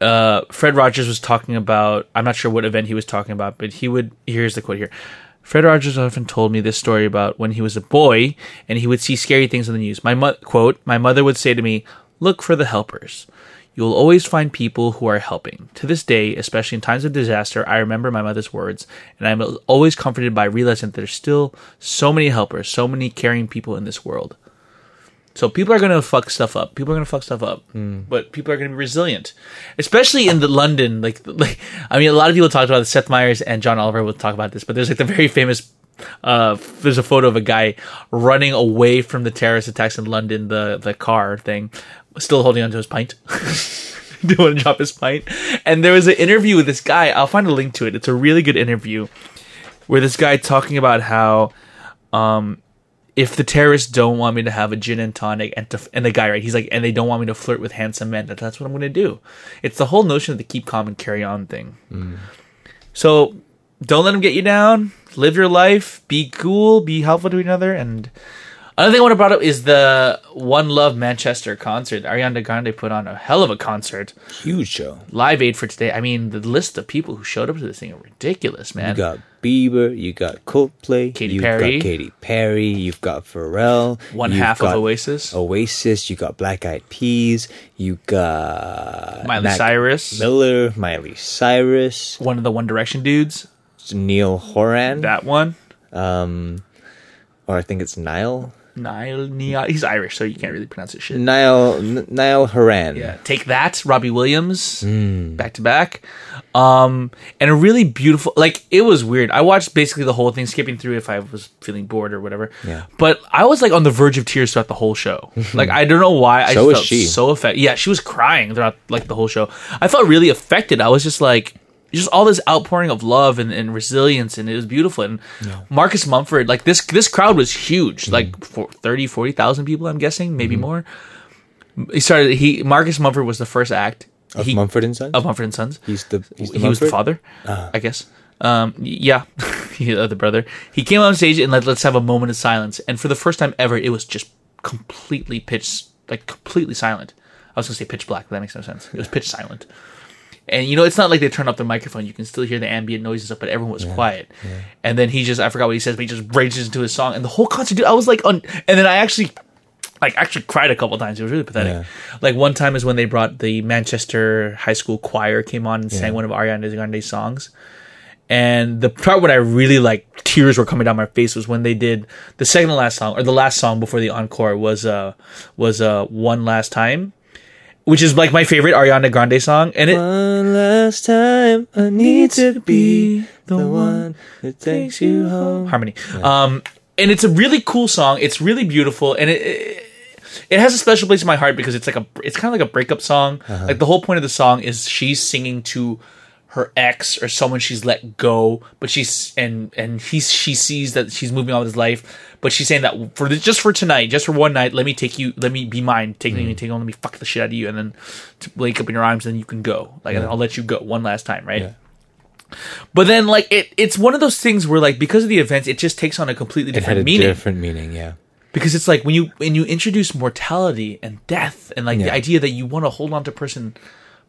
S1: Uh, Fred Rogers was talking about, I'm not sure what event he was talking about, but he would, here's the quote here. Fred Rogers often told me this story about when he was a boy and he would see scary things on the news. My mo- quote, my mother would say to me, look for the helpers. You will always find people who are helping. To this day, especially in times of disaster, I remember my mother's words, and I'm always comforted by realizing that there's still so many helpers, so many caring people in this world. So people are going to fuck stuff up. People are going to fuck stuff up, but people are going to be resilient, especially in the London. Like, <laughs> like I mean, a lot of people talked about this. Seth Meyers and John Oliver will talk about this, but there's like the very famous. Uh, there's a photo of a guy running away from the terrorist attacks in London. The the car thing, still holding onto his pint. <laughs> Didn't want to drop his pint. And there was an interview with this guy. I'll find a link to it. It's a really good interview where this guy talking about how if the terrorists don't want me to have a gin and tonic and to, and the guy right he's like and they don't want me to flirt with handsome men that that's what i'm going to do it's the whole notion of the keep calm and carry on thing
S2: Mm.
S1: so don't let them get you down live your life be cool be helpful to each other and another thing i want to brought up is the one love manchester concert ariana grande put on a hell of a concert
S2: Huge show.
S1: live aid for today i mean the list of people who showed up to this thing are ridiculous man
S2: You got Bieber, you got Coldplay,
S1: Katy
S2: you've
S1: Perry.
S2: got Katy Perry, you've got Pharrell,
S1: One
S2: you've
S1: half of
S2: got Oh,
S1: Oasis.
S2: Oasis, you got Black Eyed Peas, you got
S1: miley
S2: Mac
S1: cyrus
S2: Miller, Miley Cyrus,
S1: one of the one direction dudes
S2: Neil Horan,
S1: that one
S2: um, or I think it's Niall,
S1: Niall, Niall, he's Irish, so you can't really pronounce his shit.
S2: Niall, N- Niall Horan.
S1: Yeah, take that, Robbie Williams,
S2: Hmm.
S1: back to back, um, and a really beautiful. Like it was weird. I watched basically the whole thing, skipping through if I was feeling bored or whatever.
S2: Yeah.
S1: But I was like on the verge of tears throughout the whole
S2: <laughs>
S1: show. like I don't know why. I
S2: So was
S1: felt
S2: she.
S1: so affected. Yeah, she was crying throughout like the whole show. I felt really affected. I was just like. Just all this outpouring of love and, and resilience, and it was beautiful. And Marcus Mumford, like this, this crowd was huge,
S2: Hmm.
S1: like for 30, 40,000 people, I'm guessing, maybe more he started he Marcus Mumford was the first act
S2: of
S1: he,
S2: Mumford and Sons.
S1: of Mumford and Sons.
S2: he's the he's the
S1: he was the
S2: Mumford? Ah.
S1: father, I guess. Um, y- yeah, <laughs> he, uh, the brother. He came on stage and let let's have a moment of silence. And for the first time ever, it was just completely pitch like completely silent. I was gonna say pitch black, but that makes no sense. It was pitch silent. And you know, it's not like they turn up the microphone; you can still hear the ambient noise and stuff. But everyone was quiet. And then he just—I forgot what he says, but he just rages into his song, and the whole concert. Dude, I was like, on. And then I actually like actually cried a couple times. It was really pathetic. Like one time is when they brought the Manchester High School Choir came on and sang one of Ariana Grande's songs. And the part when I really like tears were coming down my face was when they did the second to last song or the last song before the encore was uh was uh one last time, which is like my favorite Ariana Grande song. And it
S2: One last time, I need to be the one that takes you home.
S1: harmony. Um, and it's a really cool song. It's really beautiful, and it. it it has a special place in my heart because it's like a it's kind of like a breakup song.
S2: Uh-huh.
S1: Like the whole point of the song is she's singing to her ex or someone she's let go, but she's and and he's she sees that she's moving on with his life, but she's saying that for the, just for tonight, just for one night, let me take you, let me be mine, take
S2: Mm.
S1: me, take on, let me fuck the shit out of you, and then to wake up in your arms, and then you can go. Like and I'll let you go one last time, right? But then, like it, it's one of those things where, like, because of the events, it just takes on a completely
S2: It had
S1: different
S2: a
S1: meaning.
S2: different meaning, yeah.
S1: because it's like when you when you introduce mortality and death, and like the
S2: Yeah.
S1: idea that you want to hold on to a person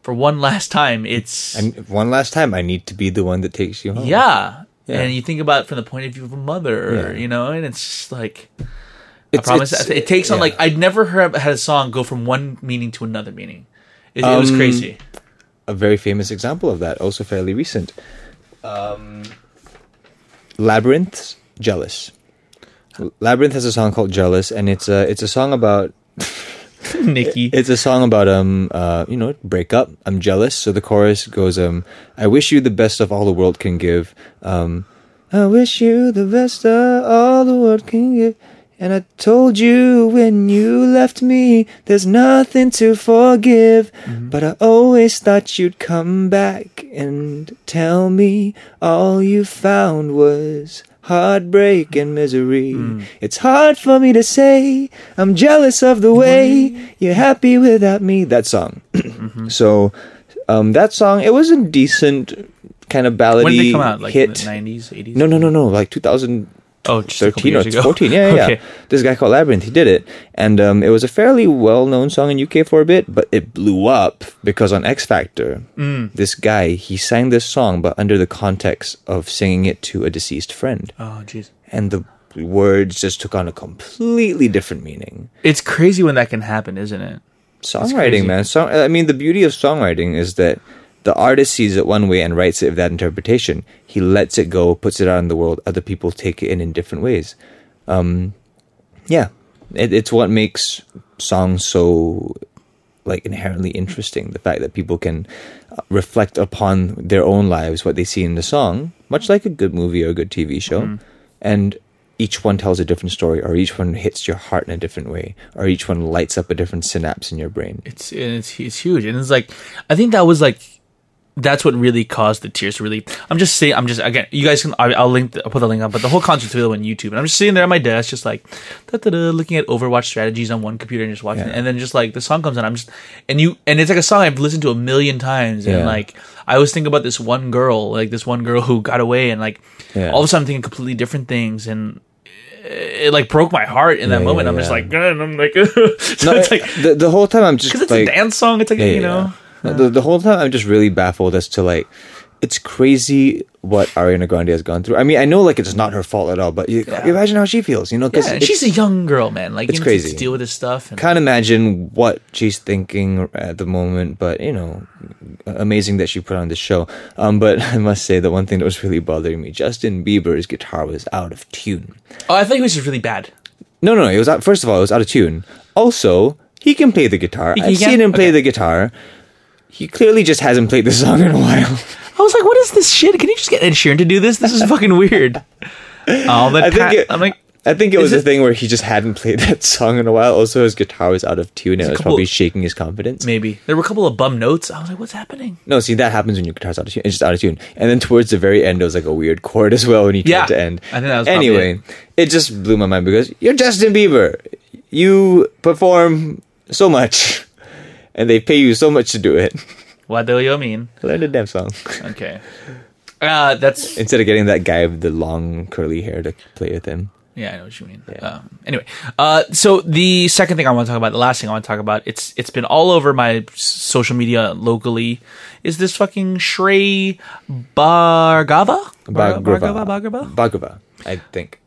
S1: for one <laughs> last time. It's
S2: And one last time, I need to be the one that takes you home.
S1: yeah.
S2: Yeah.
S1: and you think about it from the point of view of a mother,
S2: Yeah.
S1: you know, and it's just like I
S2: It's-
S1: promise.
S2: it's-
S1: It takes on
S2: yeah.
S1: like I'd never heard had a song go from one meaning to another meaning. It, it was
S2: Um,
S1: crazy.
S2: a very famous example of that, also fairly recent. Um, Labyrinth's Jealous. L- Labyrinth has a song called Jealous, and it's a it's a song about
S1: <laughs> Nikki,
S2: it's a song about um uh you know breakup. I'm jealous. So the chorus goes um I wish you the best of all the world can give. Um, I wish you the best of all the world can give. And I told you when you left me, there's nothing to forgive.
S1: Mm-hmm.
S2: But I always thought you'd come back and tell me all you found was heartbreak and misery.
S1: Mm.
S2: It's hard for me to say, I'm jealous of the way you're happy without me. That song. <clears throat>
S1: Mm-hmm.
S2: So, um, that song, it was a decent kind of ballady
S1: When did they come out? Like
S2: hit.
S1: in the 90s, 80s?
S2: no, no, no, no. Like 2000-
S1: Oh, just a couple
S2: 13 or
S1: years ago.
S2: 14 yeah yeah, yeah.
S1: <laughs> Okay.
S2: this guy called labyrinth he did it and um, it was a fairly well-known song in uk for a bit but it blew up because on x factor
S1: Mm.
S2: this guy he sang this song but under the context of singing it to a deceased friend
S1: Oh, jeez.
S2: and the words just took on a completely different meaning
S1: It's crazy when that can happen, isn't it? crazy.
S2: songwriting man song i mean the beauty of songwriting is that the artist sees it one way and writes it with that interpretation he lets it go puts it out in the world other people take it in in different ways um yeah it, it's what makes songs so like inherently interesting the fact that people can uh, reflect upon their own lives what they see in the song much like a good movie or a good tv show and each one tells a different story or each one hits your heart in a different way or each one lights up a different synapse in your brain
S1: It's and it's it's huge, and it's like I think that was like that's what really caused the tears to really. I'm just saying, I'm just again, you guys can. I, I'll link, the, I'll put the link up, but the whole concert's available on YouTube, and I'm just sitting there at my desk, just like da-da-da, looking at Overwatch strategies on one computer and just watching, it. and then just like the song comes on, I'm just and you and it's like a song I've listened to a million times, and
S2: Yeah.
S1: like I always think about this one girl, like this one girl who got away, and like
S2: Yeah.
S1: all of a sudden I'm thinking completely different things, and. It like broke my heart in that
S2: Yeah,
S1: moment.
S2: yeah,
S1: I'm just
S2: yeah.
S1: like, "God," and I'm like, <laughs> so
S2: no,
S1: it's like,
S2: the, the whole time i'm just
S1: because it's
S2: like
S1: a dance song. It's like
S2: Yeah,
S1: you
S2: yeah,
S1: know,
S2: yeah. the, the whole time i'm just really baffled as to like it's crazy what ariana grande has gone through i mean i know like it's not her fault at all but you, imagine how she feels you know because
S1: yeah, and she's a young girl, man. Like
S2: it's
S1: you know,
S2: crazy.
S1: to deal with this stuff. And,
S2: can't imagine what she's thinking at the moment, but you know, amazing that she put on this show. Um, but <laughs> I must say, the one thing that was really bothering me, Justin Bieber's guitar was out of tune.
S1: oh, I think it was just really bad.
S2: No, no, no. It was out, first of all, it was out of tune. Also, he can play the guitar. I've
S1: can?
S2: seen him play
S1: Okay.
S2: the guitar. He clearly just hasn't played the song in a while.
S1: I was like, what is this shit? Can you just get Ed Sheeran to do this? This is fucking weird. <laughs> Oh, <laughs> the
S2: I think
S1: pa-
S2: it-
S1: I'm like,
S2: I think it was
S1: Is
S2: a
S1: it-
S2: thing where he just hadn't played <laughs> that song in a while. Also, his guitar was out of tune. and It was
S1: couple-
S2: probably shaking his confidence.
S1: maybe there were a couple of bum notes. I was like, what's happening?
S2: No, see that happens when your guitar's out of tune. It's just out of tune. And then towards the very end, it was like a weird chord as well when you
S1: Yeah.
S2: tried to end.
S1: I think that was probably
S2: anyway.
S1: it.
S2: It. just blew my mind because you're Justin Bieber. You perform so much, <laughs> and they pay you so much to do it.
S1: What do you mean?
S2: Learn a damn song <laughs>
S1: Okay, uh, that's
S2: instead of getting that guy with the long curly hair to play with him.
S1: yeah, I know what you mean. Um, anyway, uh, so the second thing I want to talk about, the last thing I want to talk about, it's it's been all over my s- social media locally. Is this fucking Shrey Bargava? Bar- Bargava? Bargava?
S2: Bhagava, I think.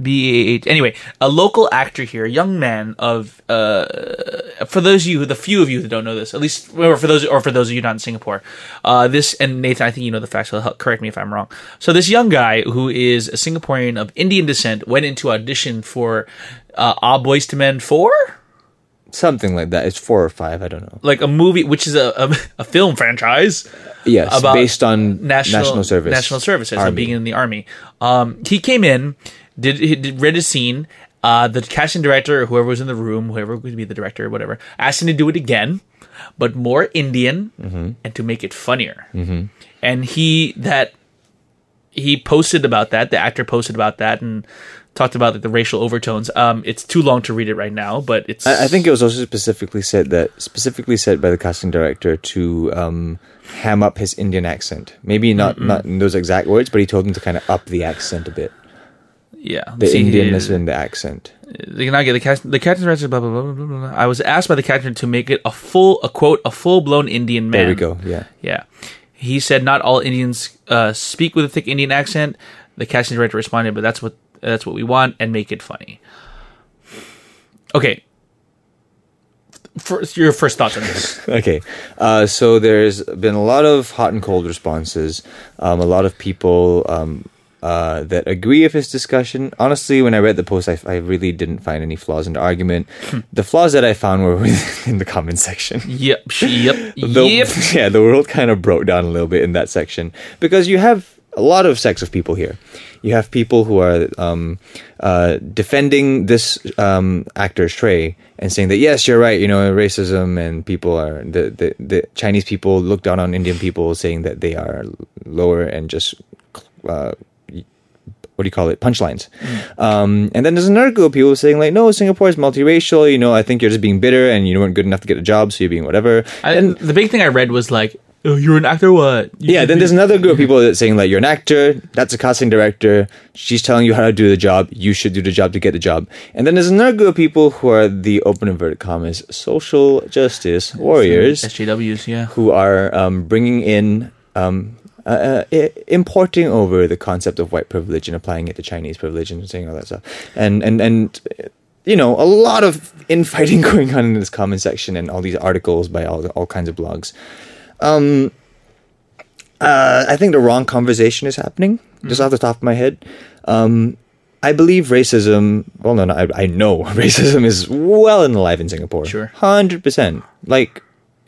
S1: B A H. Anyway, a local actor here, a young man of uh, for those of you, the few of you that don't know this, at least or for those or for those of you not in Singapore, uh, this and Nathan, I think you know the facts. So help- correct me if I'm wrong. So this young guy who is a Singaporean of Indian descent went into audition for uh, Ah Boys to Men Four,
S2: Something like that. It's four or five. I don't know.
S1: like a movie which is a <laughs> a, a film franchise.
S2: Yes, based on
S1: national,
S2: national, service.
S1: national services, and
S2: Army.
S1: being in the army. Um, he came in, did, he did read his scene. Uh, the casting director, whoever was in the room, whoever would be the director, whatever, asked him to do it again, but more Indian
S2: Mm-hmm.
S1: and to make it funnier. And he that he posted about that. The actor posted about that and talked about like, the racial overtones. Um, it's too long to read it right now, but it's.
S2: I, I think it was also specifically said that specifically said by the casting director to um, ham up his Indian accent. Maybe not not in those exact words, but he told him to kind of up the accent a bit.
S1: yeah,
S2: The
S1: See, he-
S2: Indianness in the accent.
S1: they can not get the cast. The casting director, blah blah blah blah blah. blah. I was asked by the captain to make it a full, a quote, a full blown Indian man.
S2: There we go. Yeah.
S1: Yeah, he said not all Indians uh, speak with a thick Indian accent. The casting director responded, but that's what that's what we want, and make it funny. Okay. First, your first thoughts on this?
S2: <laughs> Okay. Uh, so there's been a lot of hot and cold responses. Um, a lot of people um, uh, that agree with his discussion. Honestly, when I read the post, I, I really didn't find any flaws in the argument. the flaws that I found were <laughs> in the comment section.
S1: yep, sh- yep,
S2: <laughs> the,
S1: yep.
S2: yeah, the world kind of broke down a little bit in that section because you have a lot of sects of people here. You have people who are um, uh, defending this um, actor's tray and saying that yes, you're right. You know, racism and people are the, the the Chinese people look down on Indian people, saying that they are lower and just. Uh, what do you call it punchlines
S1: Mm.
S2: um, and then there's another group of people saying like no singapore is multiracial you know i think you're just being bitter and you weren't good enough to get a job so you're being whatever
S1: I,
S2: and
S1: the big thing I read was like, oh, you're an actor, what? You
S2: yeah,
S1: should
S2: then
S1: be-
S2: there's
S1: <laughs>
S2: another group of people that's saying like you're an actor, that's a casting director, she's telling you how to do the job, you should do the job to get the job. And then there's another group of people who are the open inverted commas social justice warriors
S1: SJWs, yeah.
S2: who are um, bringing in um, uh, uh, i- importing over the concept of white privilege and applying it to Chinese privilege and saying all that stuff. And and and uh, you know a lot of infighting <laughs> going on in this comment section and all these articles by all all kinds of blogs. Um, Uh, I think the wrong conversation is happening. Just off the top of my head, um, I believe racism. Well, no, no, I, I know <laughs> racism is well and alive in Singapore.
S1: Sure.
S2: hundred percent. Like,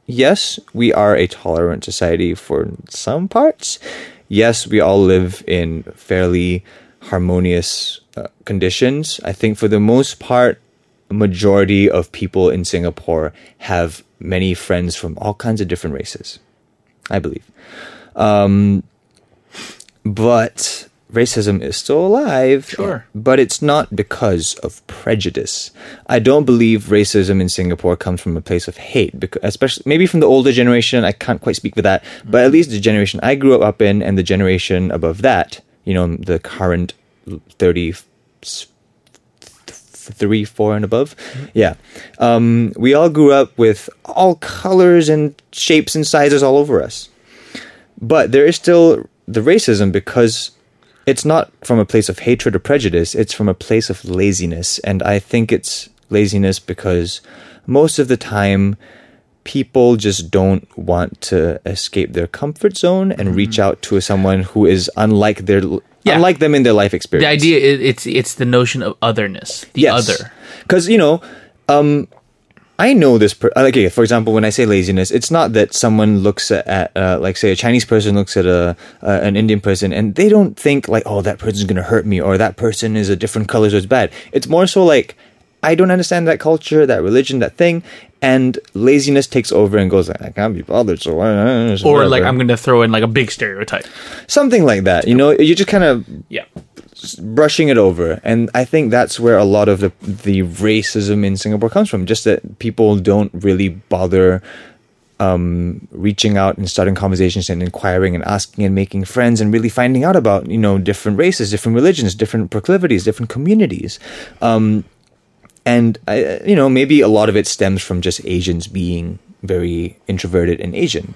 S2: yes, we are a tolerant society for some parts. Yes, we all live in fairly harmonious uh, conditions. I think for the most part, majority of people in Singapore have many friends from all kinds of different races. I believe. Um, But racism is still alive.
S1: Sure.
S2: But it's not because of prejudice. I don't believe racism in Singapore comes from a place of hate, because, especially maybe from the older generation. I can't quite speak for that, but at least the generation I grew up in and the generation above that, you know, the current 30, s- three, four, and above.
S1: Mm-hmm.
S2: Yeah. Um, we all grew up with all colors and shapes and sizes all over us. But there is still the racism because it's not from a place of hatred or prejudice, it's from a place of laziness. And I think it's laziness because most of the time, people just don't want to escape their comfort zone and reach out to someone who is unlike their
S1: Mm-hmm. Yeah.
S2: unlike them in their life experience
S1: The idea is it's it's the notion of otherness, the other.
S2: because you know, um, I know this. Per- like, okay, for example, when I say laziness, it's not that someone looks at, at uh, like, say, a Chinese person looks at a uh, an Indian person, and they don't think like, oh, that person's gonna hurt me, or that person is a different color, so it's bad. It's more so like. I don't understand that culture, that religion, that thing, and laziness takes over and goes like, I can't be bothered, so or
S1: Or like I'm going to throw in like a big stereotype.
S2: something like that. You know, you just kind of
S1: Yeah.
S2: brushing it over and i think that's where a lot of the the racism in singapore comes from just that people don't really bother um reaching out and starting conversations and inquiring and asking and making friends and really finding out about you know different races different religions different proclivities different communities um and I, you know maybe a lot of it stems from just asians being very introverted and asian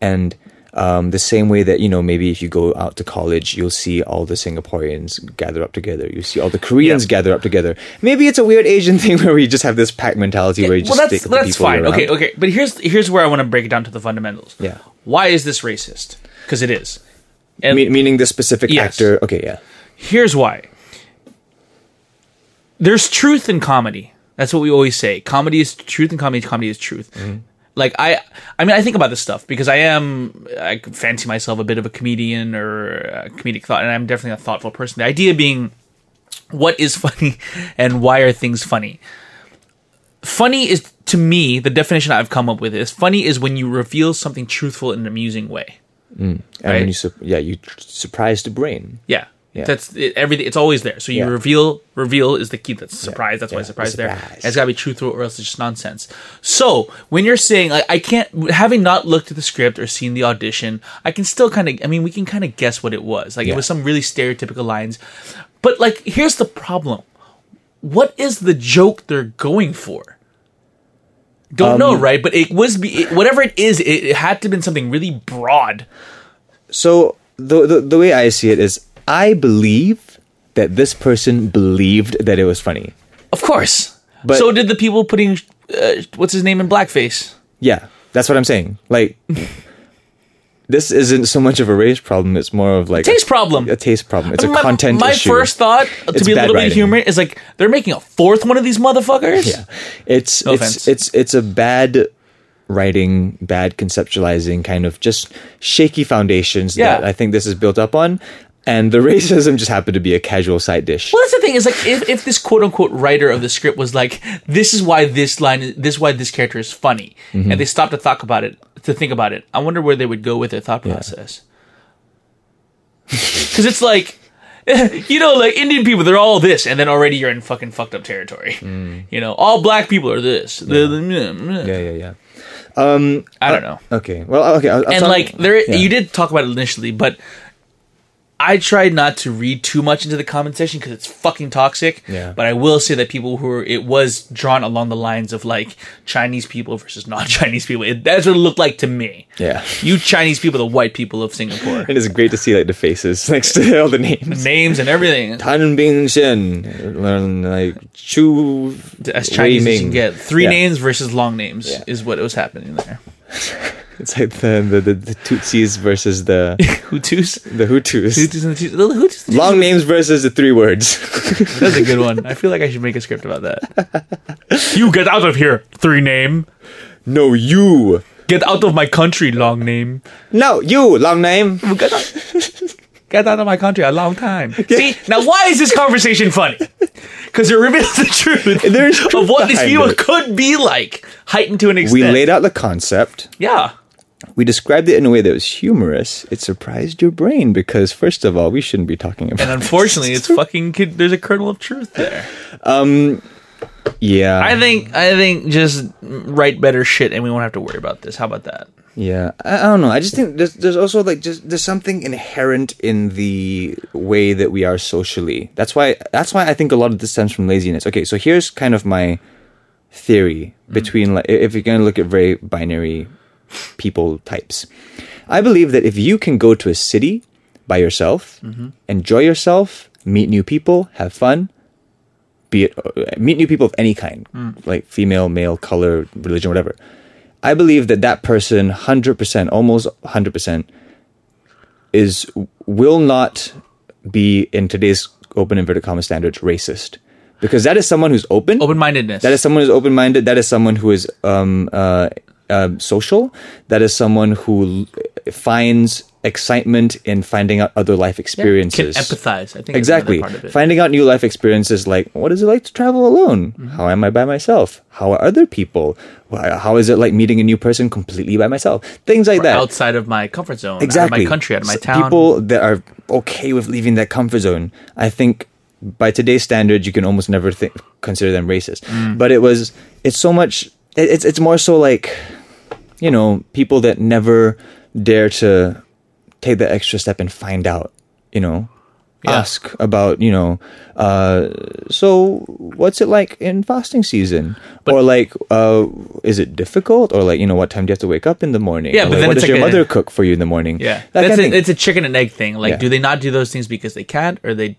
S2: and um, the same way that you know maybe if you go out to college you'll see all the singaporeans gather up together you see all the koreans
S1: Yeah.
S2: gather up together maybe it's a weird asian <laughs> thing where we just have this pack mentality where you just
S1: well, that's
S2: stick with the
S1: that's
S2: people
S1: fine.
S2: you're around.
S1: Okay, okay. But here's here's where I want to break it down to the fundamentals.
S2: Yeah.
S1: Why is this racist? Because it is. And
S2: Me- meaning the specific
S1: Yes.
S2: actor okay yeah
S1: here's why. There's truth in comedy. That's what we always say. Comedy is truth, and comedy comedy is truth. Like I, I mean, I think about this stuff because I am, I fancy myself a bit of a comedian or a comedic thought, and I'm definitely a thoughtful person. The idea being, what is <laughs> funny, and why are things funny? funny is to me the definition I've come up with is funny is when you reveal something truthful in an amusing way.
S2: and
S1: Right.
S2: when you su- yeah you tr- surprise the brain
S1: Yeah,
S2: Yeah.
S1: that's it, everything. It's always there. So you
S2: Yeah.
S1: reveal, reveal is the key. That's surprise. That's why
S2: yeah,
S1: surprise is there.
S2: surprise.
S1: And It's got to be truthful or else it's just nonsense. So when you're saying like I can't, having not looked at the script or seen the audition, I can still kind of. I mean, we can kind of guess what it was. Like
S2: Yeah.
S1: it was some really stereotypical lines, but like here's the problem. What is the joke they're going for? Don't know,
S2: Um,
S1: right? But it was be it, whatever it is. It, it had to have been something really broad.
S2: so the, the the way i see it is i believe that this person believed that it was funny
S1: Of course.
S2: But-
S1: so did the people putting uh, what's his name in blackface.
S2: Yeah, that's what I'm saying. Like, <laughs> this isn't so much of a race problem. It's more of like
S1: Taste problem.
S2: A taste problem. It's
S1: I mean,
S2: a content
S1: my, my
S2: issue.
S1: first thought uh, to
S2: It's
S1: be a
S2: bad
S1: little bit
S2: writing.
S1: humorous is like they're making a fourth one of these motherfuckers.
S2: yeah, it's it's
S1: offense.
S2: it's it's a bad writing, bad conceptualizing, kind of just shaky foundations that
S1: Yeah.
S2: I think this is built up on. And the <laughs> racism just happened to be a casual side dish.
S1: Well, that's the thing is like if, if this quote unquote writer of the script was like, this is why this line, this is why this character is funny, and they stopped to talk about it, to think about it. I wonder where they would go with their thought process. <laughs> Because it's like, <laughs> you know, like Indian people, they're all this, and then already you're in fucking fucked up territory. You know, all black people are this. The- the-
S2: Yeah, yeah, yeah.
S1: I don't know.
S2: Okay. Well, okay. I, I was
S1: and
S2: talking-
S1: like there
S2: yeah.
S1: you did talk about it initially but i tried not to read too much into the comment section because it's fucking toxic
S2: Yeah.
S1: but i will say that people who were it was drawn along the lines of like chinese people versus <laughs> non-chinese people it, that's what it looked like to me
S2: Yeah. <laughs>
S1: you chinese people the white people of singapore
S2: It is great to see like the faces <laughs> next to all the names.
S1: names and everything
S2: Han Bing Shen, learn like Chu.
S1: as chinese
S2: Wei
S1: as you can
S2: Ming.
S1: get three
S2: Yeah.
S1: names versus long names
S2: Yeah.
S1: is what was happening there <laughs>
S2: It's like the the, the, the Tutsis versus the
S1: hutus
S2: the
S1: <laughs>
S2: Hutus.
S1: hutus and the Tutsis- the hutus and the
S2: Long names versus the three words. <laughs>
S1: That's a good one. I feel like I should make a script about that. you get out of here, three name.
S2: no, you.
S1: Get out of my country, long name.
S2: No, you. Long name.
S1: Get out,
S2: <laughs>
S1: get out of my country a long time. See, now why is this conversation funny? Because it reveals the truth
S2: There's truth
S1: of what these
S2: behind
S1: people
S2: it.
S1: could be like, heightened to an extent.
S2: We laid out the concept.
S1: yeah.
S2: We described it in a way that was humorous. It surprised your brain because, first of all, we shouldn't be talking about.
S1: And unfortunately, it's fucking. Kid, there's a kernel of truth there.
S2: <laughs> yeah,
S1: I think. I think just write better shit, and we won't have to worry about this. How about that?
S2: Yeah, I, I don't know. I just think there's, there's also like just there's something inherent in the way that we are socially. That's why that's why I think a lot of this stems from laziness. Okay, so here's kind of my theory between like i- if you're going to look at very binary people types. I believe that if you can go to a city by yourself, enjoy yourself, meet new people, have fun, be it uh, meet new people of any kind, like female, male, color, religion, whatever. I believe that that person, hundred percent, almost hundred percent, is will not be in today's open inverted comma standards racist because that is someone who's open,
S1: Open-mindedness.
S2: that is someone who's open minded. That is someone who is um, uh, um, social. That is someone who l- finds excitement in finding out other life experiences.
S1: Can empathize. I think
S2: Exactly.
S1: That's another part of it.
S2: Finding out new life experiences like what is it like to travel alone?
S1: Mm-hmm.
S2: How am I by myself? How are other people? Wh- How is it like meeting a new person completely by myself? Things like that
S1: outside of my comfort zone, out
S2: exactly.
S1: of my country, out of my
S2: So
S1: town.
S2: People that are okay with leaving their comfort zone, I think, by today's standards, you can almost never think, consider them racist.
S1: Mm.
S2: But it was, it's so much. It, it's it's more so like, you know, people that never dare to take the extra step and find out. You know.
S1: Yeah.
S2: Ask about you know, uh, so what's it like in fasting season, or like, uh, is it difficult, or like you know, what time do you have to wake up in the morning?
S1: Yeah,
S2: Or,
S1: but
S2: like,
S1: then
S2: what
S1: it's
S2: does
S1: like
S2: your
S1: a-
S2: mother cook for you in the morning?
S1: yeah,
S2: That
S1: that's
S2: kind of
S1: a,
S2: thing.
S1: it's a chicken and egg thing. Like,
S2: Yeah.
S1: do they not do those things because they can't, or they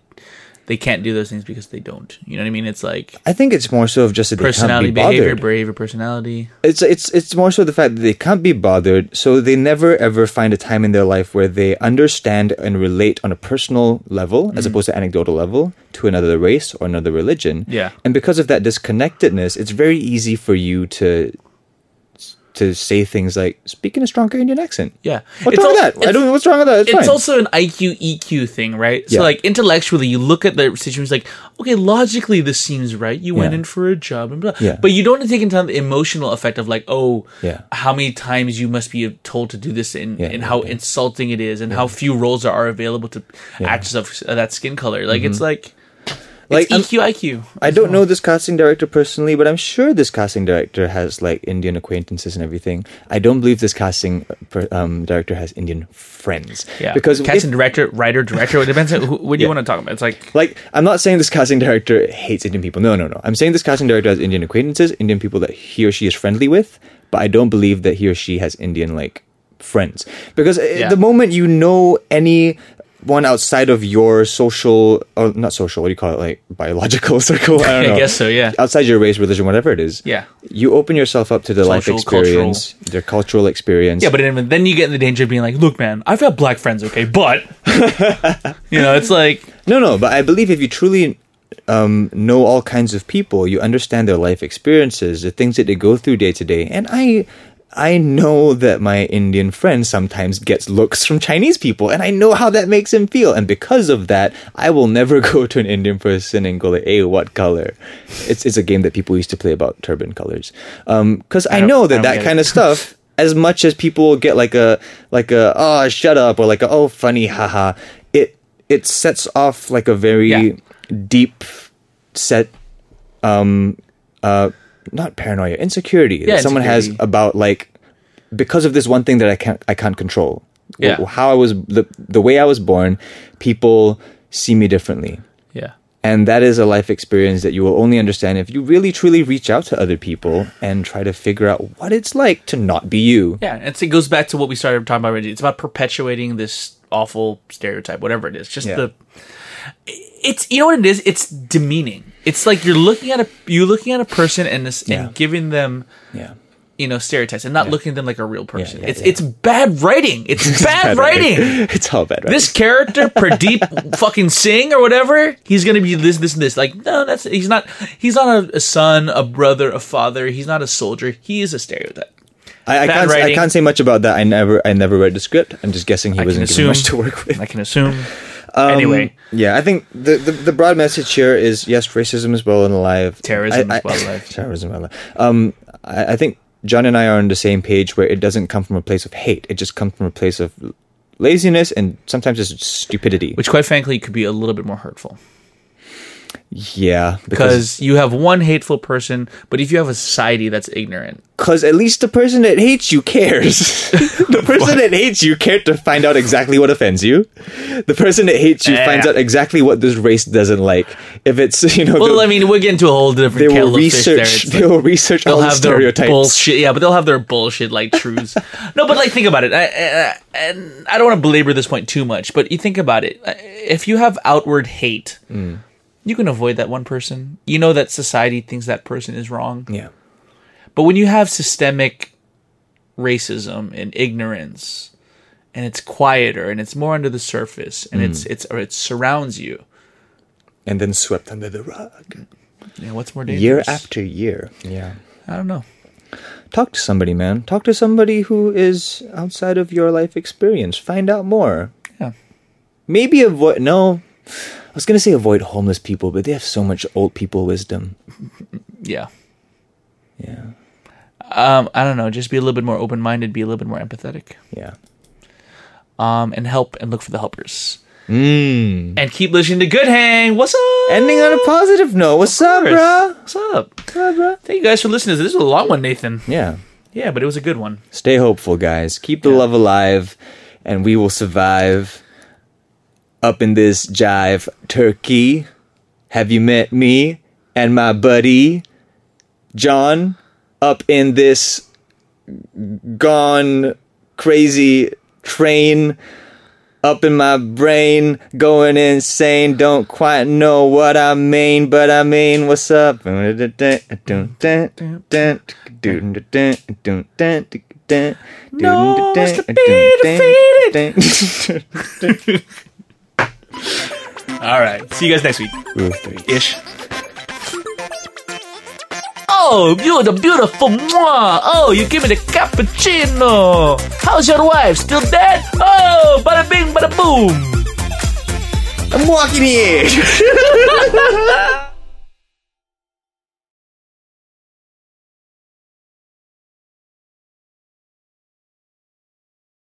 S1: they can't do those things because they don't? You know what I mean? It's like
S2: I think it's more so of just that they can't
S1: personality,
S2: be
S1: behavior,
S2: bothered.
S1: behavior, personality.
S2: It's it's it's more so the fact that they can't be bothered, so they never ever find a time in their life where they understand and relate on a personal level, as
S1: Mm.
S2: opposed to anecdotal level, to another race or another religion.
S1: Yeah.
S2: And because of that disconnectedness, it's very easy for you to to say things like "speak in a stronger Indian accent."
S1: Yeah,
S2: What's
S1: It's
S2: wrong
S1: al-
S2: with that? I
S1: it's-
S2: don't. What's wrong with that? It's,
S1: It's
S2: fine.
S1: also an IQ EQ thing, right?
S2: Yeah.
S1: So like intellectually, you look at the situation it's like, okay, logically this seems right. You went
S2: Yeah.
S1: in for a job, and blah.
S2: Yeah.
S1: but you don't take into account the emotional effect of like, oh,
S2: Yeah.
S1: how many times you must be told to do this, and,
S2: Yeah,
S1: and
S2: yeah,
S1: how
S2: yeah.
S1: insulting it is, and how few roles there are available to actors of uh, that skin color. Like it's like,
S2: Mm-hmm.
S1: E
S2: Like,
S1: like
S2: I'm-
S1: EQ IQ.
S2: I don't know this casting director personally, but I'm sure this casting director has like Indian acquaintances and everything. I don't believe this casting uh, per, um, director has Indian friends.
S1: Yeah,
S2: Because
S1: cast
S2: if-
S1: and director, writer, director. It depends on who, what do
S2: Yeah.
S1: you want to talk about. It's like
S2: like, I'm not saying this casting director hates Indian people. No, no, no. I'm saying this casting director has Indian acquaintances, Indian people that he or she is friendly with, but I don't believe that he or she has Indian like friends. Because uh,
S1: Yeah.
S2: the moment you know any one outside of your social, or not social, what do you call it? Like biological <laughs> circle? I don't
S1: <laughs> I
S2: know.
S1: guess so, yeah.
S2: Outside your race, religion, whatever it is.
S1: Yeah.
S2: You open yourself up to their life
S1: Social, cultural.
S2: experience, their cultural experience.
S1: Yeah, but then then you get in the danger of being like, look, man, I've got black friends, okay, but <laughs> you know, it's like
S2: No, no, but I believe if you truly um, know all kinds of people, you understand their life experiences, the things that they go through day to day. And I, I know that my Indian friend sometimes gets looks from Chinese people, and I know how that makes him feel. And because of that, I will never <laughs> go to an Indian person and go like, "Hey, what color?" It's it's a game that people used to play about turban colors, because I,
S1: don't-
S2: know
S1: I don't get
S2: that that
S1: it.
S2: kind
S1: <laughs>
S2: of stuff. As much as people get like a like a oh shut up or like a oh funny haha, it it sets off like a very
S1: Yeah.
S2: deep set um uh not paranoia insecurity
S1: Yeah,
S2: that someone has
S1: insecurity.
S2: about like because of this one thing that I can't I can't control.
S1: Yeah.
S2: Wh- How I was the the way I was born, people see me differently.
S1: Yeah.
S2: And that is a life experience that you will only understand if you really truly reach out to other people and try to figure out what it's like to not be you.
S1: Yeah, it's, it goes back to what we started talking about. already. It's about perpetuating this awful stereotype, whatever it is. Just
S2: Yeah.
S1: the, it's you know what it is. It's demeaning. It's like you're looking at a you're looking at a person and this
S2: Yeah.
S1: and giving them
S2: Yeah.
S1: you know stereotypes and not looking at them like a real person.
S2: yeah,
S1: it's
S2: yeah.
S1: it's bad writing.
S2: <laughs>
S1: It's bad writing.
S2: It's all bad writing.
S1: This character Pradeep fucking Singh or whatever, he's gonna be this, this, and this. Like, no, that's he's not. He's not a, a son, a brother, a father. He's not a soldier. He is a stereotype.
S2: I, I
S1: bad
S2: can't I
S1: writing.
S2: can't say much about that. I never I never read the script. I'm just guessing he
S1: I can
S2: wasn't given
S1: assume.
S2: much to work with.
S1: I can assume. <laughs>
S2: Um,
S1: anyway,
S2: Yeah, I think the, the, the broad message here is yes, racism is well and alive.
S1: Terrorism
S2: I-
S1: is well
S2: I-
S1: alive.
S2: terrorism is well alive. Um, I, I think John and I are on the same page where it doesn't come from a place of hate. It just comes from a place of laziness and sometimes it's just stupidity.
S1: which quite frankly could be a little bit more hurtful
S2: yeah,
S1: because you have one hateful person, but if you have a society that's ignorant,
S2: because at least the person that hates you cares. <laughs> the person that hates you cared to find out exactly what offends you. The person that hates you finds
S1: Yeah.
S2: out exactly what this race doesn't like. If it's <laughs> you know,
S1: well,
S2: the-
S1: I mean, we're getting to a whole different.
S2: they
S1: kettle
S2: will
S1: of fish there.
S2: research.
S1: It's
S2: They
S1: like-
S2: will research all
S1: they'll
S2: the
S1: have their
S2: stereotypes.
S1: bullshit. Yeah, but they'll have their bullshit like
S2: <laughs>
S1: truths. no, but like think about it. I, I, and I don't want to belabor this point too much, but you think about it. If you have outward hate,
S2: Mm.
S1: you can avoid that one person. You know that society thinks that person is wrong,
S2: Yeah.
S1: but when you have systemic racism and ignorance, and it's quieter and it's more under the surface
S2: Mm.
S1: and it's it's or it surrounds you.
S2: and then swept under the rug
S1: You know, what's more
S2: year
S1: dangerous?
S2: after year. Yeah.
S1: I don't know.
S2: Talk to somebody, man. Talk to somebody who is outside of your life experience. Find out more.
S1: Yeah.
S2: Maybe avoid. No, I was gonna say avoid homeless people, but they have so much old people wisdom.
S1: Yeah.
S2: Yeah.
S1: Um, I don't know. Just be a little bit more open minded. Be a little bit more empathetic.
S2: Yeah.
S1: Um, and help and look for the helpers.
S2: Mm.
S1: And keep listening to Good Hang. What's up?
S2: Ending on a positive note. What's up, bruh?
S1: What's up?
S2: What's up, bruh?
S1: Thank you guys for listening. to This This was a long one, Nathan.
S2: Yeah.
S1: Yeah, but it was a good one.
S2: Stay hopeful, guys. Keep the love alive, and we will survive. Up in this jive, Turkey. Have you met me and my buddy, John? Up in this gone crazy train. Up in my brain, going insane. Don't quite know what I mean, but I mean, what's up?
S1: No, must be
S2: <laughs>
S1: defeated. All right. See you guys next week.
S2: Rule three.
S1: Ish. Oh, you're the beautiful mwah. Oh, you give me the cappuccino. How's your wife? Still dead? Oh, bada bing, bada boom.
S2: 뭐 I'm walking here.